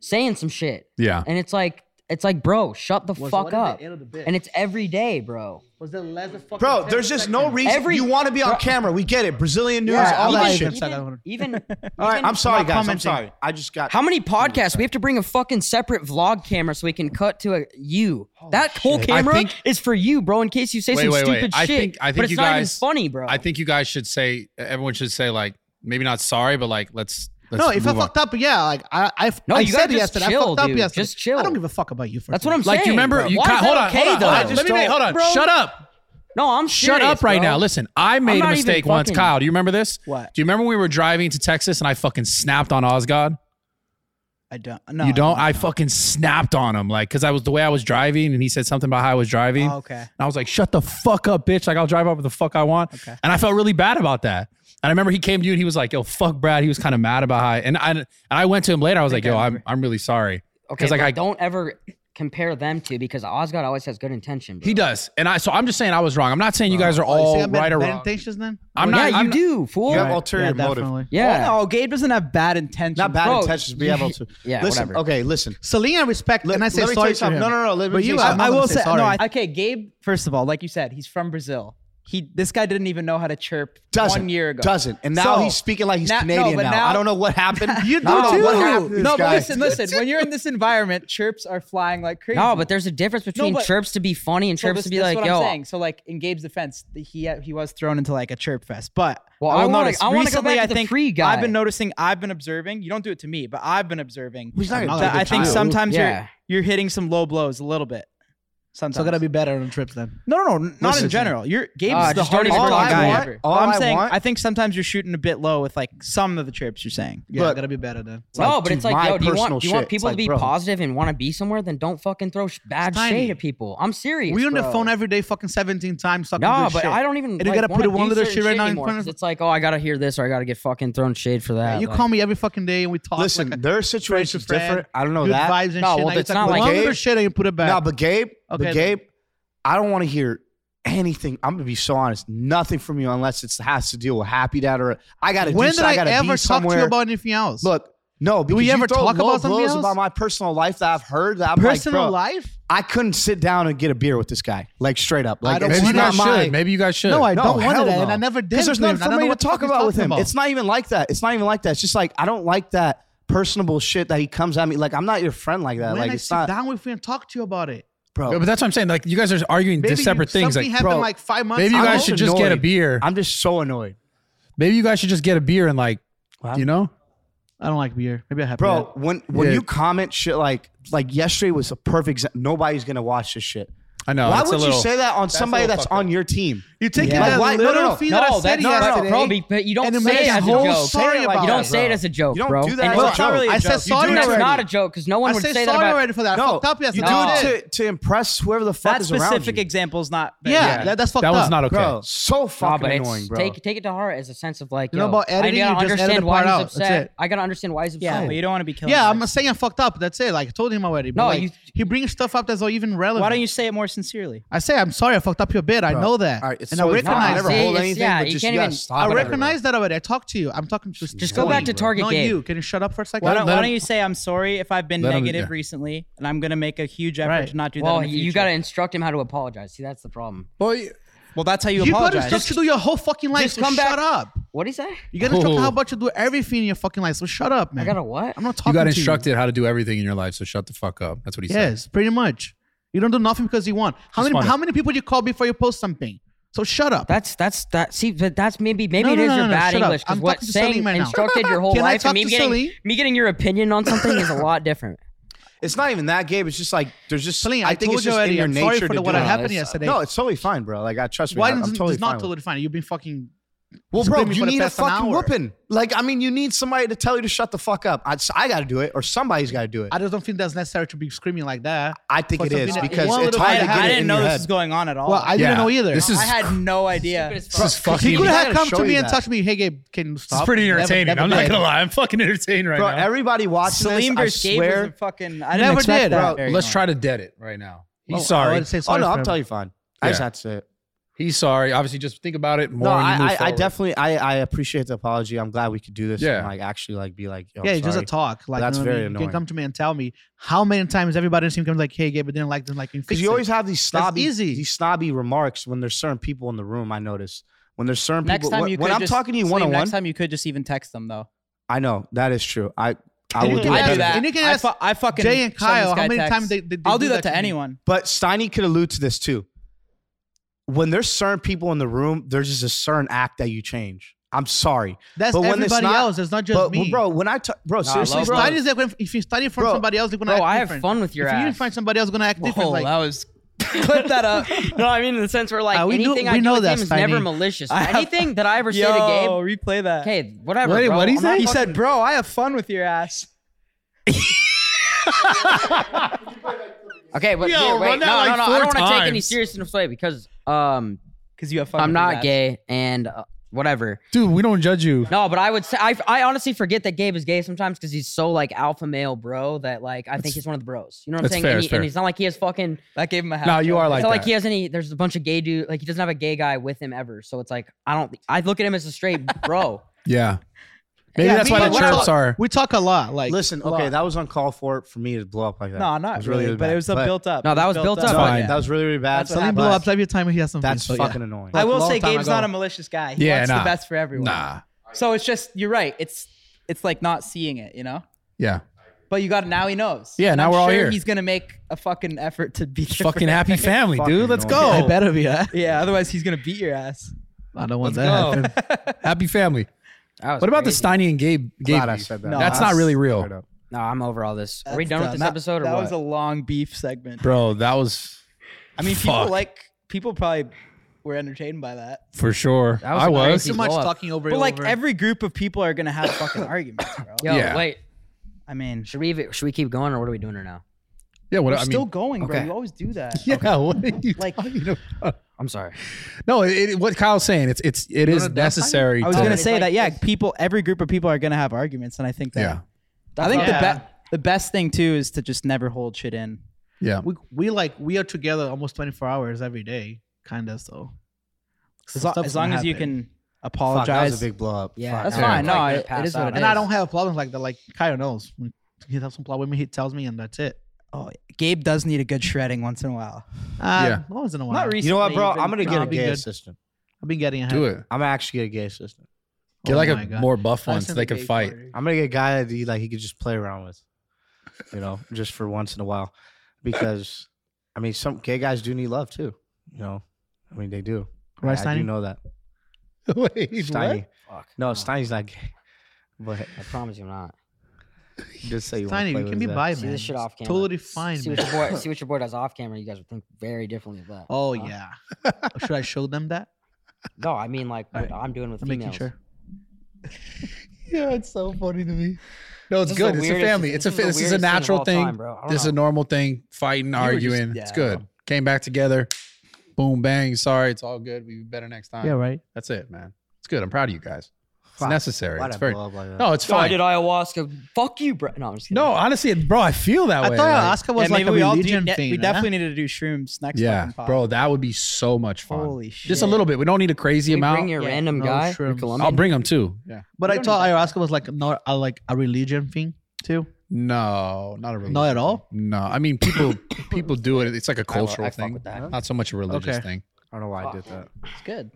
Speaker 3: saying some shit.
Speaker 2: Yeah.
Speaker 3: And it's like it's like, bro, shut the fuck
Speaker 9: what in the
Speaker 3: up.
Speaker 9: end of the bit?
Speaker 3: And it's every day, bro.
Speaker 9: Was the last fucking
Speaker 4: Bro,
Speaker 9: ten
Speaker 4: there's just
Speaker 9: seconds.
Speaker 4: no reason
Speaker 3: Every-
Speaker 4: you want to be on
Speaker 3: Bro-
Speaker 4: camera. We get it. Brazilian news,
Speaker 9: Yeah,
Speaker 4: all
Speaker 9: I'm
Speaker 4: that
Speaker 9: like-
Speaker 4: shit.
Speaker 9: That's not that one.
Speaker 3: even, even
Speaker 4: All right,
Speaker 3: even-
Speaker 4: I'm sorry,
Speaker 9: not
Speaker 4: guys. I'm
Speaker 9: commenting.
Speaker 4: sorry. I just got.
Speaker 3: How many podcasts? We have to bring a fucking separate vlog camera so we can cut to a you. that whole
Speaker 2: I
Speaker 3: camera
Speaker 2: think-
Speaker 3: is for you, bro, in case you say some stupid shit.
Speaker 2: I think I think
Speaker 3: but it's
Speaker 2: you
Speaker 3: not
Speaker 2: guys
Speaker 3: even funny, bro.
Speaker 2: I think you guys should say everyone should say like maybe not sorry, but like let's. let's
Speaker 9: No, if I
Speaker 2: move on.
Speaker 9: fucked up, yeah, like I, I,
Speaker 3: No,
Speaker 9: I
Speaker 3: you gotta
Speaker 9: said
Speaker 3: just
Speaker 9: yesterday. I
Speaker 3: chill,
Speaker 9: fucked up
Speaker 3: dude.
Speaker 9: yesterday.
Speaker 3: Just chill.
Speaker 9: I don't give a fuck about you. For
Speaker 3: That's what I'm saying.
Speaker 2: Like you remember?
Speaker 3: bro.
Speaker 2: You
Speaker 3: Why
Speaker 2: can't,
Speaker 3: is that
Speaker 2: hold on,
Speaker 3: okay
Speaker 2: hold on,
Speaker 3: though?
Speaker 2: hold on. Let me, hold on.
Speaker 3: Bro,
Speaker 2: Shut up.
Speaker 3: No, I'm
Speaker 2: Shut
Speaker 3: serious,
Speaker 2: up right
Speaker 3: bro.
Speaker 2: now. Listen, I
Speaker 3: I'm
Speaker 2: made a
Speaker 3: not even
Speaker 2: mistake once.
Speaker 3: fucking-
Speaker 2: Kyle, do you remember this?
Speaker 1: What?
Speaker 2: Do you remember when we were driving to Texas and I fucking snapped on Osgod?
Speaker 1: I don't. No,
Speaker 2: you don't?
Speaker 1: no,
Speaker 2: I
Speaker 1: no.
Speaker 2: fucking snapped on him. Like, cause I was the way I was driving and he said something about how I was driving.
Speaker 1: Oh, okay.
Speaker 2: And I was like, shut the fuck up, bitch. Like, I'll drive over the fuck I want. And I felt really bad about that. And I remember he came to you and he was like, yo, fuck Brad. He was kind of mad about how I, and I, and I went to him later. I was like, yo, I'm, I'm really sorry.
Speaker 3: Okay,
Speaker 2: like
Speaker 3: but
Speaker 2: I-
Speaker 3: don't ever compare them to because Osgood always has good intention. Bro.
Speaker 2: He does. And I, so I'm just saying I was wrong. I'm not saying you guys are
Speaker 9: You
Speaker 2: all
Speaker 9: think
Speaker 2: Oh, right
Speaker 9: I'm bad-
Speaker 2: or
Speaker 9: bad
Speaker 2: wrong.
Speaker 9: intentions then?
Speaker 2: I'm
Speaker 3: yeah,
Speaker 2: not,
Speaker 3: you
Speaker 2: I'm,
Speaker 3: do, fool.
Speaker 4: You have
Speaker 3: Yeah,
Speaker 4: ulterior motive.
Speaker 9: definitely.
Speaker 1: Oh, no, Gabe doesn't have bad intentions.
Speaker 4: Not bad
Speaker 3: Bro,
Speaker 4: intentions. We have ulterior.
Speaker 3: yeah,
Speaker 4: Listen.
Speaker 3: whatever.
Speaker 4: Okay, listen.
Speaker 9: Selena, I respect,
Speaker 4: Let-
Speaker 9: and I say
Speaker 4: let me tell
Speaker 9: sorry
Speaker 4: you
Speaker 9: to
Speaker 4: something.
Speaker 9: him.
Speaker 4: No, no, no, let me
Speaker 9: but
Speaker 4: tell
Speaker 9: you,
Speaker 4: you
Speaker 9: I'm
Speaker 4: something.
Speaker 9: not
Speaker 1: I
Speaker 9: gonna
Speaker 1: will say,
Speaker 9: sorry.
Speaker 1: no. I, okay, Gabe. First of all, like you said, he's from Brazil. He this guy didn't even know how to chirp
Speaker 4: Doesn't
Speaker 1: one year ago.
Speaker 4: Doesn't. And now
Speaker 1: So,
Speaker 4: he's speaking like he's
Speaker 1: now- no,
Speaker 4: Canadian
Speaker 1: but
Speaker 4: now.
Speaker 1: now-
Speaker 4: I don't know what happened. you
Speaker 9: do
Speaker 4: know
Speaker 9: too.
Speaker 4: what happened. to this
Speaker 1: No, but
Speaker 4: guy.
Speaker 1: listen, listen. when you're in this environment, chirps are flying like crazy.
Speaker 3: No, but there's a difference between
Speaker 1: but-
Speaker 3: chirps to be funny and
Speaker 1: So
Speaker 3: chirps
Speaker 1: this-
Speaker 3: to be
Speaker 1: that's
Speaker 3: like,
Speaker 1: what
Speaker 3: yo.
Speaker 1: I'm saying. So like in Gabe's defense, th- he he was thrown into like a chirp fest. But
Speaker 3: Well, I
Speaker 1: will
Speaker 3: wanna-
Speaker 1: notice
Speaker 3: I wanna go
Speaker 1: oh, recently,
Speaker 3: back
Speaker 1: I
Speaker 3: to the
Speaker 1: think
Speaker 3: free guy.
Speaker 1: I've been noticing. I've been observing. You don't do it to me, but I've been observing.
Speaker 4: He's not gonna
Speaker 1: that
Speaker 4: take
Speaker 1: I
Speaker 4: it
Speaker 1: think
Speaker 4: to you.
Speaker 1: sometimes
Speaker 3: Yeah.
Speaker 1: you're you're hitting some low blows a little bit. Sometimes.
Speaker 9: So I gotta be better on trips then.
Speaker 1: no, no, no, n- not
Speaker 4: Listen. Uh,
Speaker 1: in general. You're Gabe's
Speaker 3: Ah,
Speaker 1: the
Speaker 3: just don't
Speaker 1: hardest
Speaker 3: even
Speaker 1: working
Speaker 3: talk
Speaker 1: guy
Speaker 3: about it.
Speaker 1: ever.
Speaker 4: All
Speaker 1: Well, I'm
Speaker 4: I
Speaker 1: saying
Speaker 4: want-
Speaker 1: I think sometimes you're shooting a bit low with like some of the trips you're saying.
Speaker 9: Yeah, I
Speaker 4: Look,
Speaker 9: gotta be better then.
Speaker 3: No,
Speaker 4: like,
Speaker 3: but
Speaker 4: to
Speaker 3: it's like,
Speaker 4: my
Speaker 3: yo, do you
Speaker 4: personal
Speaker 3: want, do you want
Speaker 4: shit.
Speaker 3: people
Speaker 4: It's
Speaker 3: to be
Speaker 4: like, bro.
Speaker 3: positive and want to be somewhere? Then don't fucking throw sh- bad
Speaker 9: Steiny.
Speaker 3: shade at people. I'm serious.
Speaker 9: We on the
Speaker 3: bro.
Speaker 9: phone every day, fucking 17 times. talking
Speaker 3: No,
Speaker 9: good
Speaker 3: but
Speaker 9: shit.
Speaker 3: I don't even.
Speaker 9: And
Speaker 3: like,
Speaker 9: you gotta put
Speaker 3: wanna
Speaker 9: it one
Speaker 3: do
Speaker 9: little
Speaker 3: certain
Speaker 9: shit right now in
Speaker 3: anymore,
Speaker 9: front of
Speaker 3: 'cause It's like, oh, I gotta hear this or I gotta get fucking thrown shade for that.
Speaker 9: You
Speaker 3: like-
Speaker 9: call me every fucking day and we talk.
Speaker 4: Listen,
Speaker 9: like,
Speaker 4: their situation's
Speaker 9: friend to friend,
Speaker 4: different. I don't know
Speaker 9: good
Speaker 4: that.
Speaker 9: vibes and
Speaker 3: No,
Speaker 9: shit.
Speaker 3: well,
Speaker 9: now you
Speaker 3: it's
Speaker 9: talk
Speaker 3: not
Speaker 9: about
Speaker 4: like-
Speaker 9: one little
Speaker 4: Gabe-
Speaker 9: shit and you put it back.
Speaker 4: No, but Gabe,
Speaker 9: Okay,
Speaker 4: but Gabe, I don't want to hear anything. I'm gonna be so honest. Nothing from you unless it has to deal with happy dad or I gotta
Speaker 9: when
Speaker 4: do. so-
Speaker 9: did I,
Speaker 4: gotta be
Speaker 9: ever talk to
Speaker 4: somewhere.
Speaker 9: you about anything else?
Speaker 4: Look, No,
Speaker 1: Do we
Speaker 4: because you
Speaker 1: ever
Speaker 4: throw
Speaker 1: talk
Speaker 4: low
Speaker 1: about something
Speaker 4: blows
Speaker 1: else?
Speaker 4: about my personal life that I've heard that I'm
Speaker 1: Personal
Speaker 4: like, bro,
Speaker 1: life?
Speaker 4: I couldn't sit down and get a beer with this guy, like straight up. Like
Speaker 1: I don't
Speaker 4: it's
Speaker 2: Maybe you
Speaker 4: not
Speaker 2: guys
Speaker 4: my.
Speaker 2: should. Maybe you guys should.
Speaker 1: No, I don't want
Speaker 4: hell
Speaker 1: that, and
Speaker 4: no.
Speaker 1: I never did.
Speaker 4: 'Cause there's
Speaker 1: with him,
Speaker 4: nothing
Speaker 1: and I
Speaker 4: for
Speaker 1: don't
Speaker 4: me
Speaker 1: know
Speaker 4: to
Speaker 1: what the fuck
Speaker 4: talk
Speaker 1: he's
Speaker 4: about with
Speaker 1: talking
Speaker 4: him.
Speaker 1: about.
Speaker 4: It's not even like that. It's not even like that. It's just like I don't like that personable shit that he comes at me. Like I'm not your friend like that.
Speaker 1: when
Speaker 4: like
Speaker 1: I
Speaker 4: it's
Speaker 1: sit
Speaker 4: not,
Speaker 1: down with you and talk to you about it.
Speaker 4: bro.
Speaker 2: Yeah, but that's what I'm saying. Like you guys are arguing
Speaker 1: Maybe
Speaker 2: just separate things.
Speaker 1: Something
Speaker 2: Like
Speaker 1: happened
Speaker 4: bro,
Speaker 1: like five months.
Speaker 2: maybe you
Speaker 1: ago.
Speaker 2: guys should just get a
Speaker 4: annoyed.
Speaker 2: beer.
Speaker 4: I'm just so annoyed,
Speaker 2: Maybe you guys should just get a beer and like,
Speaker 4: Wow.
Speaker 2: you know,
Speaker 1: I don't like beer. Maybe I have.
Speaker 4: bro. When when
Speaker 2: Yeah.
Speaker 4: you comment shit like like yesterday was a perfect. exa- Nobody's gonna watch this shit.
Speaker 2: I know.
Speaker 4: why
Speaker 2: that's a
Speaker 4: would
Speaker 2: little-
Speaker 4: you say that on
Speaker 2: a
Speaker 4: somebody
Speaker 2: little
Speaker 4: that's
Speaker 2: fucked
Speaker 4: on your team?
Speaker 1: you're taking
Speaker 4: Like,
Speaker 1: that
Speaker 4: why- no, no,
Speaker 1: little
Speaker 4: no.
Speaker 1: thing that I
Speaker 3: No,
Speaker 1: said
Speaker 3: that's not
Speaker 1: yesterday.
Speaker 3: right, bro. be- but You
Speaker 1: and
Speaker 3: don't
Speaker 1: it
Speaker 3: say
Speaker 1: makes
Speaker 3: it
Speaker 1: a
Speaker 3: as a
Speaker 1: whole story
Speaker 3: joke.
Speaker 4: Say it like
Speaker 1: about
Speaker 3: You don't
Speaker 4: that,
Speaker 3: say it
Speaker 4: bro.
Speaker 3: as a joke,
Speaker 4: You don't
Speaker 3: bro.
Speaker 4: do that
Speaker 3: And
Speaker 4: as
Speaker 3: it's
Speaker 4: a
Speaker 1: Well,
Speaker 3: not-
Speaker 1: it's not really a
Speaker 4: I
Speaker 1: joke.
Speaker 4: said
Speaker 1: You do
Speaker 4: sorry
Speaker 1: it
Speaker 3: No, it's
Speaker 1: already.
Speaker 3: not a joke because no one
Speaker 1: I
Speaker 3: would
Speaker 1: say
Speaker 3: say
Speaker 1: sorry
Speaker 3: that about.
Speaker 1: already for that. I
Speaker 4: No,
Speaker 1: fucked up
Speaker 4: You
Speaker 1: yesterday.
Speaker 4: do
Speaker 1: I did.
Speaker 4: it to, to impress whoever the fuck
Speaker 6: That
Speaker 4: is around you.
Speaker 6: specific example's not.
Speaker 1: Yeah, that- that's fucked
Speaker 2: That
Speaker 1: up.
Speaker 2: was not okay.
Speaker 4: bro. So
Speaker 3: Nah,
Speaker 4: fucking
Speaker 3: but it's-
Speaker 4: annoying, bro.
Speaker 3: Take take it to heart as a sense of like,
Speaker 1: You know
Speaker 3: yo,
Speaker 1: about editing?
Speaker 3: I
Speaker 1: You
Speaker 3: gotta
Speaker 1: just edit
Speaker 3: understand
Speaker 1: the
Speaker 3: why
Speaker 1: part
Speaker 3: he's
Speaker 1: out. That's
Speaker 3: upset.
Speaker 1: it.
Speaker 3: I gotta understand why he's upset.
Speaker 6: Yeah, but you don't want to be killed.
Speaker 1: Yeah,
Speaker 6: by
Speaker 1: I'm
Speaker 6: it.
Speaker 1: not saying I fucked up. That's it. Like I told him already. But
Speaker 3: No,
Speaker 1: like,
Speaker 3: you-
Speaker 1: he brings stuff up that's not even relevant.
Speaker 6: Why don't you say it more sincerely?
Speaker 1: I say I'm sorry. I fucked up your bit. I
Speaker 4: Bro,
Speaker 1: know that.
Speaker 4: all right, it's
Speaker 1: and
Speaker 4: so
Speaker 1: I
Speaker 4: easy. Nah,
Speaker 1: recognize.
Speaker 4: never
Speaker 3: See,
Speaker 4: hold
Speaker 3: it's-
Speaker 4: anything,
Speaker 3: yeah,
Speaker 4: but
Speaker 3: you
Speaker 4: just
Speaker 3: can't
Speaker 4: you gotta
Speaker 3: even-
Speaker 4: stop
Speaker 1: I
Speaker 4: it, bro.
Speaker 1: recognize that already. I talked to you. I'm talking to
Speaker 3: Just go back to Target
Speaker 1: Not
Speaker 3: Gabe.
Speaker 1: you. Can you shut up for a second?
Speaker 6: Why
Speaker 2: Let
Speaker 6: don't,
Speaker 2: him-
Speaker 6: why
Speaker 2: let
Speaker 6: don't
Speaker 2: him-
Speaker 6: you say I'm sorry if I've been
Speaker 2: Let him-
Speaker 6: negative
Speaker 2: yeah.
Speaker 6: recently, and I'm gonna make a huge effort
Speaker 1: Right.
Speaker 6: to not do that.
Speaker 3: Well,
Speaker 6: in the
Speaker 3: you you
Speaker 6: future.
Speaker 3: gotta instruct him how to apologize. See, that's the problem.
Speaker 2: Well, you-
Speaker 6: Well, that's how you,
Speaker 1: You got
Speaker 6: apologize.
Speaker 1: instructed to do your whole fucking life.
Speaker 3: just
Speaker 1: So
Speaker 3: come back-
Speaker 1: shut up.
Speaker 3: What did he say?
Speaker 1: You got instructed
Speaker 2: Oh.
Speaker 1: how about you do everything in your fucking life. So shut up, man.
Speaker 3: I gotta what?
Speaker 1: I'm not talking.
Speaker 2: you got
Speaker 1: to
Speaker 2: instructed how to do everything in your life, so shut the fuck up. That's what he said.
Speaker 1: Yes, pretty much. You don't do nothing because you want. How
Speaker 2: Just
Speaker 1: many?
Speaker 2: want it.
Speaker 1: How many people you call before you post something? So shut up.
Speaker 3: That's that's that. See, but that's maybe maybe
Speaker 1: No,
Speaker 3: it
Speaker 1: no,
Speaker 3: is
Speaker 1: no,
Speaker 3: your
Speaker 1: no, no,
Speaker 3: bad
Speaker 1: shut up.
Speaker 3: English. 'cause
Speaker 1: I'm
Speaker 3: what
Speaker 1: talking to
Speaker 3: saying
Speaker 1: Celine right now.
Speaker 3: instructed your whole
Speaker 1: Can I
Speaker 3: life
Speaker 1: talk
Speaker 3: and me
Speaker 1: to
Speaker 3: getting
Speaker 1: Celine?
Speaker 3: me getting your opinion on something is a lot different.
Speaker 4: It's not even that, Gabe. It's just like there's just.
Speaker 1: Celine,
Speaker 4: I,
Speaker 1: I,
Speaker 4: think
Speaker 1: told
Speaker 4: it's
Speaker 1: you
Speaker 4: just in
Speaker 1: already.
Speaker 4: your
Speaker 1: I'm
Speaker 4: nature
Speaker 1: sorry for
Speaker 4: to
Speaker 1: the, what
Speaker 4: do
Speaker 1: had
Speaker 4: it.
Speaker 1: happened
Speaker 3: this.
Speaker 1: yesterday.
Speaker 4: No, it's totally fine, bro. Like I trust me.
Speaker 1: why
Speaker 4: I- I'm
Speaker 1: doesn't-
Speaker 4: totally
Speaker 1: it's not
Speaker 4: fine. with it.
Speaker 1: totally fine? You've been fucking.
Speaker 4: Well, bro,
Speaker 1: screaming
Speaker 4: you
Speaker 1: for the
Speaker 4: need a
Speaker 1: past an
Speaker 4: fucking
Speaker 1: hour.
Speaker 4: whooping. Like, I mean, you need somebody to tell you to shut the fuck up. I, I got to do it, or somebody's got to do it.
Speaker 1: I just don't think that's necessary to be screaming like that.
Speaker 4: I think
Speaker 1: For
Speaker 4: it is
Speaker 1: something that-
Speaker 4: because
Speaker 1: one
Speaker 4: it's
Speaker 1: little
Speaker 4: hard
Speaker 1: bit
Speaker 4: to
Speaker 1: of-
Speaker 4: get
Speaker 6: I
Speaker 4: it
Speaker 6: didn't
Speaker 4: in
Speaker 6: know
Speaker 4: your
Speaker 6: this
Speaker 4: head.
Speaker 6: was going on at all.
Speaker 4: Oh.
Speaker 1: Well, I didn't know either.
Speaker 2: This is
Speaker 6: I had no idea.
Speaker 2: this is fucking.
Speaker 1: he could
Speaker 4: I
Speaker 1: have
Speaker 4: gotta
Speaker 1: come to
Speaker 4: show
Speaker 1: me
Speaker 4: you
Speaker 1: and
Speaker 4: that.
Speaker 1: touched me. Hey, Gabe, can you stop?
Speaker 2: It's pretty
Speaker 1: Never-
Speaker 2: entertaining.
Speaker 1: never
Speaker 2: I'm not
Speaker 1: did.
Speaker 2: gonna lie. I'm fucking entertained right
Speaker 4: bro.
Speaker 2: now.
Speaker 4: Everybody watching
Speaker 6: Celine
Speaker 4: this,
Speaker 6: versus
Speaker 4: I
Speaker 6: Gabe was
Speaker 4: swear.
Speaker 6: a fucking. I
Speaker 1: Never
Speaker 6: never
Speaker 1: did.
Speaker 6: did.
Speaker 1: Bro,
Speaker 2: Let's try to dead it right now. He's
Speaker 1: Well, I
Speaker 2: sorry.
Speaker 1: would say
Speaker 4: Oh
Speaker 1: sorry
Speaker 4: no,
Speaker 1: for
Speaker 4: I'm
Speaker 1: him.
Speaker 4: totally fine. I just
Speaker 2: Yeah.
Speaker 4: had to say it.
Speaker 2: He's sorry. Obviously, just think about it more.
Speaker 4: No,
Speaker 2: and you move
Speaker 4: I, I, I
Speaker 2: forward.
Speaker 4: definitely, I, I appreciate the apology. I'm glad we could do this.
Speaker 2: Yeah.
Speaker 4: and like actually, like be like, Yo,
Speaker 1: yeah,
Speaker 4: I'm
Speaker 1: it's just a
Speaker 4: sorry.
Speaker 1: talk. Like
Speaker 4: That's
Speaker 1: you know what I
Speaker 4: very
Speaker 1: mean? You
Speaker 4: annoying.
Speaker 1: can come to me and tell me how many times everybody in the team comes like, "Hey, Gabe, I didn't like this." Like,
Speaker 4: Because you always have these
Speaker 1: That's
Speaker 4: snobby,
Speaker 1: easy.
Speaker 4: these snobby remarks when there's certain people in the room. I notice when there's certain
Speaker 6: Next
Speaker 4: people.
Speaker 6: time
Speaker 4: when,
Speaker 6: you
Speaker 4: when
Speaker 6: could
Speaker 4: I'm
Speaker 6: just-
Speaker 4: talking to you
Speaker 6: Celine,
Speaker 4: one on one,
Speaker 6: Next time you could just even text them though.
Speaker 4: I know that is true. I, I will
Speaker 6: And
Speaker 4: do
Speaker 6: you can
Speaker 4: it.
Speaker 6: ask-
Speaker 4: better.
Speaker 6: that.
Speaker 1: And you can
Speaker 6: I
Speaker 1: ask
Speaker 6: fu- I fucking
Speaker 1: Jay and
Speaker 6: send this
Speaker 1: Kyle
Speaker 6: guy
Speaker 1: how many
Speaker 6: texts.
Speaker 1: times they, they, they
Speaker 6: I'll do that
Speaker 1: me.
Speaker 6: to anyone.
Speaker 4: But Steiny could allude to this too. When there's certain people in the room, there's just a certain act that you change. I'm sorry,
Speaker 1: That's
Speaker 4: But when it's
Speaker 1: everybody
Speaker 4: not-
Speaker 1: else. It's not just
Speaker 4: but
Speaker 1: me,
Speaker 4: bro, when I talk, bro, seriously,
Speaker 3: love
Speaker 4: bro,
Speaker 1: Studies that when, if you study from
Speaker 4: Bro,
Speaker 1: somebody else, they're gonna
Speaker 3: Bro,
Speaker 1: act
Speaker 3: I have
Speaker 1: different.
Speaker 3: fun with your
Speaker 1: if you
Speaker 3: ass.
Speaker 1: find somebody else gonna act different,
Speaker 6: Whoa,
Speaker 1: like
Speaker 6: that was. Clip that up.
Speaker 3: no, I mean in the sense where like
Speaker 1: Uh, we do-
Speaker 3: anything I
Speaker 1: we
Speaker 3: do
Speaker 1: know
Speaker 3: with
Speaker 1: that,
Speaker 3: him is
Speaker 1: Steiny.
Speaker 3: never malicious.
Speaker 6: I have-
Speaker 3: Anything that I ever say
Speaker 6: Yo,
Speaker 3: to
Speaker 6: replay that.
Speaker 3: Gabe, hey, whatever.
Speaker 2: Wait,
Speaker 3: bro.
Speaker 2: what'd he
Speaker 3: I'm not
Speaker 2: say?
Speaker 6: He
Speaker 3: fucking-
Speaker 6: said, "Bro, I have fun with your ass."
Speaker 3: okay, but
Speaker 2: Yo,
Speaker 3: here, wait,
Speaker 2: run
Speaker 3: no,
Speaker 2: that
Speaker 3: no,
Speaker 2: like
Speaker 3: no, I
Speaker 2: four
Speaker 3: don't want to take any
Speaker 2: times.
Speaker 3: serious in this way because um,
Speaker 6: Because you have fun.
Speaker 3: I'm
Speaker 6: with
Speaker 3: not
Speaker 6: your ass.
Speaker 3: gay and uh, whatever.
Speaker 2: dude. We don't judge you.
Speaker 3: No, but I would say I, I honestly forget that Gabe is gay sometimes because he's so like alpha male bro that like I think he's one of the bros. You know what I'm
Speaker 2: that's
Speaker 3: saying?
Speaker 2: fair,
Speaker 3: and,
Speaker 2: that's
Speaker 3: he, and
Speaker 2: fair.
Speaker 3: he's not like he has fucking.
Speaker 6: That gave him a. Half
Speaker 2: No, you
Speaker 6: joke.
Speaker 2: are
Speaker 3: It's
Speaker 2: like
Speaker 3: not like
Speaker 2: that.
Speaker 3: he has any. There's a bunch of gay dude. Like he doesn't have a gay guy with him ever. So it's like I don't. I look at him as a straight bro.
Speaker 2: yeah. Maybe
Speaker 1: Yeah,
Speaker 2: that's
Speaker 1: me
Speaker 2: why
Speaker 1: and
Speaker 2: the
Speaker 1: when I
Speaker 2: chirps
Speaker 1: talk-
Speaker 2: are.
Speaker 1: we talk a lot. Like,
Speaker 4: listen,
Speaker 1: a lot.
Speaker 4: okay, that was uncalled for for me to blow up like that.
Speaker 6: No,
Speaker 4: It
Speaker 6: not
Speaker 4: was
Speaker 6: really. But
Speaker 4: bad.
Speaker 6: it was a built up.
Speaker 3: No,
Speaker 6: It
Speaker 3: that
Speaker 6: was
Speaker 3: was built up.
Speaker 4: That
Speaker 2: Fine.
Speaker 4: was- That was really, really bad.
Speaker 6: That's what
Speaker 1: Celine
Speaker 6: happened.
Speaker 1: blow
Speaker 6: But-
Speaker 1: up every time he has something.
Speaker 4: That's
Speaker 1: so, yeah.
Speaker 4: fucking annoying.
Speaker 6: I will
Speaker 1: long
Speaker 6: say
Speaker 1: time
Speaker 6: Gabe's
Speaker 1: ago.
Speaker 6: not a malicious guy. He
Speaker 2: Yeah,
Speaker 6: wants
Speaker 2: nah.
Speaker 6: the best for everyone.
Speaker 2: Nah.
Speaker 6: So it's just you're right. It's it's like not seeing it, you know.
Speaker 2: Yeah.
Speaker 6: But you got now he knows.
Speaker 2: Yeah,
Speaker 6: And
Speaker 2: now
Speaker 6: I'm
Speaker 2: we're all
Speaker 6: sure
Speaker 2: here.
Speaker 6: He's gonna make a fucking effort to be different.
Speaker 2: Fucking happy family,
Speaker 4: Fucking
Speaker 2: dude. Let's
Speaker 4: annoying.
Speaker 2: go.
Speaker 1: I better be. Huh?
Speaker 6: Yeah, otherwise he's gonna beat your ass.
Speaker 1: I don't want that.
Speaker 2: Let's
Speaker 1: happen.
Speaker 2: Happy family.
Speaker 3: That was
Speaker 2: What about the
Speaker 3: crazy.
Speaker 2: Steiny and Gabe? Gabe
Speaker 4: Glad I
Speaker 2: beef?
Speaker 4: said that.
Speaker 6: No,
Speaker 2: that's not
Speaker 6: that's-
Speaker 2: really real,
Speaker 4: Straight up.
Speaker 3: No, I'm over all this. Are we
Speaker 6: That's
Speaker 3: done with
Speaker 6: done.
Speaker 3: this
Speaker 6: That-
Speaker 3: episode or
Speaker 6: that
Speaker 3: what?
Speaker 6: was a long beef segment.
Speaker 2: bro. That was
Speaker 6: I mean,
Speaker 2: fuck.
Speaker 6: people like people probably were entertained by that.
Speaker 2: for sure.
Speaker 3: That was
Speaker 2: I
Speaker 3: a
Speaker 2: was.
Speaker 3: crazy
Speaker 1: Too much
Speaker 3: blow up.
Speaker 1: talking over.
Speaker 6: But like
Speaker 1: over.
Speaker 6: every group of people are gonna have fucking arguments, bro.
Speaker 3: Yo,
Speaker 2: Yeah.
Speaker 3: wait.
Speaker 6: I mean,
Speaker 3: Should we even- should we keep going or what are we doing right now?
Speaker 2: Yeah. What
Speaker 6: we're
Speaker 2: I mean.
Speaker 6: still going, bro.
Speaker 3: okay.
Speaker 6: You always do that.
Speaker 2: yeah. What are you
Speaker 6: Like-
Speaker 2: talking about?
Speaker 3: I'm sorry.
Speaker 2: No. It, it- what Kyle's saying. It's it's it is necessary.
Speaker 6: I was
Speaker 2: to-
Speaker 6: gonna
Speaker 3: it's
Speaker 6: say
Speaker 3: like
Speaker 6: that. Yeah,
Speaker 3: this.
Speaker 6: people. Every group of people are gonna have arguments, and I think that.
Speaker 2: Yeah.
Speaker 6: I think
Speaker 1: Yeah.
Speaker 6: the best the best thing too is to just never hold shit in.
Speaker 2: Yeah.
Speaker 1: we we like we are together almost 24 hours every day, kind of. So
Speaker 6: As, lo-
Speaker 1: Stuff's
Speaker 6: as long
Speaker 1: gonna
Speaker 6: as you
Speaker 1: happen.
Speaker 6: can
Speaker 4: Fuck, that
Speaker 1: apologize.
Speaker 4: was a big blow up.
Speaker 3: Yeah,
Speaker 4: Fuck,
Speaker 1: That's
Speaker 4: I don't
Speaker 1: fine.
Speaker 4: know.
Speaker 1: No,
Speaker 3: Like,
Speaker 1: it-
Speaker 3: pass
Speaker 1: it is what
Speaker 3: out.
Speaker 1: it is.
Speaker 9: and I don't have problems like that. Like Kyle knows. When He has some plot with me. He tells me, and that's it.
Speaker 1: Oh, Gabe does need a good shredding once in a while.
Speaker 9: Uh,
Speaker 2: Yeah.
Speaker 9: Once in a while.
Speaker 1: Not recently.
Speaker 4: You know what, bro?
Speaker 1: you've
Speaker 4: I'm
Speaker 1: been-
Speaker 4: gonna get
Speaker 9: Nah,
Speaker 4: a
Speaker 9: be
Speaker 4: gay
Speaker 9: good.
Speaker 4: assistant.
Speaker 9: I've been getting ahead.
Speaker 2: Do
Speaker 6: Oh
Speaker 2: it.
Speaker 4: I'm actually get a gay assistant.
Speaker 2: Get
Speaker 9: Oh
Speaker 2: like
Speaker 9: my
Speaker 2: a
Speaker 9: God.
Speaker 2: more buff
Speaker 9: I
Speaker 2: one so
Speaker 9: sent
Speaker 2: they
Speaker 9: the
Speaker 2: can
Speaker 9: gay
Speaker 2: fight.
Speaker 9: part.
Speaker 4: I'm gonna get a guy that he, like he could just play around with, you know, just for once in a while, because I mean, some gay guys do need love too. You know, I mean, they do. I-
Speaker 9: Right,
Speaker 4: I, do
Speaker 9: Steiny?
Speaker 4: know that.
Speaker 2: Wait,
Speaker 4: Steiny.
Speaker 3: Fuck.
Speaker 4: No, Steiny's not gay. But
Speaker 3: I promise you, I'm not.
Speaker 4: just say you want
Speaker 9: Tiny,
Speaker 4: to play
Speaker 9: you
Speaker 4: with
Speaker 9: can be
Speaker 4: his
Speaker 9: bi,
Speaker 4: ass.
Speaker 9: man.
Speaker 3: See this shit
Speaker 9: It's
Speaker 3: off camera.
Speaker 9: Totally fine,
Speaker 3: See
Speaker 9: man.
Speaker 3: what your boy, see what your boy does off camera. You guys would think very differently of that.
Speaker 9: Oh
Speaker 2: Uh,
Speaker 3: huh?
Speaker 9: yeah. Should I show them that?
Speaker 3: No, I mean like
Speaker 9: All
Speaker 3: what
Speaker 9: right.
Speaker 3: I'm doing with
Speaker 9: I'm making
Speaker 3: females.
Speaker 9: sure.
Speaker 2: Yeah, it's so funny to me. No, it's
Speaker 3: This is
Speaker 2: good. It's
Speaker 3: the
Speaker 2: a
Speaker 3: weirdest-
Speaker 2: family. It's a
Speaker 3: the
Speaker 2: fa- this is
Speaker 3: weirdest
Speaker 2: a
Speaker 3: thing of
Speaker 2: natural
Speaker 3: all
Speaker 2: thing.
Speaker 3: time, bro. I don't
Speaker 2: This is a
Speaker 3: know.
Speaker 2: normal thing. Fighting,
Speaker 1: were just-
Speaker 2: arguing.
Speaker 1: yeah,
Speaker 2: it's
Speaker 1: I
Speaker 2: good. Came back together. Boom, bang. Sorry, it's all good. We be better next time.
Speaker 9: Yeah, right.
Speaker 2: That's it, man. It's good. I'm proud of you guys. It's
Speaker 4: Fuck,
Speaker 2: necessary.
Speaker 4: why'd
Speaker 2: It's
Speaker 4: I
Speaker 2: very
Speaker 4: blow up like that?
Speaker 2: no. It's
Speaker 3: Yo, I
Speaker 2: fine.
Speaker 3: did ayahuasca. Fuck you, bro. No, I'm just kidding.
Speaker 2: no, honestly, bro, I feel that
Speaker 9: I
Speaker 2: way.
Speaker 9: thought
Speaker 2: like-
Speaker 9: Alaska was
Speaker 1: yeah,
Speaker 9: like
Speaker 1: maybe
Speaker 9: a
Speaker 1: we all
Speaker 9: religion
Speaker 1: do, ne-
Speaker 9: thing.
Speaker 1: We
Speaker 9: huh?
Speaker 1: definitely need to do shrooms next.
Speaker 2: yeah,
Speaker 1: fucking pod.
Speaker 2: bro, that would be so much fun.
Speaker 1: Holy shit!
Speaker 2: Just a little bit. We don't need a crazy
Speaker 3: Can we
Speaker 2: amount.
Speaker 3: Bring your
Speaker 1: Yeah,
Speaker 3: random
Speaker 9: no
Speaker 3: guy.
Speaker 9: shrooms. I'll
Speaker 3: Your Colombian?
Speaker 2: I'll bring them too. Yeah.
Speaker 9: But I
Speaker 1: don't
Speaker 9: thought
Speaker 1: need
Speaker 9: ayahuasca was like not a, like a religion thing too.
Speaker 2: No, not a religion.
Speaker 9: Not at all.
Speaker 2: No, I mean people people do it. It's like a
Speaker 3: I will-
Speaker 2: cultural
Speaker 3: I fuck
Speaker 2: thing,
Speaker 3: with that.
Speaker 2: not so much a religious
Speaker 9: Okay.
Speaker 2: thing.
Speaker 4: I don't know why I did
Speaker 3: Fuck.
Speaker 4: that.
Speaker 1: It's good.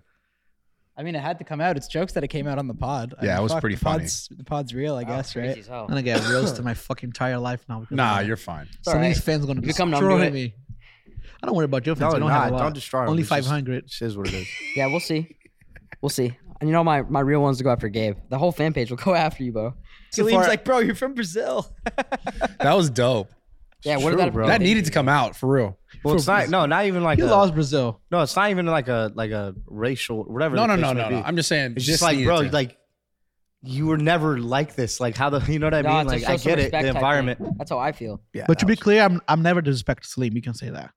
Speaker 1: I mean, it had to come out. It's jokes that it came out on the pod. I
Speaker 2: Yeah,
Speaker 1: mean,
Speaker 2: it was
Speaker 1: fuck,
Speaker 2: pretty
Speaker 1: the
Speaker 2: funny.
Speaker 1: Pod's, the pod's real, I
Speaker 3: Wow,
Speaker 1: guess,
Speaker 3: Oh, crazy
Speaker 1: right?
Speaker 3: as hell.
Speaker 9: I'm gonna get roasted my fucking entire life now. because of
Speaker 2: Nah,
Speaker 9: that.
Speaker 2: you're fine.
Speaker 9: some of
Speaker 3: alright.
Speaker 9: these fans are gonna
Speaker 3: You
Speaker 9: destroy
Speaker 3: become numb to it.
Speaker 9: me. I don't worry about your
Speaker 4: No,
Speaker 9: fans. I don't
Speaker 4: nah,
Speaker 9: have a lot.
Speaker 4: don't destroy 'em.
Speaker 9: Only
Speaker 4: It's just-
Speaker 9: 500.
Speaker 4: It is what it is.
Speaker 3: Yeah, we'll see. We'll see. And you know my my real ones to go after Gabe. The whole fan page will go after you, bro.
Speaker 1: Salim's like, bro, you're from Brazil.
Speaker 2: That was dope.
Speaker 3: Yeah, what
Speaker 4: true,
Speaker 3: about
Speaker 4: bro.
Speaker 2: that needed to come out for real.
Speaker 4: Well, it's not. No, not even like
Speaker 9: You
Speaker 4: a,
Speaker 9: lost Brazil.
Speaker 4: No, it's not even like a like a racial whatever.
Speaker 2: No,
Speaker 4: the
Speaker 2: no,
Speaker 4: case
Speaker 2: no,
Speaker 4: may
Speaker 2: no,
Speaker 4: be.
Speaker 2: no. I'm just saying.
Speaker 4: It's just, like,
Speaker 2: needed
Speaker 4: bro,
Speaker 2: to.
Speaker 4: like you were never like this. Like how the, you know what I
Speaker 3: No,
Speaker 4: mean?
Speaker 3: it's a
Speaker 4: Like I
Speaker 3: social
Speaker 4: get it,
Speaker 3: respect
Speaker 4: the
Speaker 3: type thing.
Speaker 4: environment.
Speaker 3: That's how I feel.
Speaker 4: Yeah,
Speaker 9: But to
Speaker 4: that
Speaker 9: be
Speaker 4: was-
Speaker 9: clear, I'm I'm never disrespect Salim. You can say that.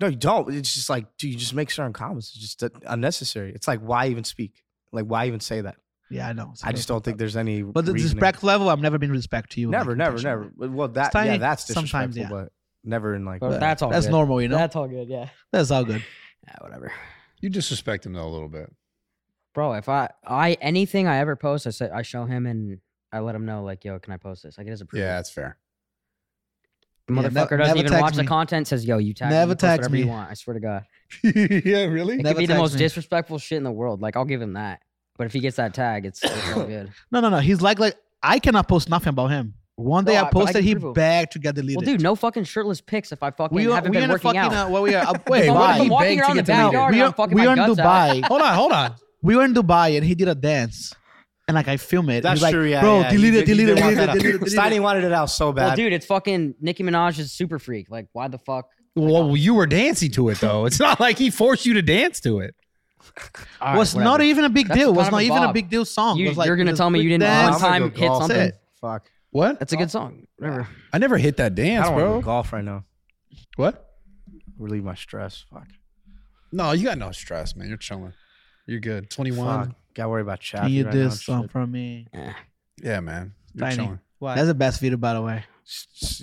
Speaker 4: no, you don't. It's just like, dude, you just make certain comments. It's just uh, unnecessary. It's like, why even speak? Like, why even say that?
Speaker 9: Yeah, I know.
Speaker 4: I just don't think there's any.
Speaker 9: But the
Speaker 4: reasoning.
Speaker 9: disrespect level, I've never been respect to you. like,
Speaker 4: Never, never,
Speaker 9: intentionally.
Speaker 4: never. Well, that
Speaker 9: Steiny,
Speaker 4: yeah, that's disrespectful,
Speaker 9: sometimes, yeah.
Speaker 4: but never in like.
Speaker 3: But
Speaker 9: But
Speaker 3: that's all.
Speaker 9: That's
Speaker 3: good.
Speaker 9: normal, you know.
Speaker 3: That's all good. Yeah.
Speaker 9: That's all good.
Speaker 3: Yeah, whatever.
Speaker 2: you disrespect him though a little bit.
Speaker 3: Bro, if I I anything I ever post, I say I show him and I let him know like, yo, can I post this? I get his approval.
Speaker 2: Yeah, that's fair.
Speaker 3: The
Speaker 9: Yeah,
Speaker 3: motherfucker
Speaker 9: nev-
Speaker 3: doesn't
Speaker 9: never
Speaker 3: even
Speaker 9: text
Speaker 3: watch the
Speaker 9: me.
Speaker 3: content. Says, "Yo, you tag
Speaker 9: Never
Speaker 3: me, post
Speaker 9: text
Speaker 3: whatever you
Speaker 9: me.
Speaker 3: want." I swear to God,
Speaker 2: yeah, really.
Speaker 3: it
Speaker 9: Never
Speaker 3: could be the
Speaker 9: text
Speaker 3: most
Speaker 9: me.
Speaker 3: disrespectful shit in the world. Like, I'll give him that, but if he gets that tag, it's, it's all good.
Speaker 9: No, no, no. He's like like I cannot post nothing about him. One
Speaker 3: No,
Speaker 9: day I
Speaker 3: I- but I
Speaker 9: posted,
Speaker 3: can
Speaker 9: he
Speaker 3: prove it.
Speaker 9: begged to get deleted.
Speaker 3: well, dude, no fucking shirtless pics if I fucking
Speaker 9: we are
Speaker 3: haven't
Speaker 9: we
Speaker 3: been
Speaker 9: in a
Speaker 3: working
Speaker 9: fucking
Speaker 3: out.
Speaker 9: uh, well, we are. Uh,
Speaker 3: If
Speaker 9: wait,
Speaker 3: I'm
Speaker 2: why?
Speaker 3: fucking
Speaker 9: why?
Speaker 3: walking
Speaker 2: Bank to
Speaker 3: around the
Speaker 2: get deleted.
Speaker 3: backyard,
Speaker 9: We
Speaker 3: and I'm
Speaker 9: are
Speaker 3: fucking
Speaker 9: we
Speaker 3: my
Speaker 9: are in
Speaker 3: guts out.
Speaker 9: Dubai.
Speaker 2: hold on, hold on.
Speaker 9: we were in Dubai and he did a dance, and like I film it.
Speaker 4: That's
Speaker 9: He's like,
Speaker 4: true, yeah.
Speaker 9: Bro,
Speaker 4: yeah.
Speaker 9: delete it, delete it, delete it, delete it, delete it.
Speaker 4: Steiny wanted it out so bad.
Speaker 3: Well, dude, it's fucking Nicki Minaj's super freak. Like, why the fuck?
Speaker 2: Well, you were dancing to it though. It's not like he forced you to dance to it.
Speaker 3: All right,
Speaker 9: was not
Speaker 3: whatever.
Speaker 9: even a big
Speaker 3: That's
Speaker 9: deal.
Speaker 3: kind
Speaker 9: Was
Speaker 3: of
Speaker 9: not
Speaker 3: a
Speaker 9: even a
Speaker 3: bob.
Speaker 9: big deal song.
Speaker 3: You,
Speaker 9: was like,
Speaker 3: are gonna
Speaker 9: this
Speaker 3: tell me you
Speaker 9: quick
Speaker 3: didn't
Speaker 9: dance.
Speaker 3: one time hit
Speaker 4: golf.
Speaker 3: something?
Speaker 9: That's
Speaker 4: Fuck.
Speaker 2: What?
Speaker 3: That's a good song. Whatever.
Speaker 2: I never hit that
Speaker 4: I
Speaker 2: dance,
Speaker 4: don't want to
Speaker 2: bro.
Speaker 4: golf right now.
Speaker 2: What?
Speaker 4: Relieve my stress. Fuck.
Speaker 2: No, you got no stress, man. You're chilling. You're good. Twenty
Speaker 4: Fuck.
Speaker 2: one.
Speaker 4: Gotta worry about chat.
Speaker 9: Can you do something for me?
Speaker 2: Yeah, man. You're
Speaker 9: Tiny.
Speaker 2: chilling.
Speaker 1: What?
Speaker 9: That's the best video, by the way.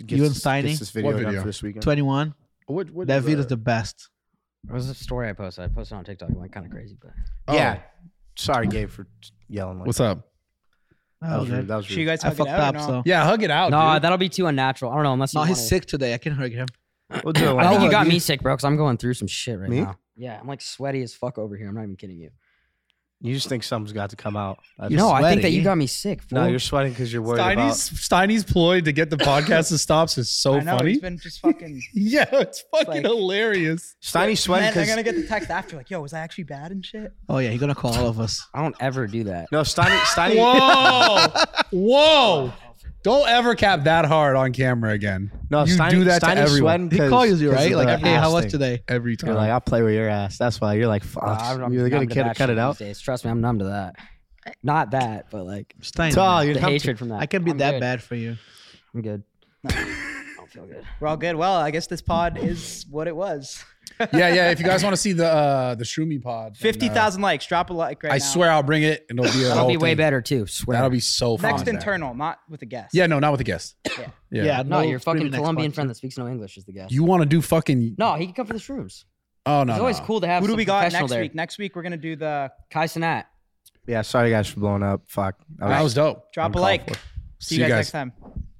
Speaker 9: You and Steiny?
Speaker 4: This video,
Speaker 2: What
Speaker 4: done
Speaker 2: video?
Speaker 4: for this weekend.
Speaker 9: Twenty one.
Speaker 2: What? what
Speaker 9: That video's the best.
Speaker 3: What was the story I posted? I posted on TikTok. It went kind of crazy, but
Speaker 2: Oh,
Speaker 4: Yeah. Sorry, Gabe, for yelling. Like
Speaker 2: What's up?
Speaker 4: That
Speaker 9: Oh, That
Speaker 4: was
Speaker 9: was
Speaker 4: rude.
Speaker 9: good.
Speaker 4: That was
Speaker 1: Should you
Speaker 4: rude.
Speaker 1: guys
Speaker 9: I
Speaker 1: hug it
Speaker 9: fucked up.
Speaker 1: out or no?
Speaker 9: So
Speaker 2: Yeah, hug it out.
Speaker 3: no,
Speaker 2: dude.
Speaker 3: that'll be too unnatural. I don't know unless
Speaker 9: no,
Speaker 3: you
Speaker 9: he's
Speaker 3: wanna-
Speaker 9: sick today. I can hug him.
Speaker 4: We'll do it
Speaker 3: I
Speaker 4: when
Speaker 3: think
Speaker 4: we're
Speaker 3: you got
Speaker 4: done.
Speaker 3: me sick, bro, because I'm going through some shit right
Speaker 4: Me?
Speaker 3: now. Yeah, I'm like sweaty as fuck over here. I'm not even kidding you.
Speaker 4: You just think something's got to come out. That's-
Speaker 9: You're
Speaker 3: no, I think that you
Speaker 9: sweaty.
Speaker 3: got me sick.
Speaker 4: no,
Speaker 3: fool.
Speaker 4: you're sweating because you're worried
Speaker 2: Steiny's Steiny's ploy to get the podcast to stops is so
Speaker 1: I know
Speaker 2: funny.
Speaker 1: it's been just fucking.
Speaker 2: yeah, it's fucking
Speaker 1: like-
Speaker 2: hilarious.
Speaker 4: about. Steiny's sweating
Speaker 1: Man, they're
Speaker 4: because
Speaker 1: gonna get the text after, like, "Yo, was I actually bad and shit?"
Speaker 9: Oh yeah, he's gonna call all of us.
Speaker 3: I don't ever do that.
Speaker 4: no, Steiny, Steiny.
Speaker 2: Whoa, whoa! Don't ever cap that hard on camera again.
Speaker 4: No,
Speaker 2: you
Speaker 4: Steiny,
Speaker 2: do that
Speaker 4: Steiny's
Speaker 2: to everyone
Speaker 4: sweating
Speaker 9: He
Speaker 4: 'cause-
Speaker 9: calls you
Speaker 4: 'cause of
Speaker 9: right, like,
Speaker 4: the
Speaker 9: hey,
Speaker 4: ass
Speaker 9: how was
Speaker 4: thing.
Speaker 9: today?
Speaker 2: every
Speaker 4: You're
Speaker 2: time.
Speaker 4: like, I'll play with your ass. That's why you're like, fuck.
Speaker 3: Uh, I'm- I'm
Speaker 4: you're gonna
Speaker 3: numb to
Speaker 4: cut,
Speaker 3: that
Speaker 4: cut
Speaker 3: shit
Speaker 4: it out.
Speaker 3: these days. Trust me, I'm numb to that. Not that, but like
Speaker 9: Stein,
Speaker 4: Oh,
Speaker 9: man.
Speaker 4: you're
Speaker 3: the
Speaker 4: numb to-
Speaker 3: hatred from that.
Speaker 9: I can be
Speaker 3: I'm
Speaker 9: that
Speaker 3: good.
Speaker 9: bad for you.
Speaker 3: I'm good. I don't feel good.
Speaker 1: We're all good. Well, I guess this pod is what it was.
Speaker 2: yeah, yeah. If you guys want to see the uh, the Shroomy pod, then,
Speaker 1: Fifty
Speaker 2: uh,
Speaker 1: thousand likes. Drop a like right
Speaker 2: I
Speaker 1: now.
Speaker 2: swear I'll bring it, and it'll be a
Speaker 3: That'll
Speaker 2: whole
Speaker 3: be way
Speaker 2: thing.
Speaker 3: better too. Swear.
Speaker 2: That'll be so fun.
Speaker 1: Next
Speaker 2: man.
Speaker 1: internal, not with a guest.
Speaker 2: Yeah, no, not with the guest.
Speaker 1: Yeah.
Speaker 2: Yeah.
Speaker 3: no, your
Speaker 9: screaming
Speaker 3: fucking
Speaker 9: next
Speaker 3: Colombian
Speaker 9: podcast.
Speaker 3: friend that speaks no English is the guest.
Speaker 2: You want to do fucking?
Speaker 3: no, he can come for the shrooms.
Speaker 2: Oh no.
Speaker 3: it's always
Speaker 2: no.
Speaker 3: cool to have.
Speaker 1: Who do
Speaker 3: some
Speaker 1: we got
Speaker 3: professional
Speaker 1: next
Speaker 3: there.
Speaker 1: week? Next week we're gonna do the
Speaker 3: Kai Sinat.
Speaker 4: Yeah, sorry guys for blowing up. Fuck.
Speaker 6: That was dope.
Speaker 2: Drop a
Speaker 4: Uncalled
Speaker 2: like.
Speaker 4: for.
Speaker 2: See you guys next time.
Speaker 6: time.